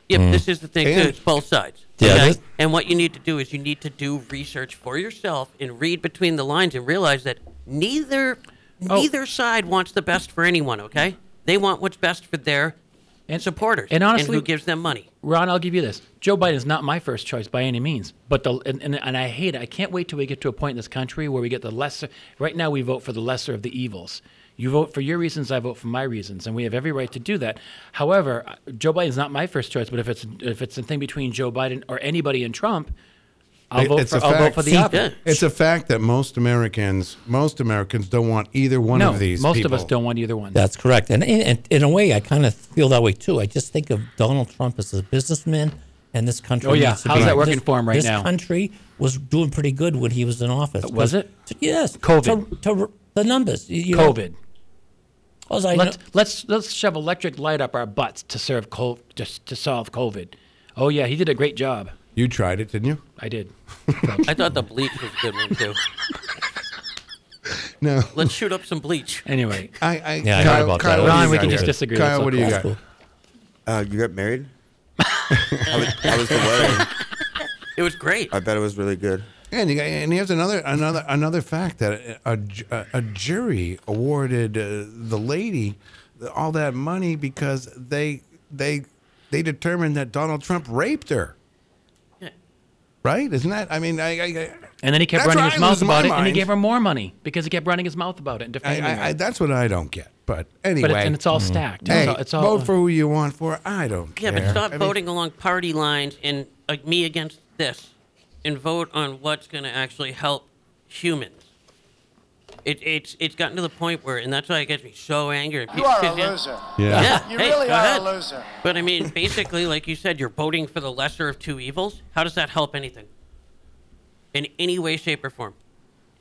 Speaker 4: Yep,
Speaker 5: Mm.
Speaker 4: this is the thing.
Speaker 5: And-
Speaker 4: too. It's both sides.
Speaker 5: Yeah,
Speaker 4: okay?
Speaker 5: this-
Speaker 4: and what you need to do is you need to do research for yourself and read between the lines and realize that neither
Speaker 5: Oh.
Speaker 4: neither side wants the best for anyone. Okay, they want what's best for their supporters
Speaker 5: and honestly-
Speaker 4: who gives them money.
Speaker 5: Ron, I'll give you this. Joe Biden is not my first choice by any means, but the and, and, and I hate it. I can't wait till we get to a point in this country where we get the lesser. Right now, we vote for the lesser of the evils. You vote for your reasons, I vote for my reasons, and we have every right to do that. However, uh, Joe Biden is not my first choice, but if it's if it's a thing between Joe Biden or anybody and Trump, I'll
Speaker 3: It-
Speaker 5: vote for I'll vote for the opposite.
Speaker 3: It's a fact that most Americans, most Americans don't want either one
Speaker 5: No,
Speaker 3: of these.
Speaker 5: most of us
Speaker 3: people.
Speaker 5: don't want either one.
Speaker 1: That's correct. And in, and in a way, I kind of feel that way too. I just think of Donald Trump as a businessman, and this country.
Speaker 5: Oh, yeah.
Speaker 1: needs to
Speaker 5: How's
Speaker 1: be-
Speaker 5: that working
Speaker 1: this-
Speaker 5: for him right
Speaker 1: this
Speaker 5: now?
Speaker 1: country was doing pretty good when he was in office.
Speaker 5: Uh, was it?
Speaker 1: To- yes.
Speaker 5: COVID.
Speaker 1: To, to the numbers. you- you know.
Speaker 5: COVID.
Speaker 1: Well, I
Speaker 5: let's,
Speaker 1: know-
Speaker 5: let's let's shove electric light up our butts to serve co- just to solve COVID. Oh yeah, he did a great job.
Speaker 3: You tried it, didn't you?
Speaker 5: I did.
Speaker 4: I thought the bleach was a good one too.
Speaker 3: No.
Speaker 4: Let's shoot up some bleach.
Speaker 5: Anyway,
Speaker 3: I, I
Speaker 5: Yeah, I heard about that.
Speaker 3: what do
Speaker 5: Ron,
Speaker 3: you
Speaker 5: we
Speaker 3: got
Speaker 5: can just
Speaker 3: here?
Speaker 5: disagree.
Speaker 3: Kyle,
Speaker 5: That's
Speaker 3: what do you
Speaker 5: okay.
Speaker 3: got?
Speaker 11: Uh, you got married? how, was, how was the wedding?
Speaker 4: It was great.
Speaker 11: I bet it was really good.
Speaker 3: And, you got, and here's another another another fact that a, ju- a, a jury awarded uh, the lady all that money because they they they determined that Donald Trump raped her.
Speaker 4: Yeah.
Speaker 3: Right? Isn't that? I mean, I, I, I
Speaker 5: And then he kept
Speaker 3: That's
Speaker 5: running
Speaker 3: where
Speaker 5: his
Speaker 3: I
Speaker 5: mouth
Speaker 3: lose my
Speaker 5: about it, and he
Speaker 3: mind.
Speaker 5: gave her more money because he kept running his mouth about it and defending
Speaker 3: I,
Speaker 5: her.
Speaker 3: I, I, that's what I don't get. But anyway, Mm-hmm.
Speaker 5: and it's all Mhm. stacked.
Speaker 3: Hey,
Speaker 5: It's all- it's all-
Speaker 3: vote for who you want for. I don't
Speaker 4: Yeah,
Speaker 3: care.
Speaker 4: but stop
Speaker 3: I mean,
Speaker 4: voting along party lines and like me against this, and vote on what's going to actually help humans. It, it's it's gotten to the point where, and that's why it gets me so angry.
Speaker 13: You are a
Speaker 4: Yeah.
Speaker 13: loser.
Speaker 4: Yeah.
Speaker 13: You
Speaker 4: hey,
Speaker 13: really
Speaker 4: go
Speaker 13: are
Speaker 4: ahead.
Speaker 13: a loser.
Speaker 4: But I mean, basically, like you said, you're voting for the lesser of two evils. How does that help anything? In any way, shape, or form.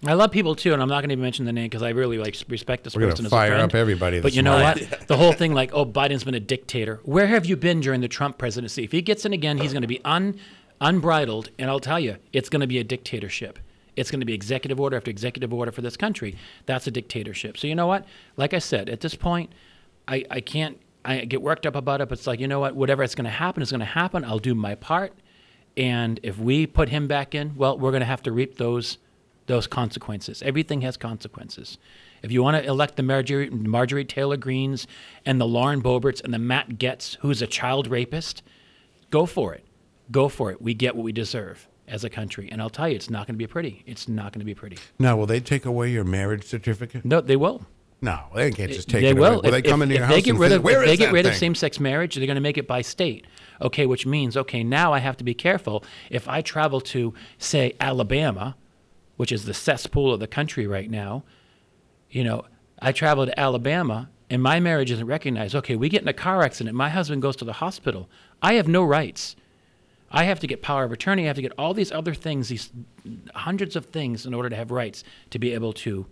Speaker 5: I love people too, and I'm not going to mention the name because I really like respect this
Speaker 3: We're gonna
Speaker 5: person. as a
Speaker 3: fire
Speaker 5: friend.
Speaker 3: up everybody
Speaker 5: But
Speaker 3: this
Speaker 5: you know
Speaker 3: morning.
Speaker 5: what? The whole thing, like, oh, Biden's been a dictator. Where have you been during the Trump presidency? If he gets in again, he's going to be un, unbridled, and I'll tell you, it's going to be a dictatorship. It's going to be executive order after executive order for this country. That's a dictatorship. So you know what? Like I said, at this point, I, I can't. I get worked up about it, but it's like you know what? Whatever it's going to happen is going to happen. I'll do my part, and if we put him back in, well, we're going to have to reap those those consequences. Everything has consequences. If you want to elect the Marjorie, Marjorie Taylor Greens and the Lauren Boberts and the Matt Getz, who's a child rapist, go for it. Go for it. We get what we deserve as a country. And I'll tell you, it's not going to be pretty. It's not going to be pretty.
Speaker 3: Now, will they take away your marriage certificate?
Speaker 5: No, they will.
Speaker 3: No, they can't just take
Speaker 5: they
Speaker 3: it
Speaker 5: will.
Speaker 3: away. Will they
Speaker 5: If-
Speaker 3: come
Speaker 5: if-
Speaker 3: into your
Speaker 5: if
Speaker 3: house
Speaker 5: they get
Speaker 3: and
Speaker 5: rid
Speaker 3: say,
Speaker 5: of,
Speaker 3: "Where
Speaker 5: if they
Speaker 3: is
Speaker 5: get
Speaker 3: that
Speaker 5: rid of
Speaker 3: thing?"
Speaker 5: same-sex marriage, they're going to make it by state. Okay, which means okay, now I have to be careful. If I travel to say Alabama, which is the cesspool of the country right now, you know, I travel to Alabama and my marriage isn't recognized. Okay, we get in a car accident. My husband goes to the hospital. I have no rights. I have to get power of attorney. I have to get all these other things, these hundreds of things, in order to have rights to be able to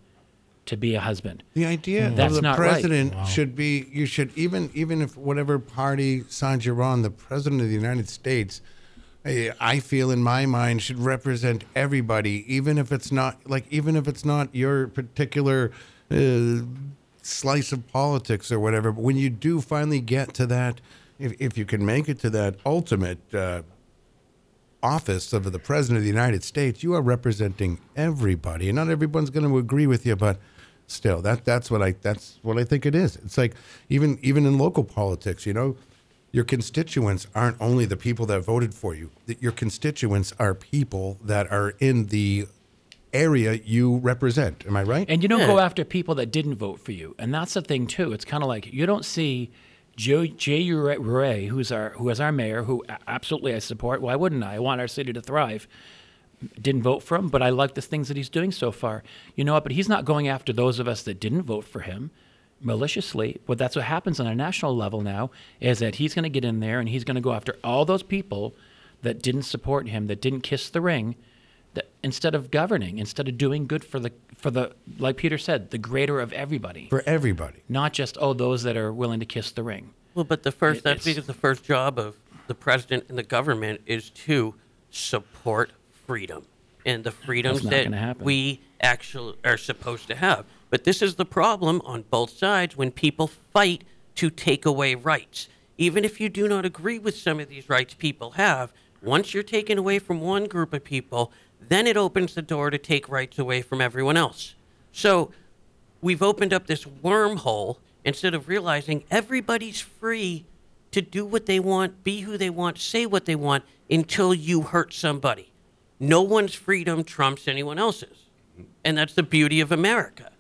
Speaker 5: to be a husband.
Speaker 3: The idea
Speaker 5: That's
Speaker 3: of the
Speaker 5: not right.
Speaker 3: president should be you should even even if whatever party side you're on, the president of the United States, eh, I feel in my mind should represent everybody, even if it's not like even if it's not your particular uh, slice of politics or whatever. But when you do finally get to that, if if you can make it to that ultimate. Uh, office of the president of the United States, you are representing everybody, and not everyone's going to agree with you, but still, that that's what I that's what I think it is. It's like even even in local politics, you know, your constituents aren't only the people that voted for you. Th- Your constituents are people that are in the area you represent. Am I right?
Speaker 5: And you don't go after people that didn't vote for you, and that's the thing too. It's kind of like you don't see Joe Jay Ray, who's our who is our mayor, who a- absolutely I support. Why wouldn't I? I want our city to thrive. Didn't vote for him, but I like the things that he's doing so far. You know what? But he's not going after those of us that didn't vote for him maliciously. But that's what happens on a national level now is that he's going to get in there and he's going to go after all those people that didn't support him, that didn't kiss the ring, that instead of governing, instead of doing good for the for the like Peter said, the greater of everybody,
Speaker 3: for everybody,
Speaker 5: not just oh those that are willing to kiss the ring.
Speaker 4: Well, but the first, that's because the first job of the president and the government is to support freedom and the freedoms
Speaker 5: not gonna
Speaker 4: that
Speaker 5: happen.
Speaker 4: we actually are supposed to have. But this is the problem on both sides when people fight to take away rights. Even if you do not agree with some of these rights people have, once you're taken away from one group of people, then it opens the door to take rights away from everyone else. So we've opened up this wormhole instead of realizing everybody's free to do what they want, be who they want, say what they want until you hurt somebody. No one's freedom trumps anyone else's. And that's the beauty of America.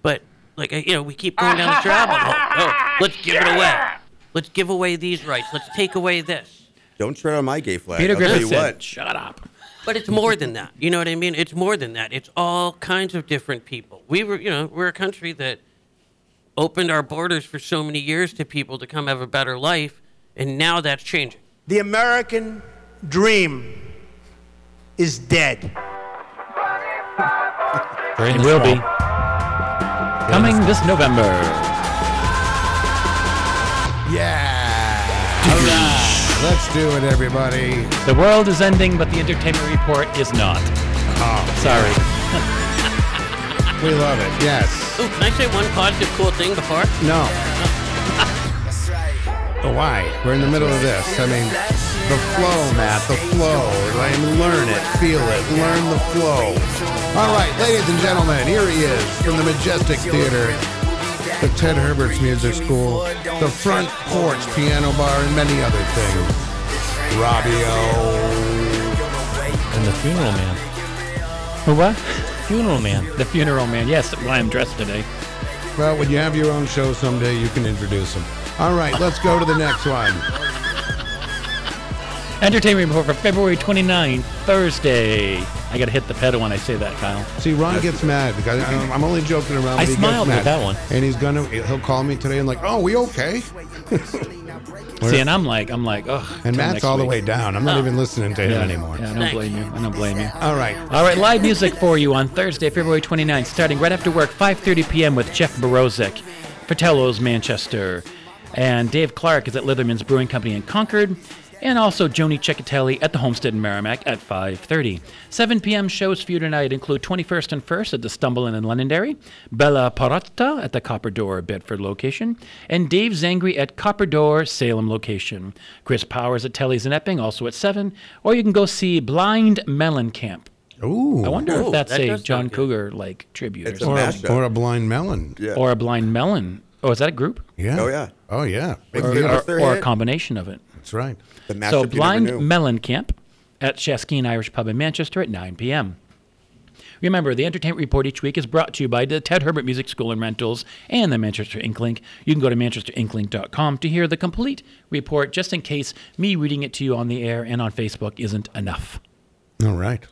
Speaker 4: But, like, you know, we keep going down this rabbit hole. Oh, let's give it away. Let's give away these rights. Let's take away this.
Speaker 11: Don't tread on my gay flag.
Speaker 5: Peter
Speaker 11: I'll tell
Speaker 5: Griffin
Speaker 11: you
Speaker 5: said,
Speaker 11: what.
Speaker 5: "Shut up."
Speaker 4: But it's more than that. You know what I mean? It's more than that. It's all kinds of different people. We were, you know, we're a country that opened our borders for so many years to people to come have a better life, and now that's changing.
Speaker 13: The American dream is dead.
Speaker 5: It will be coming this November.
Speaker 3: Yeah. All right. Let's do it, everybody.
Speaker 5: The world is ending, but the entertainment report is not.
Speaker 3: Oh,
Speaker 5: sorry.
Speaker 3: We love it. Yes.
Speaker 4: Ooh, can I say one positive cool thing before?
Speaker 3: No. But why? We're in the middle of this. I mean, the flow, Matt, the flow. I mean, learn it, feel it, learn the flow. All right, ladies and gentlemen, here he is from the Majestic Theater, the Ted Herbert's Music School, the Front Porch Piano Bar, and many other things. Robbie O.
Speaker 1: And the funeral man.
Speaker 5: What?
Speaker 1: Funeral man.
Speaker 5: The funeral man. Yes, why I'm dressed today.
Speaker 3: Well, when you have your own show someday, you can introduce him. All right, let's go to the next one.
Speaker 5: Entertainment report for February 29, Thursday. I gotta hit the pedal when I say that, Kyle.
Speaker 3: See, Ron gets mad because I'm, I'm only joking around.
Speaker 5: I
Speaker 3: but he gets
Speaker 5: smiled at
Speaker 3: mad.
Speaker 5: that one.
Speaker 3: and he's gonna. He'll call me today and like, oh, we okay?
Speaker 5: See, and I'm like, I'm like, ugh. till
Speaker 3: And Matt's
Speaker 5: next
Speaker 3: all the
Speaker 5: week.
Speaker 3: way down. I'm not even listening to him
Speaker 5: Yeah,
Speaker 3: anymore.
Speaker 5: Yeah, I don't blame you. I don't blame you.
Speaker 3: All right.
Speaker 5: All right, live music for you on Thursday, February 29th, starting right after work, 5.30 p.m. with Jeff Borozik, Fratello's Manchester. And Dave Clark is at Litherman's Brewing Company in Concord. And also Joni Cicatelli at the Homestead in Merrimack at 5.30. 7 p.m. shows for you tonight include 21st and 1st at the Stumble Inn in Londonderry, Bella Parotta at the Copper Door Bedford location, and Dave Zangri at Copper Door Salem location. Chris Powers at Telly's in Epping, also at 7. Or you can go see Blind Melon Camp.
Speaker 3: Ooh.
Speaker 5: I wonder
Speaker 4: Ooh,
Speaker 5: if that's
Speaker 4: that
Speaker 5: a
Speaker 4: does
Speaker 5: John
Speaker 4: sound good.
Speaker 5: Cougar like tribute
Speaker 11: It's
Speaker 5: or
Speaker 11: a
Speaker 5: something.
Speaker 11: mashup.
Speaker 3: Or a blind melon.
Speaker 11: Yeah.
Speaker 5: Or a blind melon. Oh, is that a group?
Speaker 3: Yeah.
Speaker 11: oh yeah.
Speaker 3: Oh yeah. Big
Speaker 5: Or,
Speaker 3: deal.
Speaker 5: or-
Speaker 11: their
Speaker 5: or a
Speaker 11: hit?
Speaker 5: combination of it.
Speaker 3: That's right.
Speaker 11: The mashup
Speaker 5: so
Speaker 11: you never knew.
Speaker 5: Blind Melon Camp at Shaskeen Irish Pub in Manchester at 9 p.m. Remember, the Entertainment Report each week is brought to you by the Ted Herbert Music School and Rentals and the Manchester Inklink. You can go to manchesterinkling.com to hear the complete report just in case me reading it to you on the air and on Facebook isn't enough.
Speaker 3: All right.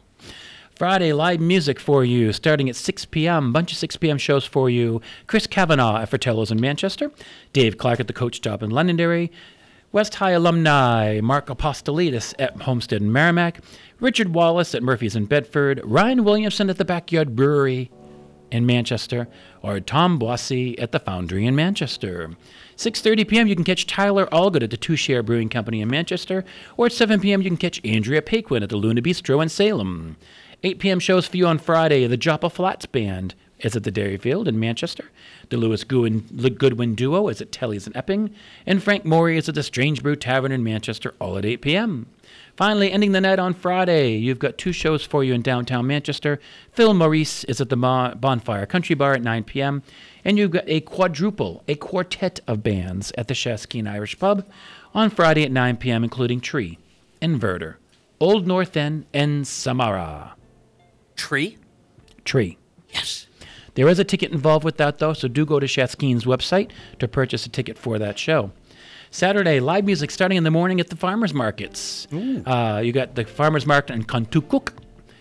Speaker 5: Friday live music for you, starting at 6 p.m. Bunch of 6 p.m. shows for you. Chris Kavanaugh at Fratello's in Manchester, Dave Clark at the Coach Job in Londonderry, West High alumni Mark Apostolidis at Homestead in Merrimack, Richard Wallace at Murphy's in Bedford, Ryan Williamson at the Backyard Brewery in Manchester, or Tom Boissy at the Foundry in Manchester. 6:30 p.m. you can catch Tyler Allgood at the Two Share Brewing Company in Manchester, or at 7 p.m. you can catch Andrea Paquin at the Luna Bistro in Salem. 8 p.m. shows for you on Friday. The Joppa Flats Band is at the Dairyfield in Manchester. The Lewis Goodwin, the Goodwin Duo is at Telly's in Epping, and Frank Morey is at the Strange Brew Tavern in Manchester, all at 8 p.m. Finally, ending the night on Friday, you've got two shows for you in downtown Manchester. Phil Maurice is at the Mo- Bonfire Country Bar at 9 p.m., and you've got a quadruple, a quartet of bands at the Shaskeen Irish Pub on Friday at 9 p.m., including Tree, Inverter, Old North End, and Samara.
Speaker 4: Tree?
Speaker 5: Tree.
Speaker 4: Yes.
Speaker 5: There is a ticket involved with that, though, so do go to Shaskeen's website to purchase a ticket for that show. Saturday, live music starting in the morning at the farmers markets. Uh, you got the farmers market in Kantukuk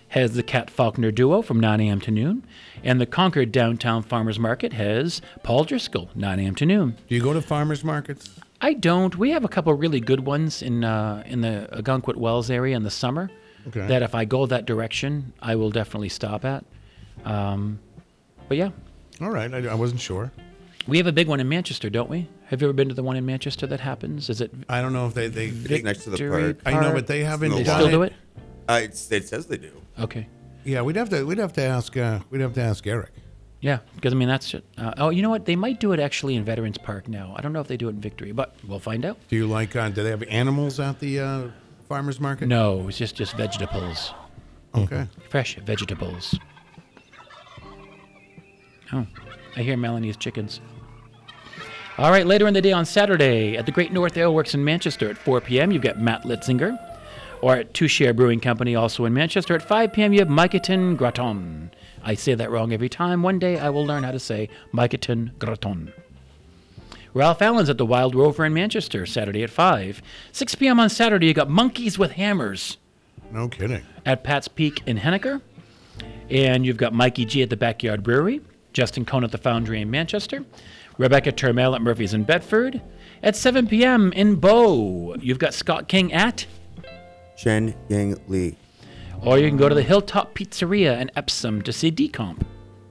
Speaker 5: has the Cat Faulkner duo from 9 a.m. to noon, and the Concord downtown farmers market has Paul Driscoll 9 a.m. to noon.
Speaker 3: Do you go to farmers markets?
Speaker 5: I don't. We have a couple really good ones in uh, in the Agunquit Wells area in the summer. Okay.
Speaker 14: Okay.
Speaker 5: That if I go that direction, I will definitely stop at. Um, but yeah.
Speaker 14: All right. I, I wasn't sure.
Speaker 5: We have a big one in Manchester, don't we? Have you ever been to the one in Manchester that happens? Is it?
Speaker 14: I don't know if they they
Speaker 11: It's next to the park.
Speaker 14: I know, but they haven't
Speaker 5: They
Speaker 14: done
Speaker 5: still do it.
Speaker 11: Uh, it's, it says they do.
Speaker 5: Okay.
Speaker 14: Yeah, we'd have to we'd have to ask uh, we'd have to ask Eric.
Speaker 5: Yeah, because I mean that's. Uh, oh, you know what? They might do it actually in Veterans Park now. I don't know if they do it in Victory, but we'll find out.
Speaker 14: Do you like? Uh, do they have animals at the uh, farmers market?
Speaker 5: No, it's just just vegetables.
Speaker 14: Okay.
Speaker 5: Fresh vegetables. Oh, I hear Melanie's chickens. All right, later in the day on Saturday at the Great North Aleworks in Manchester at 4 p.m., you've got Matt Litzinger. Or at Two Share Brewing Company, also in Manchester, at 5 p.m., you have Micatin Graton. I say that wrong every time. One day I will learn how to say Micatin Graton. Ralph Allen's at the Wild Rover in Manchester, Saturday at 5. 6 p.m. on Saturday, you got Monkeys with Hammers.
Speaker 14: No kidding.
Speaker 5: At Pat's Peak in Henniker. And you've got Mikey G at the Backyard Brewery, Justin Cohn at the Foundry in Manchester, Rebecca Turmel at Murphy's in Bedford. At 7 p.m. in Bow, you've got Scott King at,
Speaker 11: Chen Yang Lee.
Speaker 5: or you can go to the Hilltop Pizzeria in Epsom to see Decomp.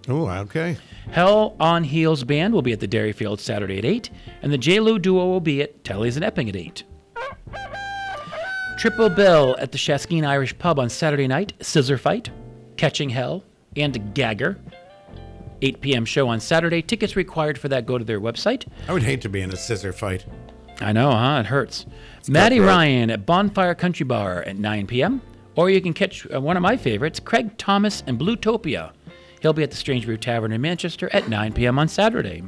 Speaker 14: Oh, okay.
Speaker 5: Hell on Heels Band will be at the Dairyfield Saturday at 8, and the J. Lou Duo will be at Telly's in Epping at 8. Triple Bill at the Shaskeen Irish Pub on Saturday night, Scissor Fight, Catching Hell, and Gagger. 8 p.m. show on Saturday. Tickets required for that go to their website.
Speaker 14: I would hate to be in a scissor fight.
Speaker 5: I know, huh? It hurts. Maddie
Speaker 14: cutthroat.
Speaker 5: Ryan at Bonfire Country Bar at 9 p.m. Or you can catch uh, one of my favorites, Craig Thomas and Bluetopia. He'll be at the Strange Brew Tavern in Manchester at 9 p.m. on Saturday.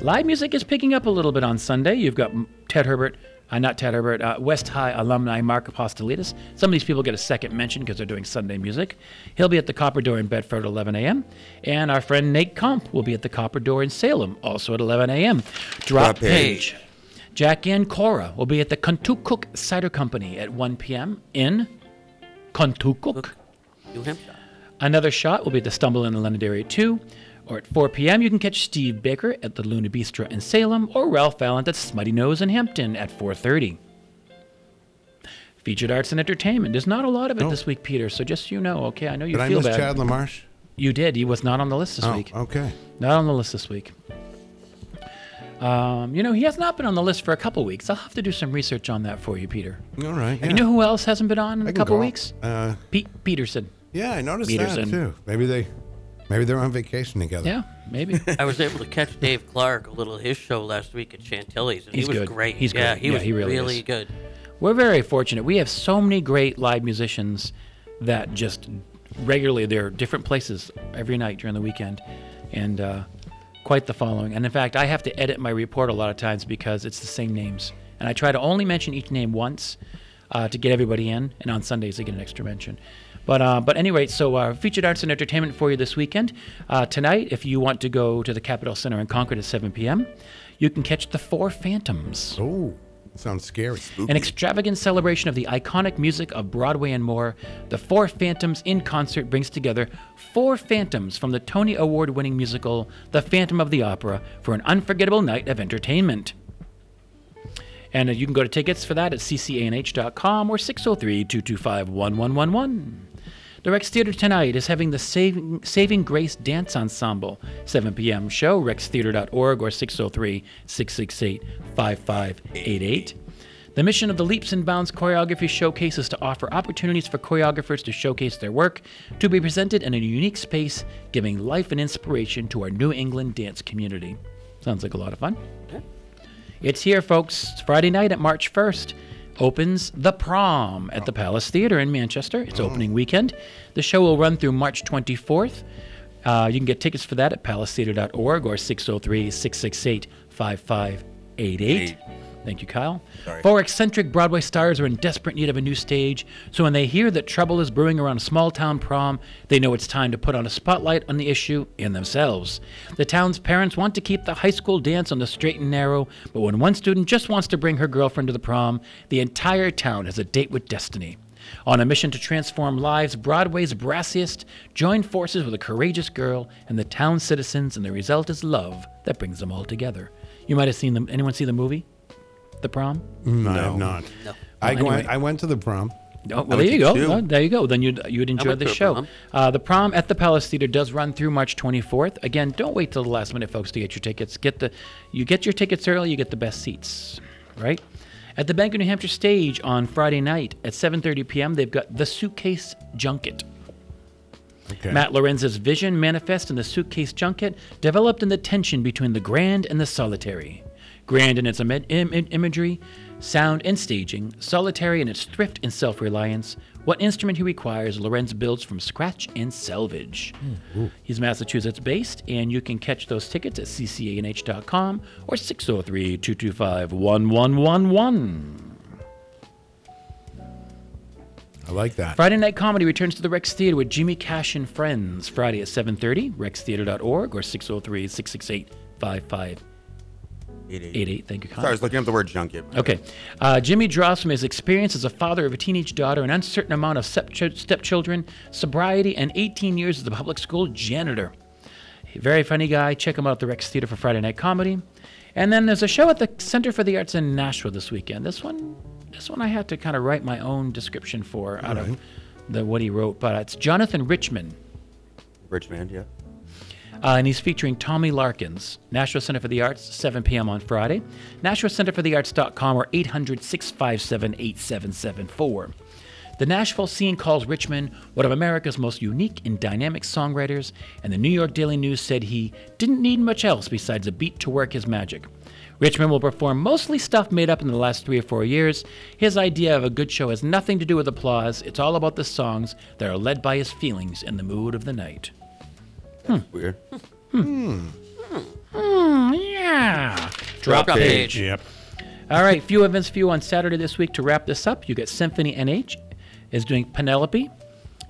Speaker 5: Live music is picking up a little bit on Sunday. You've got M- Ted Herbert, uh, not Ted Herbert, uh, West High alumni Mark Apostolitis. Some of these people get a second mention because they're doing Sunday music. He'll be at the Copper Door in Bedford at 11 a.m. And our friend Nate Comp will be at the Copper Door in Salem, also at 11 a.m. Drop,
Speaker 11: Drop
Speaker 5: page.
Speaker 11: page.
Speaker 5: Jack and Cora will be at the Kentucook Cider Company at 1 p.m. in Kentucook.
Speaker 4: New Hampshire.
Speaker 5: Another shot will be at the Stumble in the London Dairy 2, or at 4 p.m. you can catch Steve Baker at the Luna Bistro in Salem, or Ralph Allen at Smutty Nose in Hampton at 4.30. Featured arts and entertainment. There's not a lot of it this week, Peter, so just so you know, okay? I know you
Speaker 14: Did I
Speaker 5: feel
Speaker 14: miss
Speaker 5: bad.
Speaker 14: Chad LaMarche?
Speaker 5: You did. He was not on the list this
Speaker 14: Oh,
Speaker 5: week.
Speaker 14: okay.
Speaker 5: Not on the list this week. Um, you know, he has not been on the list for a couple weeks. I'll have to do some research on that for you, Peter.
Speaker 14: All right.
Speaker 5: You know who else hasn't been on in a couple
Speaker 14: go.
Speaker 5: weeks?
Speaker 14: Uh,
Speaker 5: Pete Peterson.
Speaker 14: Yeah, I noticed
Speaker 5: Peterson.
Speaker 14: that too. Maybe they, maybe they're on vacation together.
Speaker 5: Yeah, maybe.
Speaker 4: I was able to catch Dave Clark a little of his show last week at Chantilly's, and
Speaker 5: He's
Speaker 4: he was
Speaker 5: good.
Speaker 4: great.
Speaker 5: He's
Speaker 4: yeah,
Speaker 5: great.
Speaker 4: he
Speaker 5: Yeah,
Speaker 4: was
Speaker 5: he really is.
Speaker 4: good.
Speaker 5: We're very fortunate. We have so many great live musicians that just regularly they're different places every night during the weekend, and uh, quite the following. And in fact, I have to edit my report a lot of times because it's the same names, and I try to only mention each name once uh, to get everybody in. And on Sundays, they get an extra mention. But uh, but anyway, so uh, featured arts and entertainment for you this weekend. Uh, tonight, if you want to go to the Capitol Center in Concord at 7 p.m., you can catch the Four Phantoms.
Speaker 14: Oh, sounds scary.
Speaker 5: An extravagant celebration of the iconic music of Broadway and more, the Four Phantoms in Concert brings together four phantoms from the Tony Award winning musical The Phantom of the Opera for an unforgettable night of entertainment. And uh, you can go to tickets for that at ccanh.com or 603 225 1111. The Rex Theater tonight is having the Saving, Saving Grace Dance Ensemble, 7 p.m. show, rextheater.org or 603 668 5588. The mission of the Leaps and Bounds Choreography Showcase is to offer opportunities for choreographers to showcase their work, to be presented in a unique space, giving life and inspiration to our New England dance community. Sounds like a lot of fun. It's here, folks. It's Friday night at March 1st. Opens The Prom at the Palace Theater in Manchester. It's opening weekend. The show will run through March 24th. Uh, you can get tickets for that at palacetheater.org or 603 668 5588. Thank you, Kyle.
Speaker 14: Sorry.
Speaker 5: Four eccentric Broadway stars are in desperate need of a new stage, so when they hear that trouble is brewing around a small town prom, they know it's time to put on a spotlight on the issue and themselves. The town's parents want to keep the high school dance on the straight and narrow, but when one student just wants to bring her girlfriend to the prom, the entire town has a date with destiny. On a mission to transform lives, Broadway's brassiest join forces with a courageous girl and the town's citizens, and the result is love that brings them all together. You might have seen them. Anyone see the movie? The prom?
Speaker 3: Mm-hmm.
Speaker 14: No, I have not. I,
Speaker 5: Well,
Speaker 14: went,
Speaker 5: anyway.
Speaker 14: I went to the prom.
Speaker 5: Oh,
Speaker 11: I
Speaker 5: well,
Speaker 11: would
Speaker 5: there you
Speaker 11: think
Speaker 5: go.
Speaker 11: two.
Speaker 5: Well, there you go. Then you'd you'd enjoy
Speaker 11: went
Speaker 5: the
Speaker 11: to a
Speaker 5: show.
Speaker 11: prom.
Speaker 5: Uh, the prom at the Palace Theater does run through March 24th. Again, don't wait till the last minute, folks, to get your tickets. Get the you get your tickets early, you get the best seats, right? At the Bank of New Hampshire stage on Friday night at 7:30 p.m., they've got the Suitcase Junket.
Speaker 14: Okay.
Speaker 5: Matt Lorenz's vision manifest in the suitcase junket developed in the tension between the grand and the solitary. Grand in its imi- im- im- imagery, sound and staging, solitary in its thrift and self reliance. What instrument he requires, Lorenz builds from scratch and salvage. He's Massachusetts based, and you can catch those tickets at ccanh.com or 603 225 1111.
Speaker 14: I like that.
Speaker 5: Friday Night Comedy returns to the Rex Theater with Jimmy Cash and Friends Friday at 7.30, rextheater.org or 603-668-5588. Thank you, Connor.
Speaker 11: Sorry, I was looking up the word junket.
Speaker 5: Okay. Uh, Jimmy draws from his experience as a father of a teenage daughter, an uncertain amount of stepch- stepchildren, sobriety, and 18 years as a public school janitor. Very funny guy. Check him out at the Rex Theater for Friday Night Comedy. And then there's a show at the Center for the Arts in Nashville this weekend. This one, this one I had to kind of write my own description for out of the what he wrote, but it's Jonathan Richman.
Speaker 11: Richmond, yeah.
Speaker 5: Uh, and he's featuring Tommy Larkins, Nashville Center for the Arts, 7 p.m. on Friday. Nashville Center for the Arts.com or 800 657 8774. The Nashville scene calls Richmond one of America's most unique and dynamic songwriters, and the New York Daily News said he didn't need much else besides a beat to work his magic. Richmond will perform mostly stuff made up in the last three or four years. His idea of a good show has nothing to do with applause, it's all about the songs that are led by his feelings and the mood of the night.
Speaker 11: Weird.
Speaker 5: Hmm. Hmm. Yeah. Drop,
Speaker 11: Drop
Speaker 5: page.
Speaker 11: page. Yep.
Speaker 5: All right. Few events for you on Saturday this week. To wrap this up, you got Symphony NH is doing Penelope.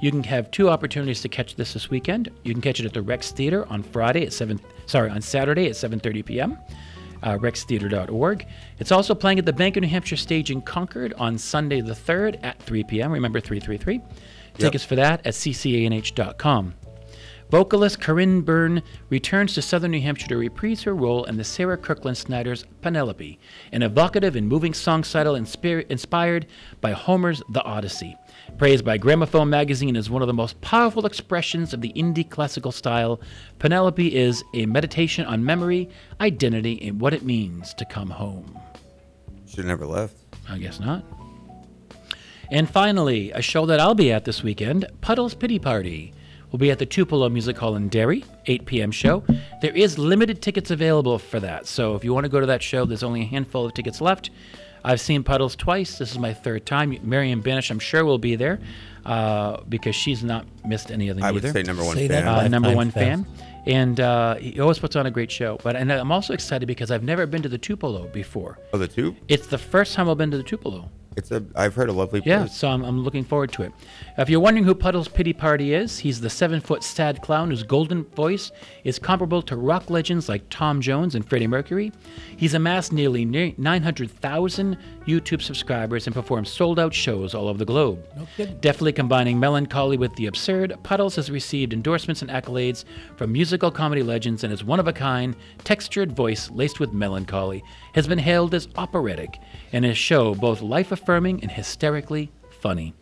Speaker 5: You can have two opportunities to catch this this weekend. You can catch it at the Rex Theater on Friday at seven. Sorry, on Saturday at 7:30 p.m. Uh, rextheater.org. It's also playing at the Bank of New Hampshire stage in Concord on Sunday the 3rd at 3 p.m. Remember 333. Tickets for that at ccanh.com. Vocalist Corinne Byrne returns to Southern New Hampshire to reprise her role in the Sarah Kirkland Snyder's Penelope, an evocative and moving songcycle inspir- inspired by Homer's The Odyssey. Praised by Gramophone magazine as one of the most powerful expressions of the indie classical style, Penelope is a meditation on memory, identity, and what it means to come home.
Speaker 11: Should have never left.
Speaker 5: I guess not. And finally, a show that I'll be at this weekend, Puddle's Pity Party, will be at the Tupelo Music Hall in Derry, 8 p.m. show. There is limited tickets available for that, so if you want to go to that show, there's only a handful of tickets left. I've seen Puddles twice. This is my third time. Marion Banish, I'm sure, will be there uh, because she's not missed any of the
Speaker 11: I would
Speaker 5: either.
Speaker 11: say number one Say that fan.
Speaker 5: Uh,
Speaker 11: five
Speaker 5: number
Speaker 11: times
Speaker 5: one fan
Speaker 11: fast.
Speaker 5: and uh, he always puts on a great show. But and I'm also excited because I've never been to the Tupelo before.
Speaker 11: Oh, the tube?
Speaker 5: It's the first time I've been to the Tupelo.
Speaker 11: It's a. I've heard a lovely
Speaker 5: Yeah,
Speaker 11: place.
Speaker 5: so I'm, I'm looking forward to it. If you're wondering who Puddle's Pity Party is, he's the seven foot sad clown whose golden voice is comparable to rock legends like Tom Jones and Freddie Mercury. He's amassed nearly ni- 900,000 YouTube subscribers and performs sold out shows all over the globe. Deftly combining melancholy with the absurd, Puddles has received endorsements and accolades from musical comedy legends and his one of a kind, textured voice laced with melancholy has been hailed as operatic and his show both life affirming and hysterically funny.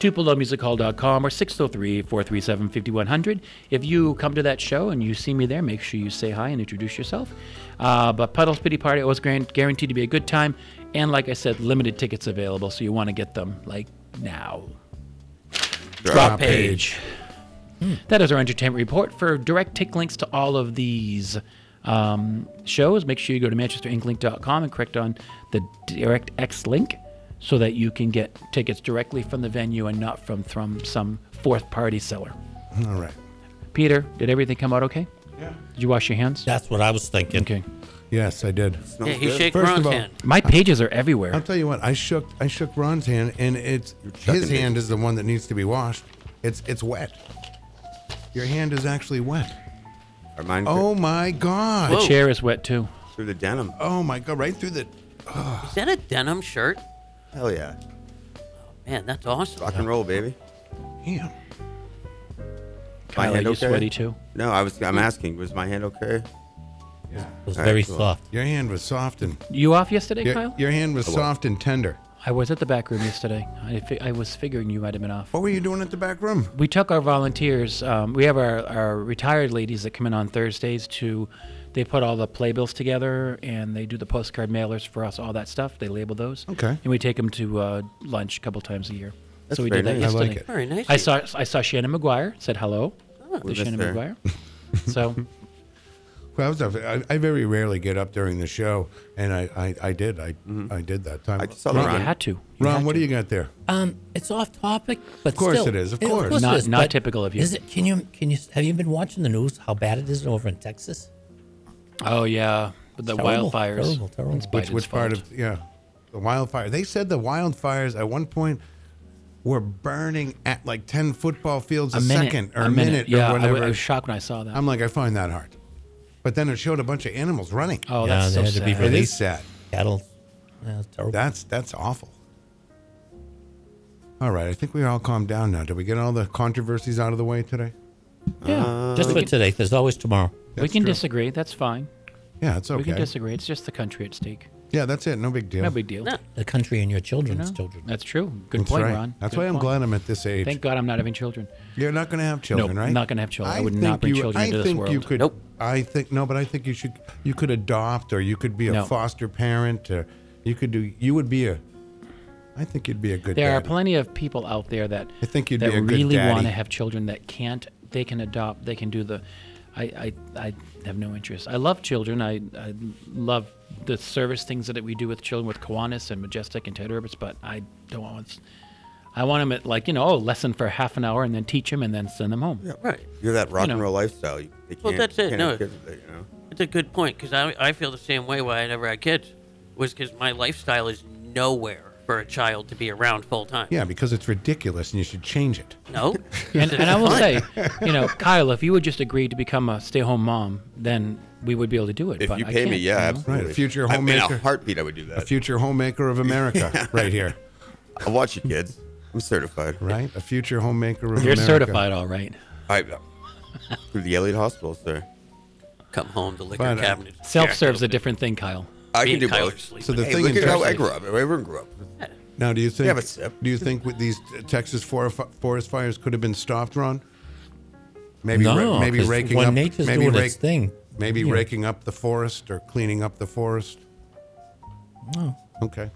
Speaker 5: TupeloMusicHall.com or 603 437 5100. If you come to that show and you see me there, make sure you say hi and introduce yourself. Uh, but Puddle's Pity Party always guaran- guaranteed to be a good time. And like I said, limited tickets available, so you want to get them like now.
Speaker 11: Drop
Speaker 5: page. That is our entertainment report. For direct take links to all of these um, shows, make sure you go to manchesterinclink.com and click on the direct X link so that you can get tickets directly from the venue and not from, from some fourth party seller.
Speaker 14: All right.
Speaker 5: Peter, did everything come out okay?
Speaker 14: Yeah.
Speaker 5: Did you wash your hands?
Speaker 1: That's what I was thinking.
Speaker 5: Okay.
Speaker 14: Yes, I did.
Speaker 5: Yeah, he good. shake Ron's hand. My pages are everywhere.
Speaker 14: I'll tell you what. I shook I shook Ron's hand, and it's his
Speaker 11: chucking
Speaker 14: hand is the one that needs to be washed. It's it's wet. Your hand is actually wet.
Speaker 11: Are mine
Speaker 14: Oh my god.
Speaker 5: The chair is wet too.
Speaker 11: through the denim?
Speaker 14: Oh my god! Right through the.
Speaker 4: Is that a denim shirt?
Speaker 11: Hell yeah!
Speaker 4: Man, that's awesome.
Speaker 11: Rock and roll, baby.
Speaker 14: Damn.
Speaker 11: My
Speaker 5: Kyle, are
Speaker 11: hand
Speaker 5: you
Speaker 11: okay?
Speaker 5: sweaty too?
Speaker 11: No, I was. I'm asking. Was my hand okay?
Speaker 1: It was
Speaker 11: All right,
Speaker 1: very
Speaker 11: cool.
Speaker 1: soft.
Speaker 14: Your hand was soft and.
Speaker 5: You off yesterday,
Speaker 14: Your,
Speaker 5: Kyle?
Speaker 14: your hand was
Speaker 11: I was.
Speaker 14: soft and tender.
Speaker 5: I was at the back room yesterday. I, fi- I was figuring you might have been off.
Speaker 3: What were you doing at the back room?
Speaker 5: We took our volunteers. Um, we have our, our retired ladies that come in on Thursdays to. They put all the playbills together and they do the postcard mailers for us, all that stuff. They label those.
Speaker 3: Okay.
Speaker 5: And we take them to uh, lunch a couple times a year.
Speaker 3: That's
Speaker 5: so we
Speaker 3: very
Speaker 5: did that
Speaker 3: nice. I
Speaker 5: yesterday.
Speaker 3: like it. Very nice Oh,
Speaker 5: I saw I saw Shannon McGuire. Said hello.
Speaker 3: we
Speaker 5: to
Speaker 3: missed
Speaker 5: Shannon
Speaker 3: her.
Speaker 5: McGuire. So
Speaker 3: Well, I, was, I, I very rarely get up during the show, and I, I, I did. I, I did that time. I
Speaker 11: saw
Speaker 1: that Ron. You had to. You
Speaker 3: Ron,
Speaker 1: had
Speaker 3: what
Speaker 1: to.
Speaker 3: do you got there?
Speaker 1: Um, it's off topic, but
Speaker 3: Of course
Speaker 1: still-
Speaker 3: it is, of
Speaker 1: it-
Speaker 3: course.
Speaker 1: it
Speaker 5: Not-
Speaker 1: is,
Speaker 5: not
Speaker 1: but
Speaker 5: typical of you.
Speaker 1: Is it? Can you? Can you? Have you been watching the news? How bad it is over in Texas?
Speaker 5: Oh yeah, with the
Speaker 1: Terrible,
Speaker 5: wildfires.
Speaker 1: terrible, terrible.
Speaker 5: It's
Speaker 3: Which,
Speaker 5: Biden's
Speaker 3: which part
Speaker 5: fault.
Speaker 3: of yeah, the wildfire? They said the wildfires at one point were burning at like ten football fields a,
Speaker 5: minute,
Speaker 3: second or
Speaker 5: a
Speaker 3: a
Speaker 5: minute.
Speaker 3: minute,
Speaker 5: Yeah, I
Speaker 3: or
Speaker 5: w- I
Speaker 3: whatever.
Speaker 5: was shocked when I saw that.
Speaker 3: I'm like, I find that hard. But then it showed a bunch of animals running.
Speaker 5: Oh, Yeah, that's they so had to be sad.
Speaker 3: It is
Speaker 5: released.
Speaker 3: sad.
Speaker 1: Cattle.
Speaker 3: That's that's awful. All right, I think we're all calmed down now. Did we get all the controversies out of the way today?
Speaker 5: Yeah,
Speaker 3: Oh.
Speaker 5: Uh, just
Speaker 1: for today. There's always tomorrow.
Speaker 5: we can disagree. That's fine.
Speaker 3: Yeah, it's okay.
Speaker 5: We can disagree. It's just the country at stake.
Speaker 3: Yeah, that's it. No big deal.
Speaker 5: No big deal.
Speaker 1: The country and your children's
Speaker 5: No.
Speaker 1: children.
Speaker 5: That's true. Good
Speaker 3: That's
Speaker 5: point,
Speaker 3: right.
Speaker 5: Ron.
Speaker 3: That's
Speaker 5: Good
Speaker 3: why I'm
Speaker 5: point.
Speaker 3: glad I'm at this age.
Speaker 5: Thank God I'm not having children.
Speaker 3: You're not going to have children,
Speaker 5: Nope,
Speaker 3: right?
Speaker 5: I'm not gonna have children. I would not
Speaker 3: think
Speaker 5: bring
Speaker 3: you-
Speaker 5: children
Speaker 3: I
Speaker 5: into this
Speaker 3: think You
Speaker 5: world.
Speaker 3: could, nope. I think no, but I think you should. You could adopt, or you could be a
Speaker 5: No.
Speaker 3: foster parent, or you could do. You would be a. I think you'd be a good.
Speaker 5: there are
Speaker 3: dad.
Speaker 5: plenty of people out there that
Speaker 3: I think you'd
Speaker 5: that
Speaker 3: be a good
Speaker 5: really
Speaker 3: daddy.
Speaker 5: want to have children that can't. They can adopt. They can do the. I, I, I have no interest. I love children. I, I love the service things that we do with children with Kiwanis and Majestic and Ted Urbis, but I don't want. I want them at like you know, oh, lesson for half an hour and then teach them and then send them home. Yeah,
Speaker 4: right.
Speaker 11: You're that rock
Speaker 5: You know.
Speaker 11: and roll lifestyle. You, they can't,
Speaker 4: Well, that's it.
Speaker 11: can't
Speaker 4: No,
Speaker 11: have kids with it, you know?
Speaker 4: it's a good point because I, I feel the same way why I never had kids was because my lifestyle is nowhere for a child to be around full time.
Speaker 3: Yeah, because it's ridiculous, and you should change it.
Speaker 4: No.
Speaker 5: And, and I will say, you know, Kyle, if you would just agree to become a stay-home mom, then we would be able to do it.
Speaker 11: If
Speaker 5: but
Speaker 11: you
Speaker 5: I
Speaker 11: pay me,
Speaker 5: can't,
Speaker 11: yeah,
Speaker 5: you know?
Speaker 11: absolutely.
Speaker 3: Right, a future
Speaker 11: I- In
Speaker 3: homemaker.
Speaker 11: a heartbeat, I would do that.
Speaker 3: A future homemaker of America, right here.
Speaker 11: I'll watch you kids. I'm certified.
Speaker 3: Right, a future homemaker of
Speaker 5: You're
Speaker 3: America.
Speaker 5: certified, all right.
Speaker 11: I through the Elliott Hospital, sir.
Speaker 4: Come home to liquor
Speaker 11: But, uh,
Speaker 4: cabinet.
Speaker 5: Self serve's a different thing, Kyle.
Speaker 4: Me
Speaker 11: I can
Speaker 4: and
Speaker 11: do
Speaker 4: Tyler
Speaker 11: both.
Speaker 4: sleep
Speaker 3: So the
Speaker 11: hey,
Speaker 3: thing
Speaker 11: look
Speaker 3: in
Speaker 11: at how I
Speaker 3: Texas-
Speaker 11: grew up. Everyone grew up.
Speaker 3: Now, do you think?
Speaker 11: have a sip.
Speaker 3: Do you think with these uh, Texas for- forest fires could have been stopped, Ron? Maybe
Speaker 1: No,
Speaker 3: ra- maybe
Speaker 1: 'cause
Speaker 3: raking
Speaker 1: when
Speaker 3: up
Speaker 1: nature's
Speaker 3: maybe
Speaker 1: doing its thing,
Speaker 3: maybe
Speaker 1: you know.
Speaker 3: raking up the forest or cleaning up the forest.
Speaker 1: No.
Speaker 3: Okay.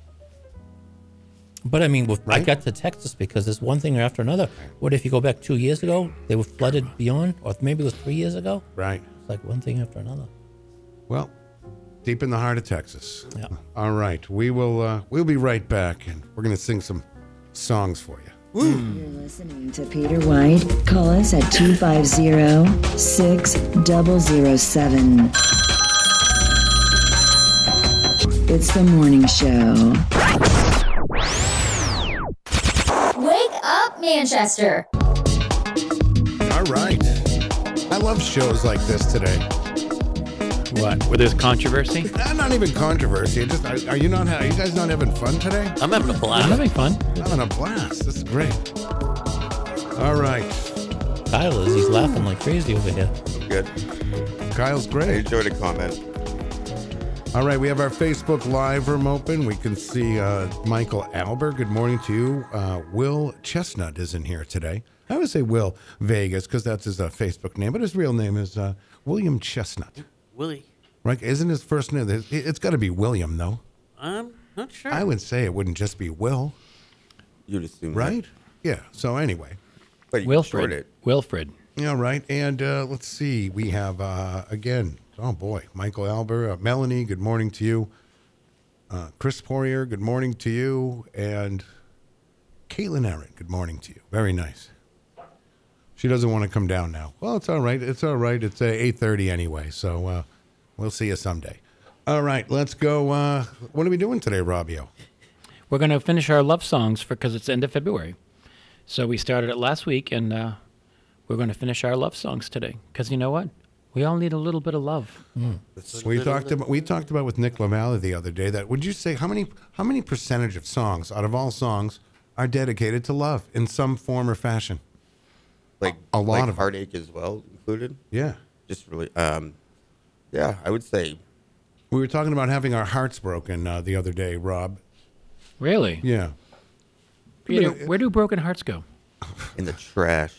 Speaker 1: But I mean, with, I
Speaker 3: Right?
Speaker 1: got to Texas because there's one thing after another. What if you go back two years ago? They were flooded beyond, or maybe it was three years ago.
Speaker 3: Right.
Speaker 1: It's like one thing after another.
Speaker 3: Well, deep in the heart of Texas.
Speaker 1: Yeah.
Speaker 3: All right, we will uh, we'll be right back, and we're gonna sing some songs for you.
Speaker 6: You're listening to Peter White. Call us at 250 6007. It's the morning show.
Speaker 7: Wake up, Manchester.
Speaker 3: All right. I love shows like this today.
Speaker 5: What? Where there's controversy?
Speaker 3: Not, not even controversy. It just are, are you not? Are you guys not having fun today?
Speaker 4: I'm having a
Speaker 5: I'm
Speaker 4: blast.
Speaker 5: having fun.
Speaker 3: Having a blast. This is great. All right.
Speaker 1: Kyle is he's laughing like crazy over here.
Speaker 11: Good.
Speaker 3: Kyle's
Speaker 11: I
Speaker 3: great.
Speaker 11: enjoyed a comment.
Speaker 3: All right, we have our Facebook Live room open. We can see uh, Michael Albert. Good morning to you. Uh, Will Chestnut is in here today. I always say Will Vegas because that's his uh, Facebook name, but his real name is uh, William Chestnut.
Speaker 4: Willie,
Speaker 3: Right? Isn't his first name? it- It's got to be William, though.
Speaker 4: I'm not sure.
Speaker 3: I would say it wouldn't just be Will,
Speaker 11: You'd assume, that.
Speaker 3: right? Yeah. So anyway,
Speaker 11: But you can short
Speaker 5: Wilfred.
Speaker 11: it.
Speaker 5: Wilfred.
Speaker 3: All right, and uh, let's see. We have uh, again. Oh boy, Michael Albert, uh, Melanie. Good morning to you. Uh, Chris Poirier. Good morning to you, and Caitlin Aaron. Good morning to you. Very nice. She doesn't want to come down now. Well, it's all right. It's all right. It's uh, eight thirty anyway, so uh, we'll see you someday. All right, let's go. Uh, what are we doing today, Robbio?
Speaker 5: We're going to finish our love songs for because it's the end of February. So we started it last week, and uh, we're going to finish our love songs today. Because you know what? We all need a little bit of love.
Speaker 3: We talked about we talked about with Nick LaValle the other day that would you say how many how many percentage of songs out of all songs are dedicated to love in some form or fashion?
Speaker 11: Like
Speaker 3: A lot
Speaker 11: like
Speaker 3: of it.
Speaker 11: heartache as well included.
Speaker 3: Yeah.
Speaker 11: Just really, um, yeah. I would say
Speaker 3: We were talking about having our hearts broken uh, the other day, Rob,
Speaker 5: Really?
Speaker 3: Yeah.
Speaker 5: Peter, where do broken hearts go?
Speaker 11: In the trash.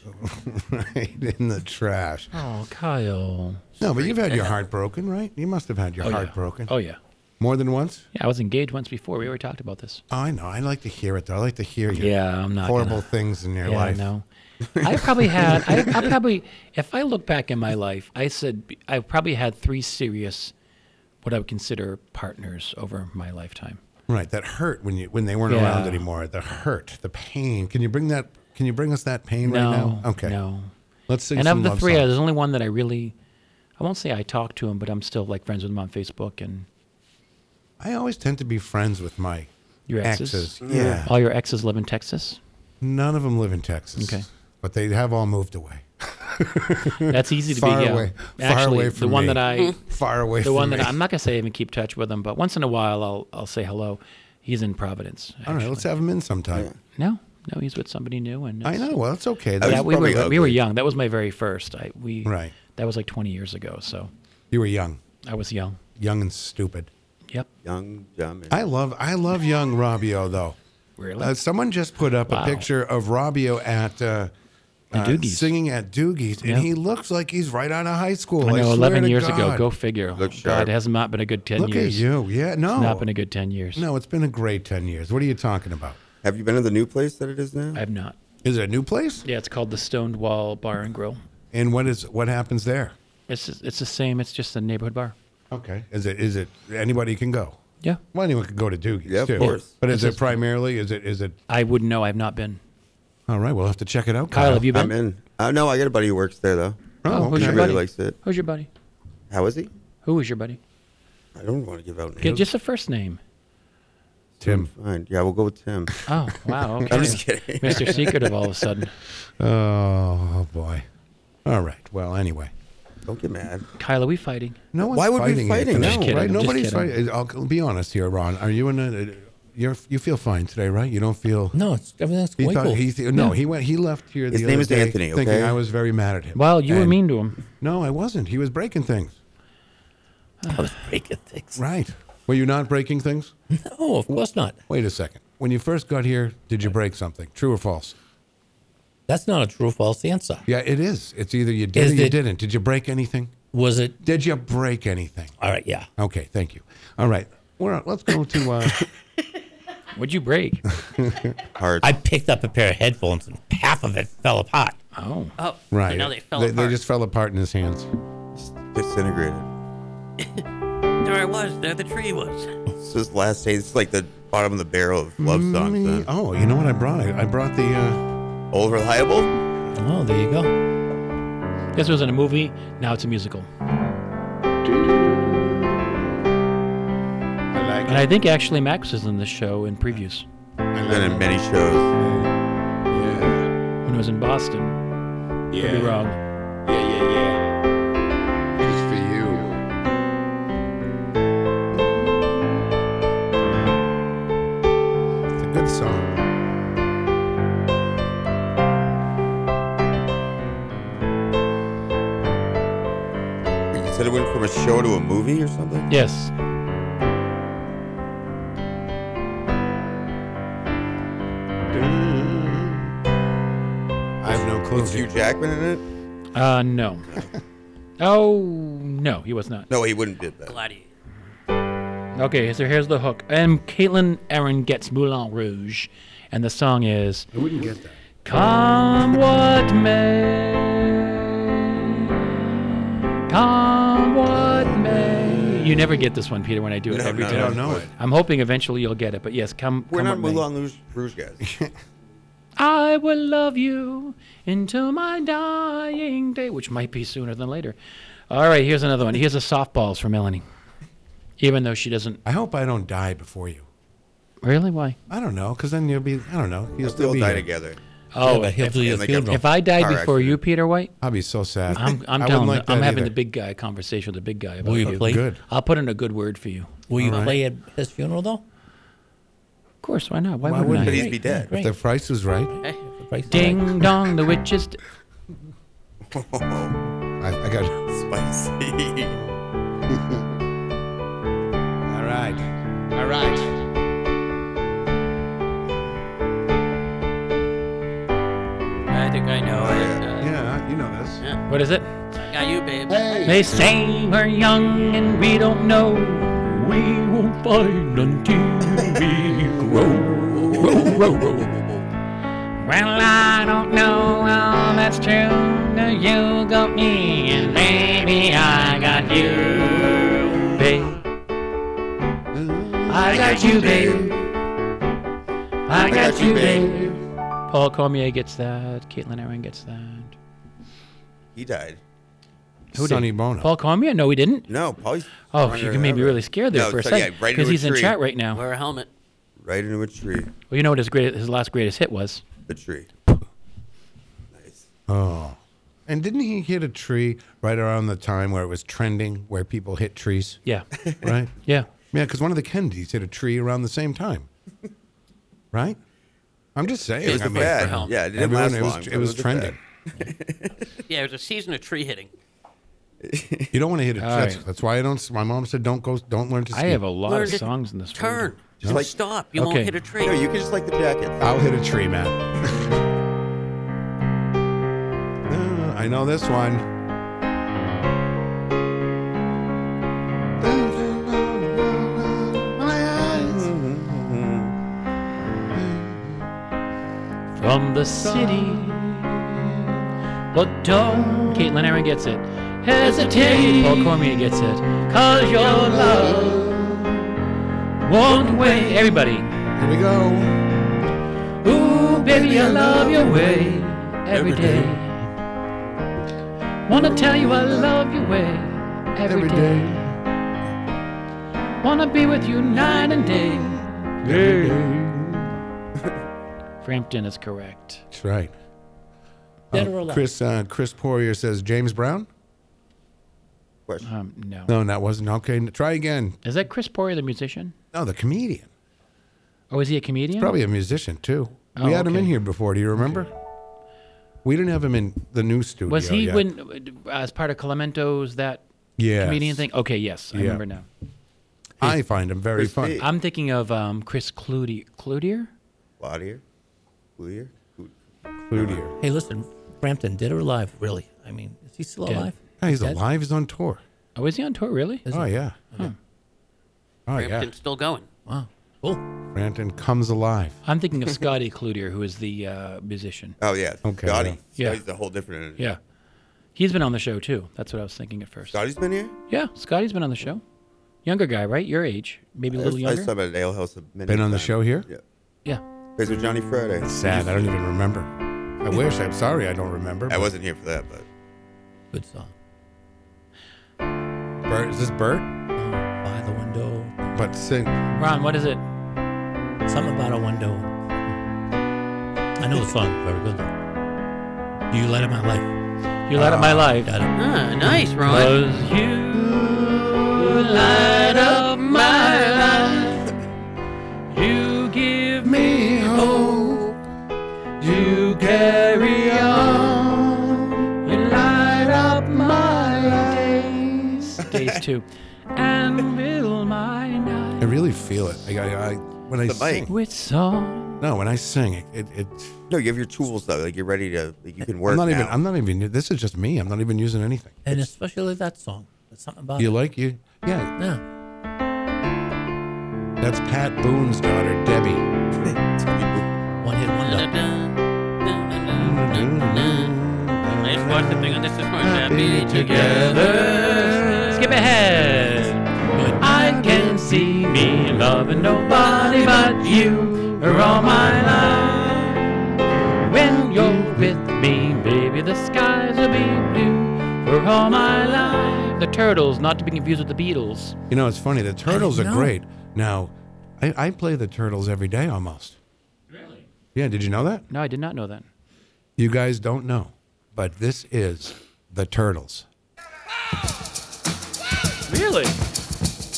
Speaker 3: right in the trash.
Speaker 5: Oh, Kyle.
Speaker 3: No, but you've had your heart broken, right? You must have had your
Speaker 5: Oh,
Speaker 3: heart
Speaker 5: yeah.
Speaker 3: broken.
Speaker 5: Oh, yeah.
Speaker 3: More than once?
Speaker 5: Yeah, I was engaged once before. We already talked about this.
Speaker 3: I know. I like to hear it, though. I like to hear you.
Speaker 5: Yeah, I'm not
Speaker 3: Horrible
Speaker 5: gonna-
Speaker 3: things in your
Speaker 5: Yeah, I
Speaker 3: life.
Speaker 5: know. I probably had. I, I probably, if I look back in my life, I said I probably had three serious, what I would consider partners over my lifetime.
Speaker 3: Right, that hurt when you when they weren't around
Speaker 5: Yeah.
Speaker 3: anymore. The hurt, the pain. Can you bring that? Can you bring us that pain
Speaker 5: no,
Speaker 3: right now? Okay.
Speaker 5: No.
Speaker 3: Let's sing
Speaker 5: And
Speaker 3: some
Speaker 5: of the
Speaker 3: love
Speaker 5: three,
Speaker 3: songs.
Speaker 5: there's only one that I really, I won't say I talk to him, but I'm still like friends with him on Facebook and
Speaker 3: I always tend to be friends with my
Speaker 5: your exes.
Speaker 3: Yeah.
Speaker 5: All your exes live in Texas.
Speaker 3: None of them live in Texas.
Speaker 5: Okay.
Speaker 3: But they have all moved away.
Speaker 5: That's easy to
Speaker 3: far
Speaker 5: be. Yeah.
Speaker 3: away.
Speaker 5: Actually,
Speaker 3: far away from
Speaker 5: the one
Speaker 3: me.
Speaker 5: that I
Speaker 3: far away.
Speaker 5: The
Speaker 3: from
Speaker 5: one
Speaker 3: me.
Speaker 5: that I'm not gonna say I even keep touch with him, but once in a while I'll I'll say hello. He's in Providence.
Speaker 3: All right, let's have him in sometime.
Speaker 5: No, no, he's with somebody new, and
Speaker 3: I
Speaker 5: it's-
Speaker 3: know. Well, it's okay. That
Speaker 5: Yeah,
Speaker 3: was
Speaker 5: we were
Speaker 3: probably
Speaker 5: we were
Speaker 3: ugly.
Speaker 5: young. That was my very first. I we
Speaker 3: Right.
Speaker 5: That was like 20 years ago. So
Speaker 3: You were young,
Speaker 5: I was young.
Speaker 3: young and stupid.
Speaker 5: Yep.
Speaker 11: Young, dumb. and-
Speaker 3: I love I love young Robbio though.
Speaker 5: Really?
Speaker 3: Uh, someone just put up a
Speaker 11: Wow.
Speaker 3: picture of Robbio at uh,
Speaker 5: The
Speaker 3: uh,
Speaker 5: Doogies.
Speaker 3: singing at Doogie's, and
Speaker 5: Yeah.
Speaker 3: he looks like he's right out of high school.
Speaker 5: I know.
Speaker 3: swear
Speaker 5: 11
Speaker 3: to
Speaker 5: years ago.
Speaker 3: God.
Speaker 5: Go figure.
Speaker 11: Look
Speaker 5: God,
Speaker 11: sharp.
Speaker 5: it has not been a good 10
Speaker 3: Look
Speaker 5: years.
Speaker 3: at you. Yeah, no.
Speaker 5: It's not been a good 10 years.
Speaker 3: No, it's been a great ten years. What are you talking about?
Speaker 11: Have you been to the new place that it is now?
Speaker 5: I have not.
Speaker 3: Is it a new place?
Speaker 5: Yeah, it's called the Stoned Wall Bar and Grill.
Speaker 3: And what is what happens there?
Speaker 5: It's it's the same. It's just a neighborhood bar.
Speaker 3: Okay. Is it is it anybody can go?
Speaker 5: Yeah.
Speaker 3: Well, anyone can go to Doogie's
Speaker 11: Yeah, of
Speaker 3: too.
Speaker 11: course.
Speaker 3: But
Speaker 5: It's
Speaker 3: is it
Speaker 5: just-
Speaker 3: primarily? Is it is it?
Speaker 5: I wouldn't know. I've not been.
Speaker 3: All right, we'll have to check it out.
Speaker 5: Kyle, have you
Speaker 11: I'm
Speaker 5: been?
Speaker 11: in. Uh, no, I got a buddy who works there though.
Speaker 3: Oh,
Speaker 5: who's
Speaker 11: He
Speaker 5: your
Speaker 11: really
Speaker 5: buddy?
Speaker 11: likes it.
Speaker 5: Who's your buddy?
Speaker 11: How is he?
Speaker 5: Who is your buddy?
Speaker 11: I don't want to give out names.
Speaker 5: Give just a first name.
Speaker 3: Tim.
Speaker 11: Fine. Yeah, we'll go with Tim.
Speaker 5: Oh, wow. Okay.
Speaker 11: I'm just kidding.
Speaker 5: Mr. Secretive all of a sudden.
Speaker 3: Oh boy. All right. Well, anyway.
Speaker 11: Don't get mad.
Speaker 5: Kyle, are we fighting?
Speaker 3: No one's
Speaker 11: Why would we
Speaker 3: fighting
Speaker 11: fight
Speaker 3: it.
Speaker 11: it?
Speaker 3: No,
Speaker 11: Just kidding.
Speaker 3: right?
Speaker 5: I'm just
Speaker 3: Nobody's
Speaker 5: kidding.
Speaker 3: fighting. I'll be honest here, Ron. Are you in a? You're you feel fine today, right? You don't feel.
Speaker 1: No, it's, everything's
Speaker 3: He
Speaker 1: way
Speaker 3: thought
Speaker 1: cool.
Speaker 3: he th- no,
Speaker 5: Yeah.
Speaker 3: he went. He left here.
Speaker 11: His
Speaker 3: the
Speaker 11: name
Speaker 3: other
Speaker 11: is
Speaker 3: day
Speaker 11: Anthony,
Speaker 3: Thinking
Speaker 11: okay?
Speaker 3: I was very mad at him.
Speaker 5: Well, you were
Speaker 3: And-
Speaker 5: mean to him.
Speaker 3: No, I wasn't. He was breaking things.
Speaker 1: I was breaking things.
Speaker 3: Right. Were you not breaking things?
Speaker 1: No, of course not.
Speaker 3: Wait a second. When you first got here, did you break something? True or false?
Speaker 1: That's not a true or false answer.
Speaker 3: Yeah, it is. It's either you did
Speaker 1: Is
Speaker 3: or you
Speaker 1: it-
Speaker 3: didn't. Did you break anything?
Speaker 1: Was it?
Speaker 3: Did you break anything?
Speaker 1: All right, yeah.
Speaker 3: Okay, thank you. All right. We're on, let's go to uh,
Speaker 5: What'd you break?
Speaker 11: Hard.
Speaker 1: I picked up a pair of headphones and half of it fell apart.
Speaker 5: Oh.
Speaker 4: Oh,
Speaker 3: right.
Speaker 4: So now they fell
Speaker 3: they,
Speaker 4: apart.
Speaker 3: just fell apart in his hands.
Speaker 11: Disintegrated.
Speaker 4: There I was. There the tree was.
Speaker 11: This is last day. This is like the bottom of the barrel of love songs.
Speaker 3: Me-
Speaker 5: Mm-hmm.
Speaker 11: Then.
Speaker 3: oh, you know what I brought? I, I brought the uh,
Speaker 11: Old reliable.
Speaker 1: Oh, there you go.
Speaker 5: This was in a movie. Now it's a musical.
Speaker 3: I
Speaker 5: And I think actually Max was in this show in previews
Speaker 11: Been in many shows.
Speaker 3: Yeah.
Speaker 5: when it was in Boston. Could be wrong.
Speaker 3: Yeah, yeah, yeah. It's for you. It's a good song.
Speaker 11: Wait, You said it went from a show to a movie or something.
Speaker 5: Yes.
Speaker 3: I have no clue.
Speaker 11: It's Hugh Jackman in it.
Speaker 5: Uh, no. Oh, no, he was not.
Speaker 11: No, he wouldn't did that.
Speaker 4: Gladiator.
Speaker 5: Okay, so here's the hook. And Caitlin Aaron gets Moulin Rouge, and the song is
Speaker 3: I wouldn't get that.
Speaker 5: Come What May. Come What May. You never get this one, Peter, when I do it
Speaker 11: No,
Speaker 5: every
Speaker 11: no,
Speaker 5: time.
Speaker 3: I don't know it.
Speaker 5: I'm hoping eventually you'll get it, but yes, come.
Speaker 11: We're
Speaker 5: come
Speaker 11: not
Speaker 5: what may.
Speaker 11: Moulin Rouge, Rouge guys.
Speaker 5: I will love you until my dying day, which might be sooner than later. All right, here's another one. Here's a softballs for Melanie. Even though she doesn't
Speaker 3: I hope I don't die before you.
Speaker 5: really, why?
Speaker 3: I don't know, because then you'll be, I don't know. You'll
Speaker 11: They
Speaker 3: still
Speaker 11: all
Speaker 3: be
Speaker 11: die
Speaker 3: here.
Speaker 11: together.
Speaker 5: Oh,
Speaker 1: but he'll
Speaker 5: if,
Speaker 1: do your
Speaker 11: and like a-
Speaker 1: funeral.
Speaker 5: if I died
Speaker 11: Car
Speaker 5: before you,
Speaker 11: accident.
Speaker 5: Peter White,
Speaker 3: I'll be so sad.
Speaker 5: I'm I'm
Speaker 3: I
Speaker 5: telling.
Speaker 3: wouldn't like
Speaker 5: I'm
Speaker 3: that
Speaker 5: having
Speaker 3: either.
Speaker 5: the big guy conversation with the big guy about
Speaker 1: Will you
Speaker 5: you.
Speaker 1: play?
Speaker 3: Good.
Speaker 5: I'll put in a good word for you.
Speaker 1: Will you
Speaker 3: All right.
Speaker 1: play at his funeral, though?
Speaker 5: Of course, why not? Why,
Speaker 3: Why
Speaker 5: wouldn't
Speaker 3: wouldn't
Speaker 11: But
Speaker 5: I?
Speaker 11: he'd be dead.
Speaker 3: If the price is right,
Speaker 1: Right?
Speaker 5: Ding dong, the witch is. d-
Speaker 3: I, I got
Speaker 11: Spicy.
Speaker 3: All right. All right.
Speaker 4: I know it.
Speaker 3: yeah, you know this.
Speaker 5: What is it?
Speaker 4: Got you, babe.
Speaker 5: They say we're young and we don't know. We won't find until we grow. grow, grow, grow. Well, I don't know all that's true. No, you got me, and baby, I got you, babe. I got you, babe. I got you, babe. Paul Cormier gets that. Caitlin Aaron gets that.
Speaker 11: He died.
Speaker 5: Who did?
Speaker 11: Sonny
Speaker 3: Bono.
Speaker 5: Paul Cormier? No, he didn't.
Speaker 11: No, Paul's.
Speaker 5: Oh, you can maybe really scared there for a second
Speaker 11: because
Speaker 5: he's in chat right now.
Speaker 4: Wear a helmet.
Speaker 11: Right into a tree.
Speaker 5: Well, you know what his great, his last greatest hit was?
Speaker 11: The tree.
Speaker 3: Oh. And didn't he hit a tree right around the time where it was trending, where people hit trees?
Speaker 5: Yeah.
Speaker 3: Right?
Speaker 5: yeah.
Speaker 3: Yeah, because one of the Kennedys hit a tree around the same time. Right? I'm just saying.
Speaker 11: was
Speaker 3: I
Speaker 11: the
Speaker 3: mean,
Speaker 11: fad. Yeah, it didn't
Speaker 3: everyone-
Speaker 11: last
Speaker 3: it was,
Speaker 11: long, but
Speaker 3: It
Speaker 11: it
Speaker 3: was
Speaker 11: was the
Speaker 3: trending.
Speaker 4: Yeah, it was a season of tree hitting.
Speaker 3: You don't want to hit a tree.
Speaker 5: All
Speaker 3: That's,
Speaker 5: right.
Speaker 3: that's why I don't. s- My mom said, "Don't go. Don't learn to."
Speaker 5: I
Speaker 3: ski."
Speaker 5: have a lot of songs in this.
Speaker 4: Turn.
Speaker 5: folder.
Speaker 4: Just
Speaker 3: No.
Speaker 4: stop. You
Speaker 3: Okay.
Speaker 4: won't hit a tree.
Speaker 11: No, you can just like the jacket.
Speaker 3: I'll hit a tree, man. Uh, I know this one.
Speaker 5: From the city, but don't. Caitlin Aaron gets it. Hesitate. Paul Cormier gets it. Cause your love won't wait. Everybody.
Speaker 3: Here we go.
Speaker 5: Ooh, baby, I love your way every day. Wanna tell you I love your way every day. Wanna be with you night and day. Frampton is correct.
Speaker 3: That's right.
Speaker 5: Dead or alive.
Speaker 3: Chris uh, Chris Poirier says James Brown.
Speaker 5: Um, no.
Speaker 3: No, that wasn't okay. Try again.
Speaker 5: Is that Chris Poirier, the musician?
Speaker 3: No, the comedian.
Speaker 5: Oh, is he a comedian?
Speaker 3: Probably a musician too.
Speaker 5: Oh,
Speaker 3: we had him in
Speaker 5: okay.
Speaker 3: here before. Do you remember? We didn't have him in the new studio.
Speaker 5: Was he
Speaker 3: yet.
Speaker 5: when uh, as part of Clemento's that
Speaker 3: Yes.
Speaker 5: comedian thing? Okay, yes, I
Speaker 3: Yeah.
Speaker 5: remember now.
Speaker 3: I find him very funny.
Speaker 5: I'm thinking of um, Chris Cloutier. Cloutier?
Speaker 11: Cloutier? Cloutier?
Speaker 3: Cloutier.
Speaker 1: Hey, listen, Frampton, dead or alive? Really? I mean, is he still
Speaker 5: Dead.
Speaker 1: alive?
Speaker 3: Yeah, he's
Speaker 1: Dead?
Speaker 3: alive. He's on tour.
Speaker 5: Oh, is he on tour really?
Speaker 1: Is
Speaker 3: oh
Speaker 1: he?
Speaker 3: yeah.
Speaker 5: Huh.
Speaker 3: Oh
Speaker 4: Frampton's still going.
Speaker 1: Wow.
Speaker 3: yeah. Branton comes alive.
Speaker 5: I'm thinking of Scotty Cloutier, who is the uh, musician.
Speaker 11: Oh, yeah.
Speaker 3: Okay,
Speaker 11: Scotty.
Speaker 3: yeah.
Speaker 5: Yeah.
Speaker 11: Scotty's a whole different energy.
Speaker 5: Yeah, he's been on the show too. That's what I was thinking at first.
Speaker 11: Scotty's been here?
Speaker 5: Yeah, Scotty's been on the show. Younger guy, right? Your age, maybe a
Speaker 11: I
Speaker 5: little
Speaker 11: was- I
Speaker 5: younger.
Speaker 11: saw him at Ale House a minute
Speaker 3: Been on the
Speaker 11: time.
Speaker 3: show here?
Speaker 11: Yeah.
Speaker 5: Yeah.
Speaker 11: Plays with Johnny Friday.
Speaker 3: It's sad. I don't even remember. I wish. I'm sorry. I don't remember.
Speaker 11: I wasn't here for that, but.
Speaker 1: Good song.
Speaker 3: Bert, is this Bert?
Speaker 1: By the window.
Speaker 3: But sing.
Speaker 5: Ron, what is it?
Speaker 1: Something about a window. Hmm. I know the song very good. Though. You light up my life.
Speaker 5: You light up my life.
Speaker 1: Got it.
Speaker 4: Ah, nice, Ron.
Speaker 5: 'Cause you light up my life. You give me hope to carry on. You light up my days. Days two. And fill my night
Speaker 3: I really feel it. I, I, I when I
Speaker 11: The mic.
Speaker 3: sing.
Speaker 5: with song.
Speaker 3: No, when I sing, it. it, it
Speaker 11: No, you have your tools, though. Like, you're ready to. Like, you can work.
Speaker 3: I'm not even.
Speaker 11: now.
Speaker 3: I'm not even. This is just me. I'm not even using anything.
Speaker 1: And especially that song. There's something about
Speaker 3: You
Speaker 1: it.
Speaker 3: like you? Yeah.
Speaker 1: Yeah.
Speaker 3: That's Pat Boone's daughter, Debbie.
Speaker 1: One hit wonder.
Speaker 4: Let's watch the thing on this is more
Speaker 3: Happy
Speaker 4: happy
Speaker 5: together.
Speaker 4: together.
Speaker 5: Skip ahead. I can see me loving nobody but you for all my life. When you're with me, baby, the skies will be blue for all my life. The Turtles, not to be confused with the Beatles.
Speaker 3: You know, it's funny. The turtles are
Speaker 1: know.
Speaker 3: great. Now, I, I play the turtles every day almost. Really? Yeah. Did you know that?
Speaker 5: No, I did not know that.
Speaker 3: You guys don't know, but this is the turtles.
Speaker 5: Really?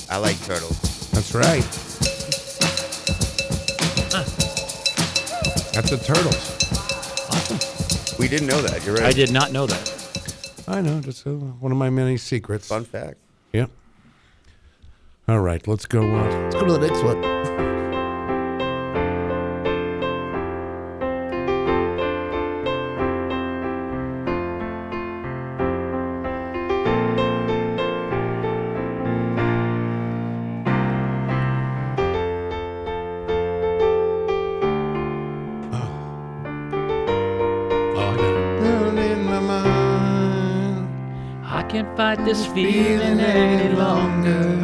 Speaker 11: I like turtles.
Speaker 3: That's right. That's the turtles.
Speaker 11: We didn't know that. You're right.
Speaker 5: I did not know that.
Speaker 3: I know. That's uh, one of my many secrets.
Speaker 11: Fun fact.
Speaker 3: Yep. All right, let's go on. Let's go to the next one.
Speaker 5: can't fight this feeling any longer.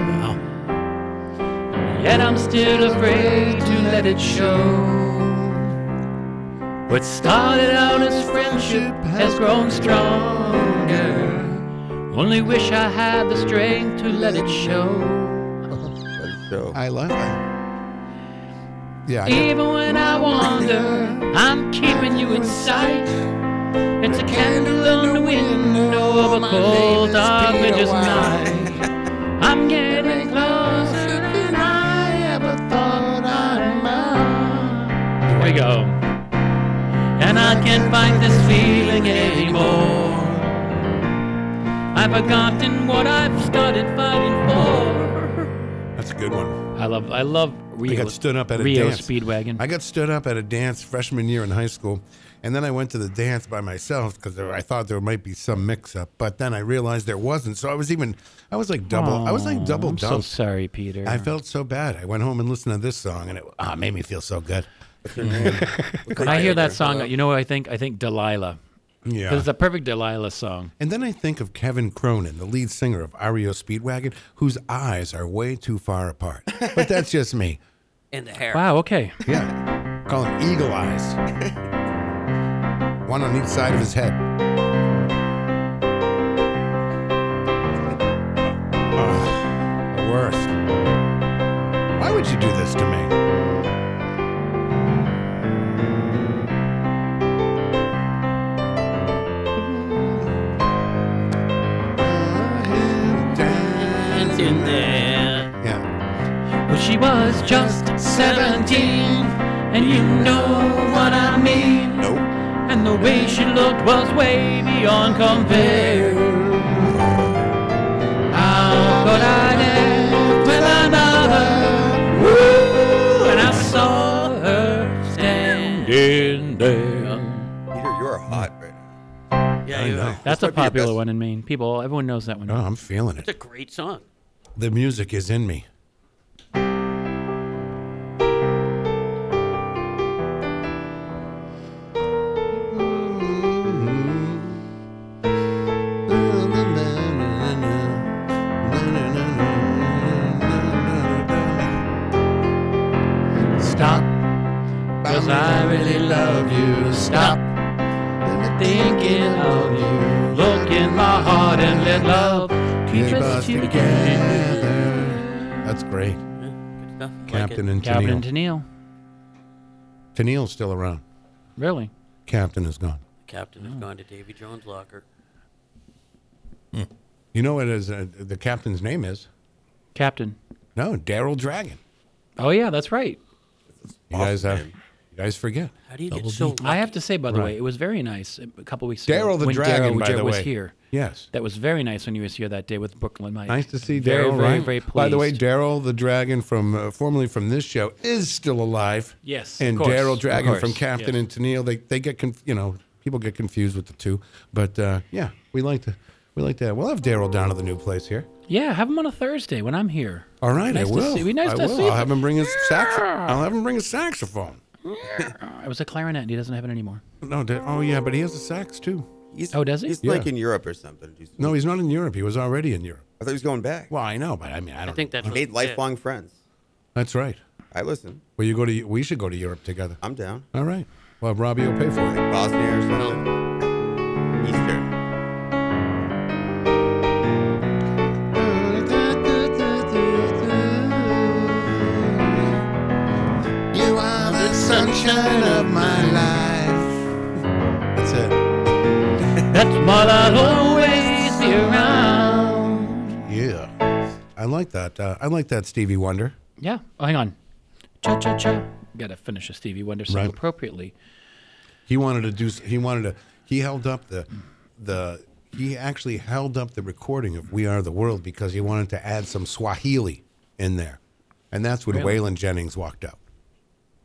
Speaker 5: Yet I'm still afraid to let it show. What started out as friendship has grown stronger. Only wish I had the strength to let it show.
Speaker 3: I love it. Yeah. I-
Speaker 5: Even when I wander, I'm keeping you in sight. It's a candle on the window of a cold, dark winter's night. I'm getting closer than I ever thought I might. Here we go. And I can't fight this feeling anymore. I've forgotten what I've started fighting for.
Speaker 3: That's a good one.
Speaker 5: I love. I love. Rio,
Speaker 3: I got stood up at a
Speaker 5: Rio
Speaker 3: dance. Speedwagon. I got stood up at a dance freshman year in high school, and then I went to the dance by myself because I thought there might be some mix-up. But then I realized there wasn't, so I was even. I was like double. I was like
Speaker 5: Aw,
Speaker 3: double
Speaker 5: I'm so
Speaker 3: dumped.
Speaker 5: sorry, Peter.
Speaker 3: I felt so bad. I went home and listened to this song, and it ah, made me feel so good.
Speaker 5: When I hear that song, you know what I think? I think Delilah.
Speaker 3: Yeah.
Speaker 5: It's the perfect Delilah song.
Speaker 3: And then I think of Kevin Cronin, the lead singer of REO Speedwagon, whose eyes are way too far apart. But that's just me.
Speaker 4: in the hair.
Speaker 5: Wow, okay.
Speaker 3: Yeah. Call him Eagle Eyes. One on each side of his head. Ugh, Ah, the worst. Why would you do this to me?
Speaker 5: in there.
Speaker 3: Yeah.
Speaker 5: Well, she was just 17, and you know what I mean.
Speaker 11: Nope.
Speaker 5: And the way she looked was way beyond compare. How could I dance with another? Woo! And I saw her stand in there.
Speaker 11: Peter, you are hot right now.
Speaker 4: Yeah,
Speaker 3: I
Speaker 4: you
Speaker 3: know.
Speaker 4: are.
Speaker 5: That's a popular one in Maine. People, everyone knows that one.
Speaker 3: Oh, I'm feeling
Speaker 4: It's a
Speaker 3: it.
Speaker 4: great song.
Speaker 3: The music is in me.
Speaker 5: Stop, cause I really love you. Stop, thinking of you. Look in my heart and let love keep us together.
Speaker 3: That's great.
Speaker 4: stuff.
Speaker 3: Captain and
Speaker 5: Captain
Speaker 3: Tennille.
Speaker 5: and Tennille.
Speaker 3: Tennille's still around.
Speaker 5: Really?
Speaker 3: Captain is gone.
Speaker 4: Captain has gone to Davy Jones' locker.
Speaker 3: You know what is, uh, the captain's name is?
Speaker 5: Captain.
Speaker 3: No, Daryl Dragon.
Speaker 5: Oh, yeah, that's right.
Speaker 3: You guys, uh, you guys forget.
Speaker 4: How do you
Speaker 3: Double
Speaker 4: get so?
Speaker 3: D.
Speaker 4: lucky?
Speaker 5: I have to say, by the
Speaker 3: Right.
Speaker 5: way, it was very nice uh, a couple weeks ago.
Speaker 3: Daryl the
Speaker 5: when
Speaker 3: Dragon,
Speaker 5: Daryl
Speaker 3: by the
Speaker 5: was
Speaker 3: way.
Speaker 5: here.
Speaker 3: Yes.
Speaker 5: That was very nice when he was here that day with Brooklyn Mike.
Speaker 3: Nice to see
Speaker 5: Very,
Speaker 3: Daryl.
Speaker 5: very,
Speaker 3: right?
Speaker 5: very pleased.
Speaker 3: By the way, Daryl the Dragon from uh, formerly from this show is still alive.
Speaker 5: Yes, of
Speaker 3: And
Speaker 5: course,
Speaker 3: Daryl
Speaker 5: of
Speaker 3: Dragon
Speaker 5: course,
Speaker 3: from Captain
Speaker 5: yes.
Speaker 3: and Tennille, they they get conf- you know people get confused with the two, but uh, yeah, we like to we like to we'll have Daryl down to the new place here.
Speaker 5: yeah, have him on a Thursday when I'm here.
Speaker 3: All right,
Speaker 5: nice
Speaker 3: I
Speaker 5: to
Speaker 3: will.
Speaker 5: see- be nice
Speaker 3: I
Speaker 5: to
Speaker 3: will.
Speaker 5: see
Speaker 3: I'll have
Speaker 5: you.
Speaker 3: him bring his sax.
Speaker 5: Yeah.
Speaker 3: I'll have him bring his saxophone.
Speaker 5: It was a clarinet. and He doesn't have it anymore.
Speaker 3: No, Da- oh yeah, but he has a sax too.
Speaker 11: He's,
Speaker 5: Oh, does he?
Speaker 11: He's
Speaker 3: Yeah.
Speaker 11: like in Europe or something. He's-
Speaker 3: No, he's not in Europe. He was already in Europe.
Speaker 11: I thought he was going back.
Speaker 3: Well, I know, but I mean, I
Speaker 4: I
Speaker 3: don't.
Speaker 4: think that's
Speaker 11: He made lifelong friends.
Speaker 3: That's right.
Speaker 11: I listen.
Speaker 3: Well, you go to we should go to Europe together.
Speaker 11: I'm down.
Speaker 3: All right. Well, Robbie will pay for it.
Speaker 11: Like Bosnia or something. Eastern.
Speaker 3: You are the sunshine of my life. That's it.
Speaker 5: That's what I'll always be around.
Speaker 3: Yeah. I like that. Uh, I like that Stevie Wonder.
Speaker 5: Yeah. Oh, hang on. Cha cha cha. Got to finish a Stevie Wonder song
Speaker 3: Right.
Speaker 5: appropriately.
Speaker 3: He wanted to do. s- He wanted to. He held up the, the. He actually held up the recording of "We Are the World" because he wanted to add some Swahili in there, and that's when
Speaker 5: Really?
Speaker 3: Waylon Jennings walked out.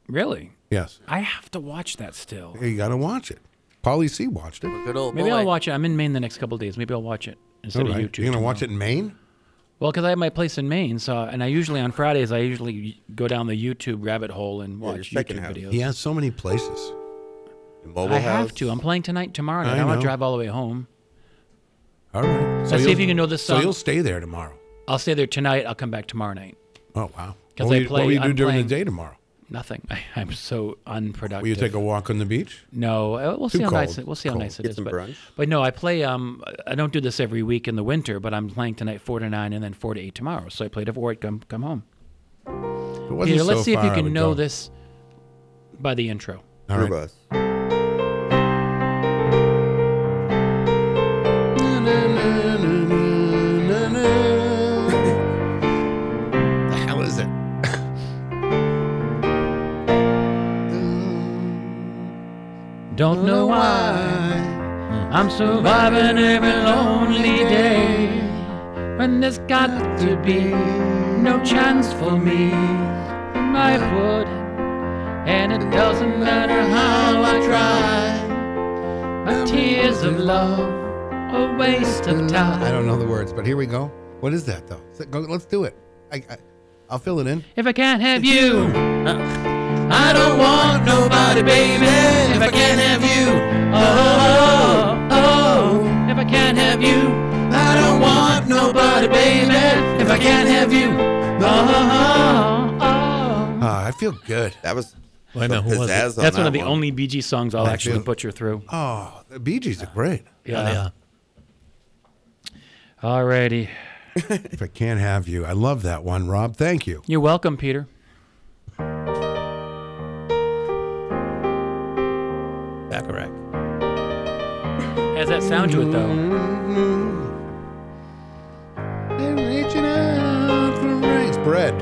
Speaker 5: Really?
Speaker 3: Yes.
Speaker 5: I have to watch that still.
Speaker 3: You got to watch it. Paulie C watched it.
Speaker 4: Good old
Speaker 5: Maybe
Speaker 4: boy.
Speaker 5: I'll watch it. I'm in Maine the next couple of days. Maybe I'll watch it instead
Speaker 3: All
Speaker 5: of
Speaker 3: right.
Speaker 5: YouTube.
Speaker 3: You're gonna watch
Speaker 5: tomorrow.
Speaker 3: it in Maine.
Speaker 5: Well, because I have my place in Maine, so and I usually on Fridays I usually go down the YouTube rabbit hole and
Speaker 11: your
Speaker 5: watch
Speaker 11: second
Speaker 5: YouTube
Speaker 11: house.
Speaker 5: videos.
Speaker 3: He has so many places.
Speaker 11: Mobile
Speaker 5: I
Speaker 11: house.
Speaker 5: have to. I'm playing tonight, tomorrow
Speaker 3: I
Speaker 5: night. I'm gonna
Speaker 3: know.
Speaker 5: drive all the way home.
Speaker 3: All right.
Speaker 5: Let's see
Speaker 3: you'll-
Speaker 5: if you can know this
Speaker 3: So
Speaker 5: song.
Speaker 3: you'll stay there tomorrow.
Speaker 5: I'll stay there tonight. I'll come back tomorrow night.
Speaker 3: Oh wow!
Speaker 5: Because
Speaker 3: What will
Speaker 5: I
Speaker 3: you-
Speaker 5: play.
Speaker 3: What will you do
Speaker 5: I'm
Speaker 3: during
Speaker 5: playing-
Speaker 3: the day tomorrow?
Speaker 5: Nothing. I, I'm so unproductive.
Speaker 3: Will you take a walk on the beach?
Speaker 5: No, uh, we'll
Speaker 3: Too
Speaker 5: see how nice
Speaker 3: cold.
Speaker 5: it, we'll see how
Speaker 3: Cold.
Speaker 5: nice it
Speaker 3: Get
Speaker 5: is.
Speaker 3: some
Speaker 5: but,
Speaker 3: brunch.
Speaker 5: but no, I play. Um, I don't do this every week in the winter, but I'm playing tonight four to nine, and then four to eight tomorrow. So I play to four. Come come home.
Speaker 3: wasn't
Speaker 5: Peter, let's
Speaker 3: so
Speaker 5: see if you
Speaker 3: far, I
Speaker 5: can
Speaker 3: would
Speaker 5: know
Speaker 3: go.
Speaker 5: this by the intro.
Speaker 3: All right. the hell is it?
Speaker 5: Don't know why I'm surviving every lonely day when there's got to be no chance for me. I would, and it doesn't matter how I try. My tears of love, a waste of time.
Speaker 3: I don't know the words, but here we go. What is that though? So go- Let's do it. I, I, I'll fill it in.
Speaker 5: If I can't have you, I don't want nobody, baby. If I can't have you, oh, oh, oh. If I can't have you, I don't want nobody, baby. If I can't have you, oh, oh,
Speaker 3: Ah, I feel good.
Speaker 11: That was
Speaker 1: Wait a minute, who was it?
Speaker 5: That's one of the only Bee Gees songs I'll
Speaker 3: I
Speaker 5: actually
Speaker 3: feel-
Speaker 5: butcher through.
Speaker 3: Oh, the Bee Gees are great.
Speaker 5: Yeah. Yeah, Alrighty.
Speaker 3: if I can't have you, I love that one, Rob. Thank you.
Speaker 5: You're welcome, Peter.
Speaker 1: Bacharach.
Speaker 5: Has that sound to it though?
Speaker 3: They're reaching out for rain. It's bread.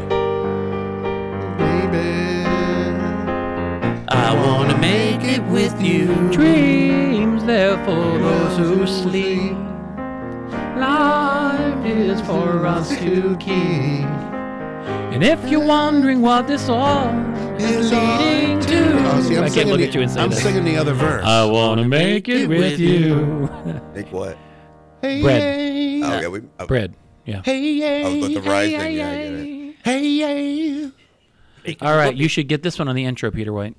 Speaker 4: I wanna make it with you.
Speaker 5: Dreams there for those who sleep. Life is for us to keep. And if you're wondering what this all is leading to,
Speaker 3: Oh, see, I'm
Speaker 5: I can't
Speaker 3: singing
Speaker 5: look
Speaker 3: the-
Speaker 5: at you and say
Speaker 3: I'm
Speaker 5: that. Uh,
Speaker 3: singing the other verse.
Speaker 5: I wanna make it with you.
Speaker 11: Make what?
Speaker 3: Hey,
Speaker 5: Bread.
Speaker 3: hey.
Speaker 11: Oh, yeah, we, oh.
Speaker 5: Bread. Yeah.
Speaker 3: Hey, hey,
Speaker 11: Oh, but the
Speaker 3: hey,
Speaker 11: rise
Speaker 3: hey,
Speaker 11: thing, yeah, I
Speaker 3: hey,
Speaker 11: get
Speaker 3: Hey, hey.
Speaker 5: All right, you should get this one on the intro, Peter White.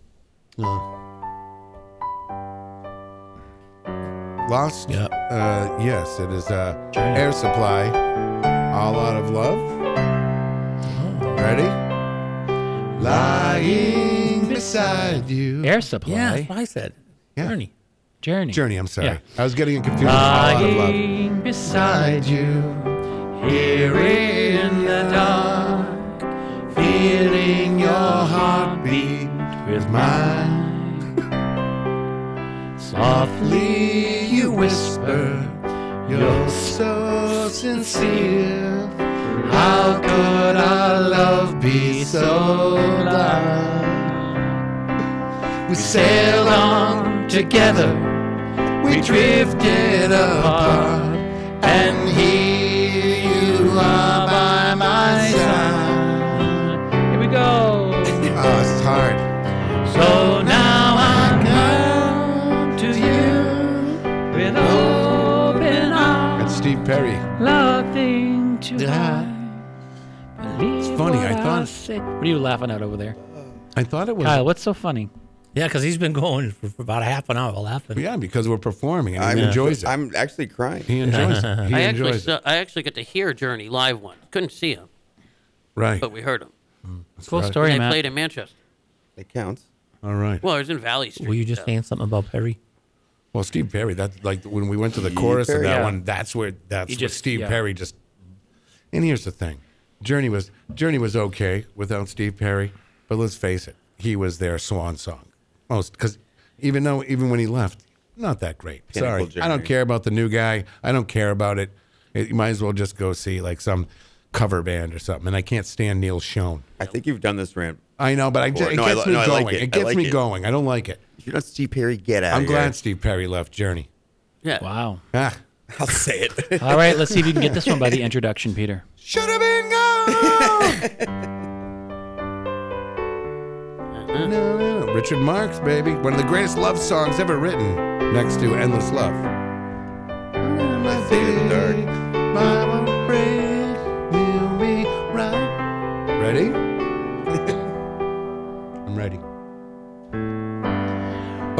Speaker 3: Lost? Uh, yes, it is uh, Air Supply. All out of love. Ready? Lying beside you.
Speaker 5: Air Supply.
Speaker 1: Yeah, that's what I said. Journey.
Speaker 5: Journey.
Speaker 3: Journey, I'm sorry.
Speaker 1: Yeah.
Speaker 3: I was getting it confused. with all out of love.
Speaker 5: Lying beside you, here in the dark, feeling your heartbeat with mine. Softly you whisper, you're so sincere. How could our love be so blind? We sailed on together, we drifted apart, and here you are by my side. Here we go.
Speaker 3: Oh, it's hard.
Speaker 5: So now I come to you with open arms.
Speaker 3: That's Steve Perry.
Speaker 5: Nothing to It's
Speaker 3: funny, I thought-
Speaker 5: What are you laughing at over there?
Speaker 3: I thought it was.
Speaker 5: Kyle, what's so funny?
Speaker 1: Yeah, because he's been going for for about a half an hour laughing.
Speaker 3: Yeah, because we're performing and
Speaker 11: I'm,
Speaker 3: he enjoys it.
Speaker 11: I'm actually crying.
Speaker 3: he enjoys it. He
Speaker 4: I actually,
Speaker 3: enjoys it.
Speaker 4: saw, I actually got to hear Journey live one. Couldn't see him,
Speaker 3: Right.
Speaker 4: but we heard him.
Speaker 5: Cool
Speaker 3: right.
Speaker 5: story,
Speaker 4: they
Speaker 5: Matt.
Speaker 4: played in Manchester.
Speaker 11: It counts.
Speaker 3: All right.
Speaker 4: Well, it was in Valley Street.
Speaker 1: Were you just
Speaker 4: so-
Speaker 1: saying something about Perry?
Speaker 3: Well, Steve Perry. That like when we went to the
Speaker 11: Steve
Speaker 3: chorus of
Speaker 11: Perry.
Speaker 3: that
Speaker 11: Yeah.
Speaker 3: one. That's where that's
Speaker 5: He
Speaker 3: where
Speaker 5: just-
Speaker 3: Steve
Speaker 5: yeah.
Speaker 3: Perry just. And here's the thing, Journey was Journey was okay without Steve Perry, but let's face it, he was their swan song most because even though even when he left, not that great. Sorry,
Speaker 11: Pinnacle
Speaker 3: I don't
Speaker 11: Journey.
Speaker 3: care about the new guy. I don't care about it. it. You might as well just go see like some cover band or something. And I can't stand Neil Schon.
Speaker 11: I think you've done this rant.
Speaker 3: I know, but I,
Speaker 11: before.
Speaker 3: it
Speaker 11: No, I
Speaker 3: gets
Speaker 11: li-
Speaker 3: me
Speaker 11: no, I like
Speaker 3: going.
Speaker 11: it.
Speaker 3: It
Speaker 11: I
Speaker 3: gets
Speaker 11: like
Speaker 3: me
Speaker 11: it.
Speaker 3: going. I don't like it.
Speaker 11: If you're not Steve Perry, get out
Speaker 3: I'm
Speaker 11: of here.
Speaker 3: glad Steve Perry left Journey.
Speaker 4: Yeah.
Speaker 5: Wow.
Speaker 3: Ah.
Speaker 11: I'll say it.
Speaker 5: All right, let's see if you can get this one by the introduction, Peter.
Speaker 3: Should have been gone. No, no, no. Richard Marx, baby. One of the greatest love songs ever written. Next to Endless Love.
Speaker 11: I stayed in the dark.
Speaker 3: Ready? I'm ready.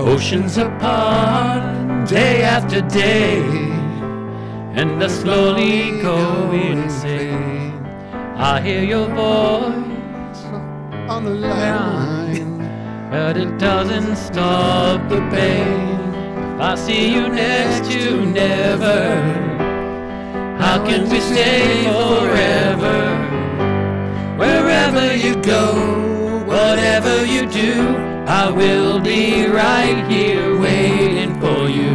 Speaker 5: Oceans apart, day after day. and I slowly go insane. I hear your voice
Speaker 3: on the line,
Speaker 5: but it doesn't stop the pain. If I see you next to never, how can we stay forever? Wherever you go, whatever you do, I will be right here waiting for you.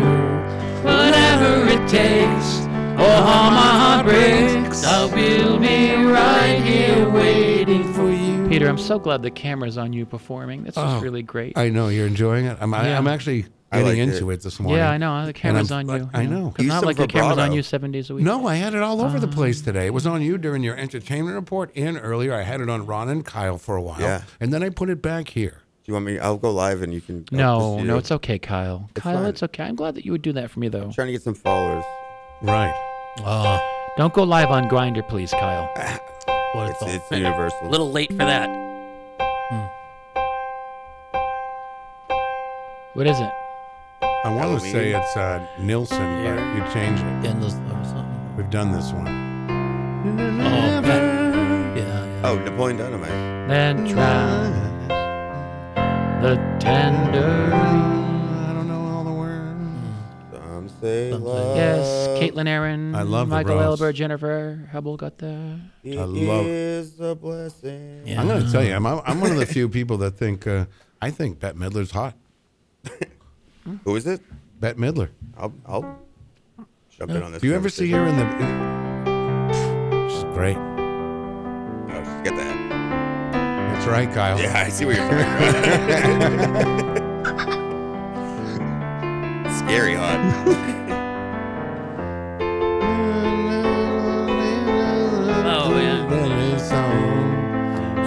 Speaker 5: Whatever it takes, or how my heart breaks, I will be right here waiting for you.
Speaker 1: Peter, I'm so glad the camera's on you performing. This
Speaker 3: Oh,
Speaker 1: is really great.
Speaker 3: I know you're enjoying it. I'm, I,
Speaker 1: Yeah.
Speaker 3: am actually
Speaker 1: I
Speaker 3: getting
Speaker 1: liked
Speaker 3: into
Speaker 1: it.
Speaker 3: it. this morning.
Speaker 1: Yeah, I know. The
Speaker 3: And
Speaker 1: camera's
Speaker 3: I'm-
Speaker 1: on you,
Speaker 3: I
Speaker 1: yeah. Ah.
Speaker 3: know.
Speaker 1: 'Cause not
Speaker 3: some
Speaker 1: like the camera's on
Speaker 3: vibrato.
Speaker 1: you seven days a week.
Speaker 3: No, I had it all over the place today. It was on you during your entertainment report and earlier. I had it on Ron and Kyle for a while.
Speaker 11: Yeah.
Speaker 3: And then I put it back here.
Speaker 11: Do you want me? I'll go live and you can.
Speaker 1: No, no, it's okay, Kyle. Kyle,
Speaker 11: fine.
Speaker 1: it's okay. I'm glad that you would do that for me, though.
Speaker 11: trying to get some followers.
Speaker 3: Right.
Speaker 1: Uh, Don't go live on Grinder, please, Kyle.
Speaker 11: It's, it's universal.
Speaker 4: A little late for that.
Speaker 1: What is it? Oh,
Speaker 3: I want to say
Speaker 1: Halloween.
Speaker 3: it's uh, Nilsson, but you changed it. We've done this one.
Speaker 11: Oh, Napoleon Dynamite.
Speaker 5: That drives the tender.
Speaker 11: Some say love.
Speaker 1: Yes, Caitlin Aaron,
Speaker 11: I love the
Speaker 1: Michael
Speaker 11: Bros.
Speaker 1: Elber, Jennifer Hubble got the.
Speaker 11: It
Speaker 3: I love-
Speaker 11: is a blessing.
Speaker 3: I'm going to tell you, I'm, I'm one of the few people that think, uh, I think Bette Midler's hot.
Speaker 11: Who is it?
Speaker 3: Bette Midler.
Speaker 11: I'll, I'll jump in on this.
Speaker 3: Do you ever see her in the. She's great.
Speaker 11: Oh, she's got that.
Speaker 3: That's right, Kyle.
Speaker 11: Yeah, I see where you're going. Scary hot.
Speaker 5: Oh, yeah.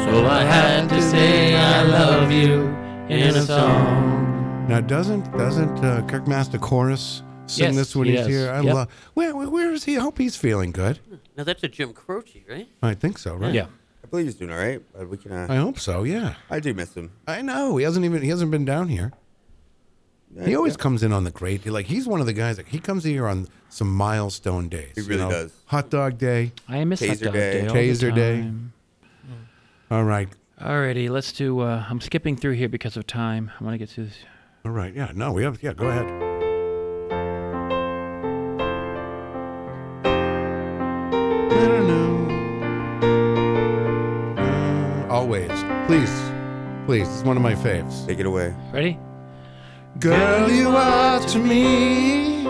Speaker 5: So I had to say I love you in a song.
Speaker 3: Now, doesn't doesn't uh, Kirkmaster Chorus sing
Speaker 4: Yes,
Speaker 3: this when
Speaker 4: he
Speaker 3: he's
Speaker 4: does.
Speaker 3: here? I
Speaker 4: Yep.
Speaker 3: love. Where, where where is he? I hope he's feeling good.
Speaker 4: Now that's a Jim Croce, right?
Speaker 3: I think so, right?
Speaker 11: I believe he's doing all right. But we can. Uh,
Speaker 3: I hope so. Yeah.
Speaker 11: I do miss him.
Speaker 3: I know he hasn't even he hasn't been down here. He always comes in on the great. Like he's one of the guys that he comes here on some milestone days.
Speaker 11: He
Speaker 3: you
Speaker 11: really
Speaker 3: know?
Speaker 11: does.
Speaker 3: Hot dog day.
Speaker 1: I miss Hot Taser Dog Day. Day all the
Speaker 3: Taser day.
Speaker 1: time.
Speaker 3: All right.
Speaker 1: Alrighty, let's do. Uh, I'm skipping through here because of time. I want to get to this.
Speaker 3: All right. Yeah. No. We have. Yeah. Go ahead. Uh, Always. Please. Please. It's one of my faves.
Speaker 11: Take it away.
Speaker 1: Ready?
Speaker 3: Girl, you are to me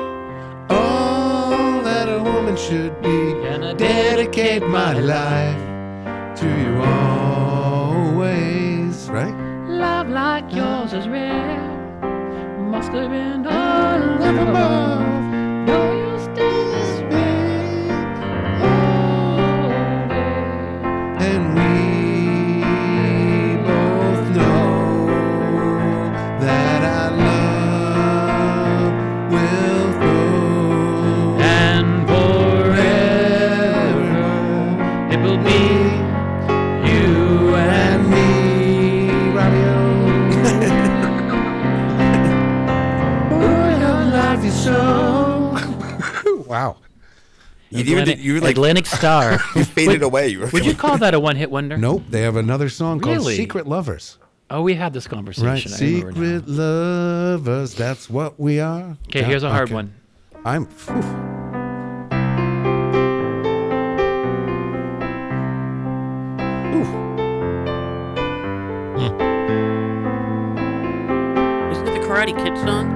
Speaker 3: all that a woman should be.
Speaker 5: And I
Speaker 3: dedicate my life to you always. Right?
Speaker 5: Love like yours is rare. Must have been all above. Though you still
Speaker 3: And we both know that our love will grow.
Speaker 5: And forever it will be you and me, Romeo. love you so.
Speaker 3: wow.
Speaker 11: You even did- you were like-
Speaker 1: Atlantic Star.
Speaker 11: You faded away. You were-
Speaker 1: Would you call that a one-hit wonder?
Speaker 3: Nope. They have another song called
Speaker 1: Really?
Speaker 3: Secret Lovers.
Speaker 1: Oh, we had this conversation.
Speaker 3: Right,
Speaker 1: I remember now.
Speaker 3: secret lovers. That's what we are.
Speaker 1: 'Kay, here's a hard
Speaker 3: okay.
Speaker 1: one.
Speaker 3: I'm. phew.
Speaker 4: Isn't it the Karate Kid song?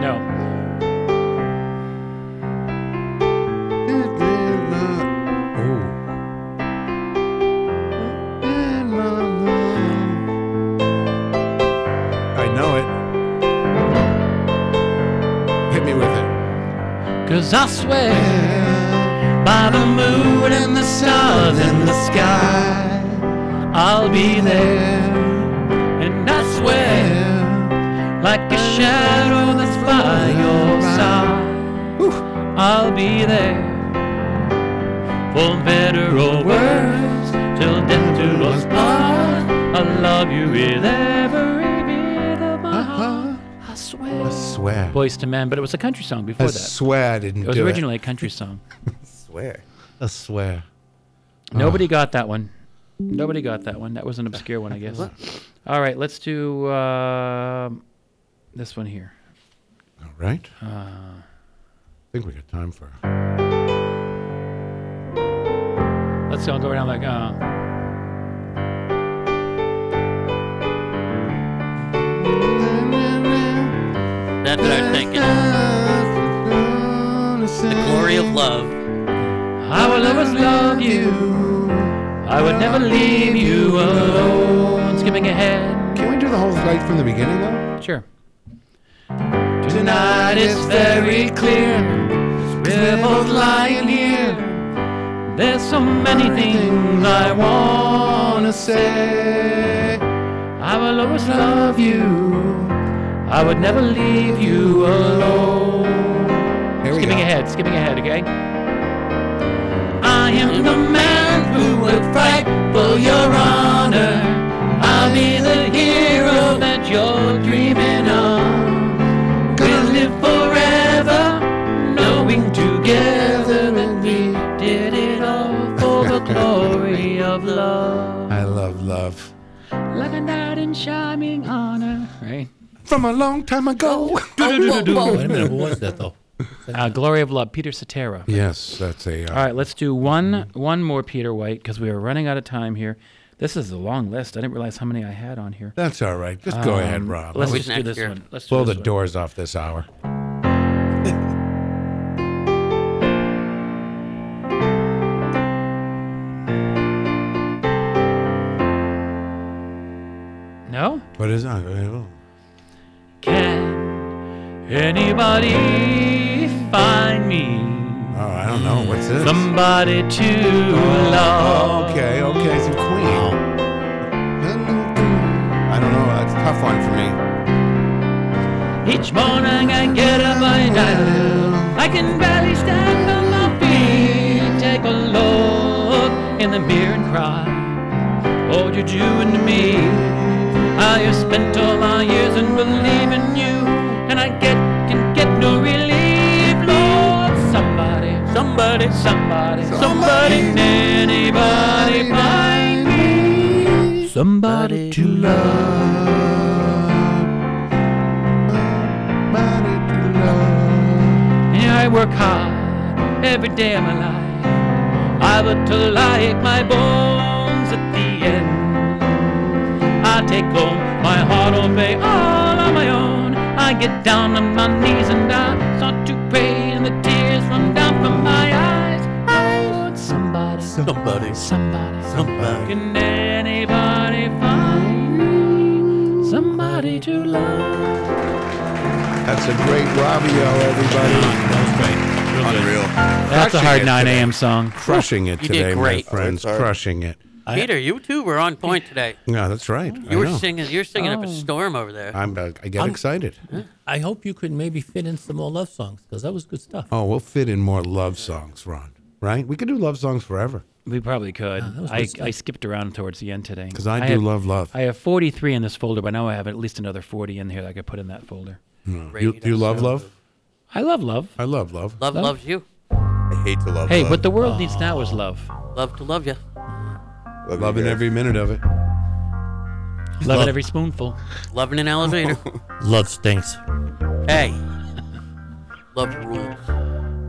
Speaker 1: No.
Speaker 3: I know it. Hit me with it.
Speaker 5: Cause I swear by the moon and the stars in the sky, I'll be there. And I swear, like a shadow that's by your side, I'll be there. For better or worse, till death do us part, I love you with every beat of my heart. I swear.
Speaker 3: I swear. swear.
Speaker 15: Boys to Men, but it was a country song before
Speaker 3: I
Speaker 15: that.
Speaker 3: swear I didn't
Speaker 15: It was
Speaker 3: do it.
Speaker 15: originally a country song.
Speaker 11: swear.
Speaker 3: I swear.
Speaker 15: Nobody got that one. Nobody got that one. That was an obscure one, I guess. All right, let's do um this one here.
Speaker 3: All right.
Speaker 15: Uh,
Speaker 3: I think we got time for.
Speaker 15: let's all go around like. Uh,
Speaker 4: That's what I'm thinking. The glory of love.
Speaker 15: I will always love you. I would never leave you alone. Skipping ahead.
Speaker 3: Can we do the whole right from the beginning though?
Speaker 15: Sure.
Speaker 5: Tonight it's very clear. We're both lying here. There's so many things I wanna say. I will always love you.
Speaker 15: I would never leave you alone.
Speaker 5: we
Speaker 15: skipping
Speaker 5: go.
Speaker 15: ahead, skipping ahead, okay?
Speaker 5: I am the man who would fight for your honor. I'll be the hero that you're dreaming of. We'll live forever, knowing together that we did it all for the glory of love.
Speaker 3: I love love.
Speaker 5: Like a knight in shining honor.
Speaker 15: Right.
Speaker 3: From a long time ago.
Speaker 15: Wait
Speaker 1: a minute, what was that though?
Speaker 15: Uh, Glory of Love, Peter Cetera.
Speaker 3: Yes, that's a.
Speaker 15: All
Speaker 3: Uh,
Speaker 15: right, let's do one one more Peter White because we are running out of time here. This is a long list. I didn't realize how many I had on here.
Speaker 3: That's all right. Just go ahead,
Speaker 15: Um,
Speaker 3: Rob.
Speaker 15: Let's just do this one. Let's do
Speaker 3: blow
Speaker 15: this
Speaker 3: the doors off this hour.
Speaker 15: one. No?
Speaker 3: What is uh, oh, that?
Speaker 5: Anybody find me
Speaker 3: Oh, I don't know. What's this?
Speaker 5: somebody to love?
Speaker 3: Okay, okay, some Queen. I don't know. That's a tough one for me.
Speaker 5: Each morning I get up I die. I can barely stand on my feet. Take a look in the mirror and cry. Oh, you're doing to me. I have spent all my years in believing you, and I get can get no relief, Lord. Somebody, somebody, somebody, somebody, anybody find me. Somebody to love. And I work hard every day of my life. I work till I ache my bones at the end. I take home my heart obey all on my own. I get down on my knees and I start to pray, and the tears run down from my eyes. I want somebody, somebody, somebody, somebody. Can anybody find me somebody to love?
Speaker 3: That's a great Robbio, everybody. that was great. Unreal.
Speaker 15: That's a
Speaker 3: Crushing
Speaker 15: hard
Speaker 3: it
Speaker 15: 9
Speaker 3: today.
Speaker 15: a.m. song.
Speaker 3: Crushing it
Speaker 4: You did
Speaker 3: today, my
Speaker 4: great.
Speaker 3: friends. Crushing it.
Speaker 4: Peter, you two were on point today.
Speaker 3: Yeah, that's right. I
Speaker 4: You were
Speaker 3: know.
Speaker 4: singing. You were singing up a storm over there.
Speaker 3: I'm. Uh, I get
Speaker 4: I'm-
Speaker 3: excited.
Speaker 1: I hope you could maybe fit in some more love songs because that was good stuff.
Speaker 3: Oh, we'll fit in more love songs, Ron. Right? We could do love songs forever.
Speaker 15: We probably could.
Speaker 1: Oh, that was
Speaker 15: I,
Speaker 1: good stuff.
Speaker 15: I skipped around towards the end today.
Speaker 3: 'Cause I do
Speaker 15: have-
Speaker 3: love love.
Speaker 15: I have 43 in this folder, but now I have at least another 40 in here that I could put in that folder.
Speaker 3: Mm. You, you love love?
Speaker 15: I love love.
Speaker 3: I love love.
Speaker 4: Love,
Speaker 15: Love?
Speaker 4: loves you.
Speaker 11: I hate to love
Speaker 15: hey,
Speaker 11: love.
Speaker 15: what the world needs now is love.
Speaker 4: Love to love you.
Speaker 11: Love you
Speaker 3: Loving
Speaker 11: guys.
Speaker 3: every minute of it.
Speaker 15: Love
Speaker 1: Love.
Speaker 15: at every spoonful.
Speaker 4: Loving an elevator.
Speaker 1: Love stinks.
Speaker 4: hey. Love rules.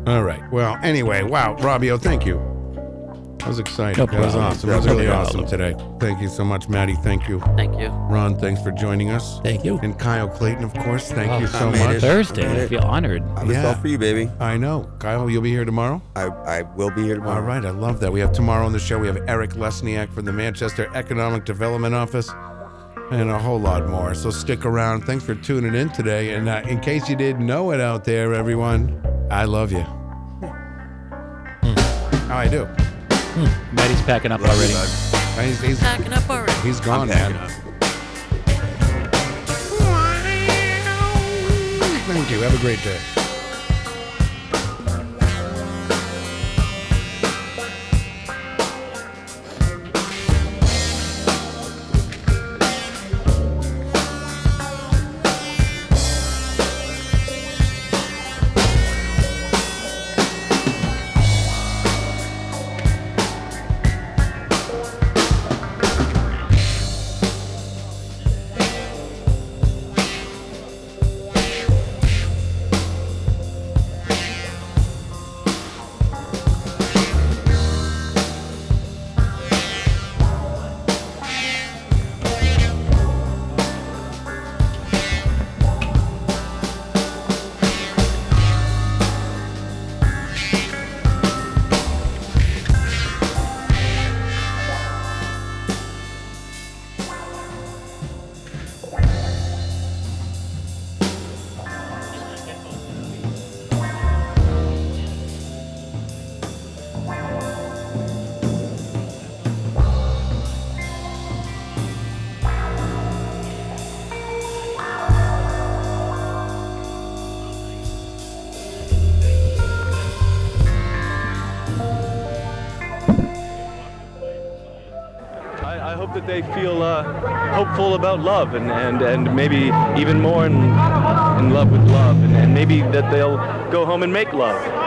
Speaker 3: All right. Well, anyway, wow, Robbio, thank you. I was excited.
Speaker 15: No
Speaker 3: that was
Speaker 15: problem.
Speaker 3: awesome. That was
Speaker 15: No
Speaker 3: really
Speaker 15: problem.
Speaker 3: awesome today. Thank you so much, Maddie. Thank you.
Speaker 4: Thank you.
Speaker 3: Ron, thanks for joining us.
Speaker 1: Thank you.
Speaker 3: And Kyle Clayton, of course. Thank
Speaker 15: Oh,
Speaker 3: you
Speaker 11: I
Speaker 3: so
Speaker 11: made
Speaker 3: much.
Speaker 11: it.
Speaker 15: Thursday. I
Speaker 11: Hey.
Speaker 15: feel honored.
Speaker 11: I was
Speaker 3: Yeah.
Speaker 11: all for you, baby.
Speaker 3: I know. Kyle, you'll be here tomorrow?
Speaker 11: I, I will be here tomorrow.
Speaker 3: All right, I love that. We have tomorrow on the show, we have Eric Lesniak from the Manchester Economic Development Office and a whole lot more. So stick around. Thanks for tuning in today. And uh, in case you didn't know it out there, everyone, I love you.
Speaker 11: Hmm.
Speaker 3: How I do.
Speaker 15: Maddie's packing up
Speaker 11: Love
Speaker 15: already.
Speaker 11: you, bud.
Speaker 3: He's, he's,
Speaker 4: Packing up already.
Speaker 3: he's gone,
Speaker 11: packing
Speaker 3: man.
Speaker 11: up.
Speaker 3: Thank you. Have a great day.
Speaker 5: Thank
Speaker 8: that they feel uh, hopeful about love and, and, and maybe even more in, in love with love and, and maybe that they'll go home and make love.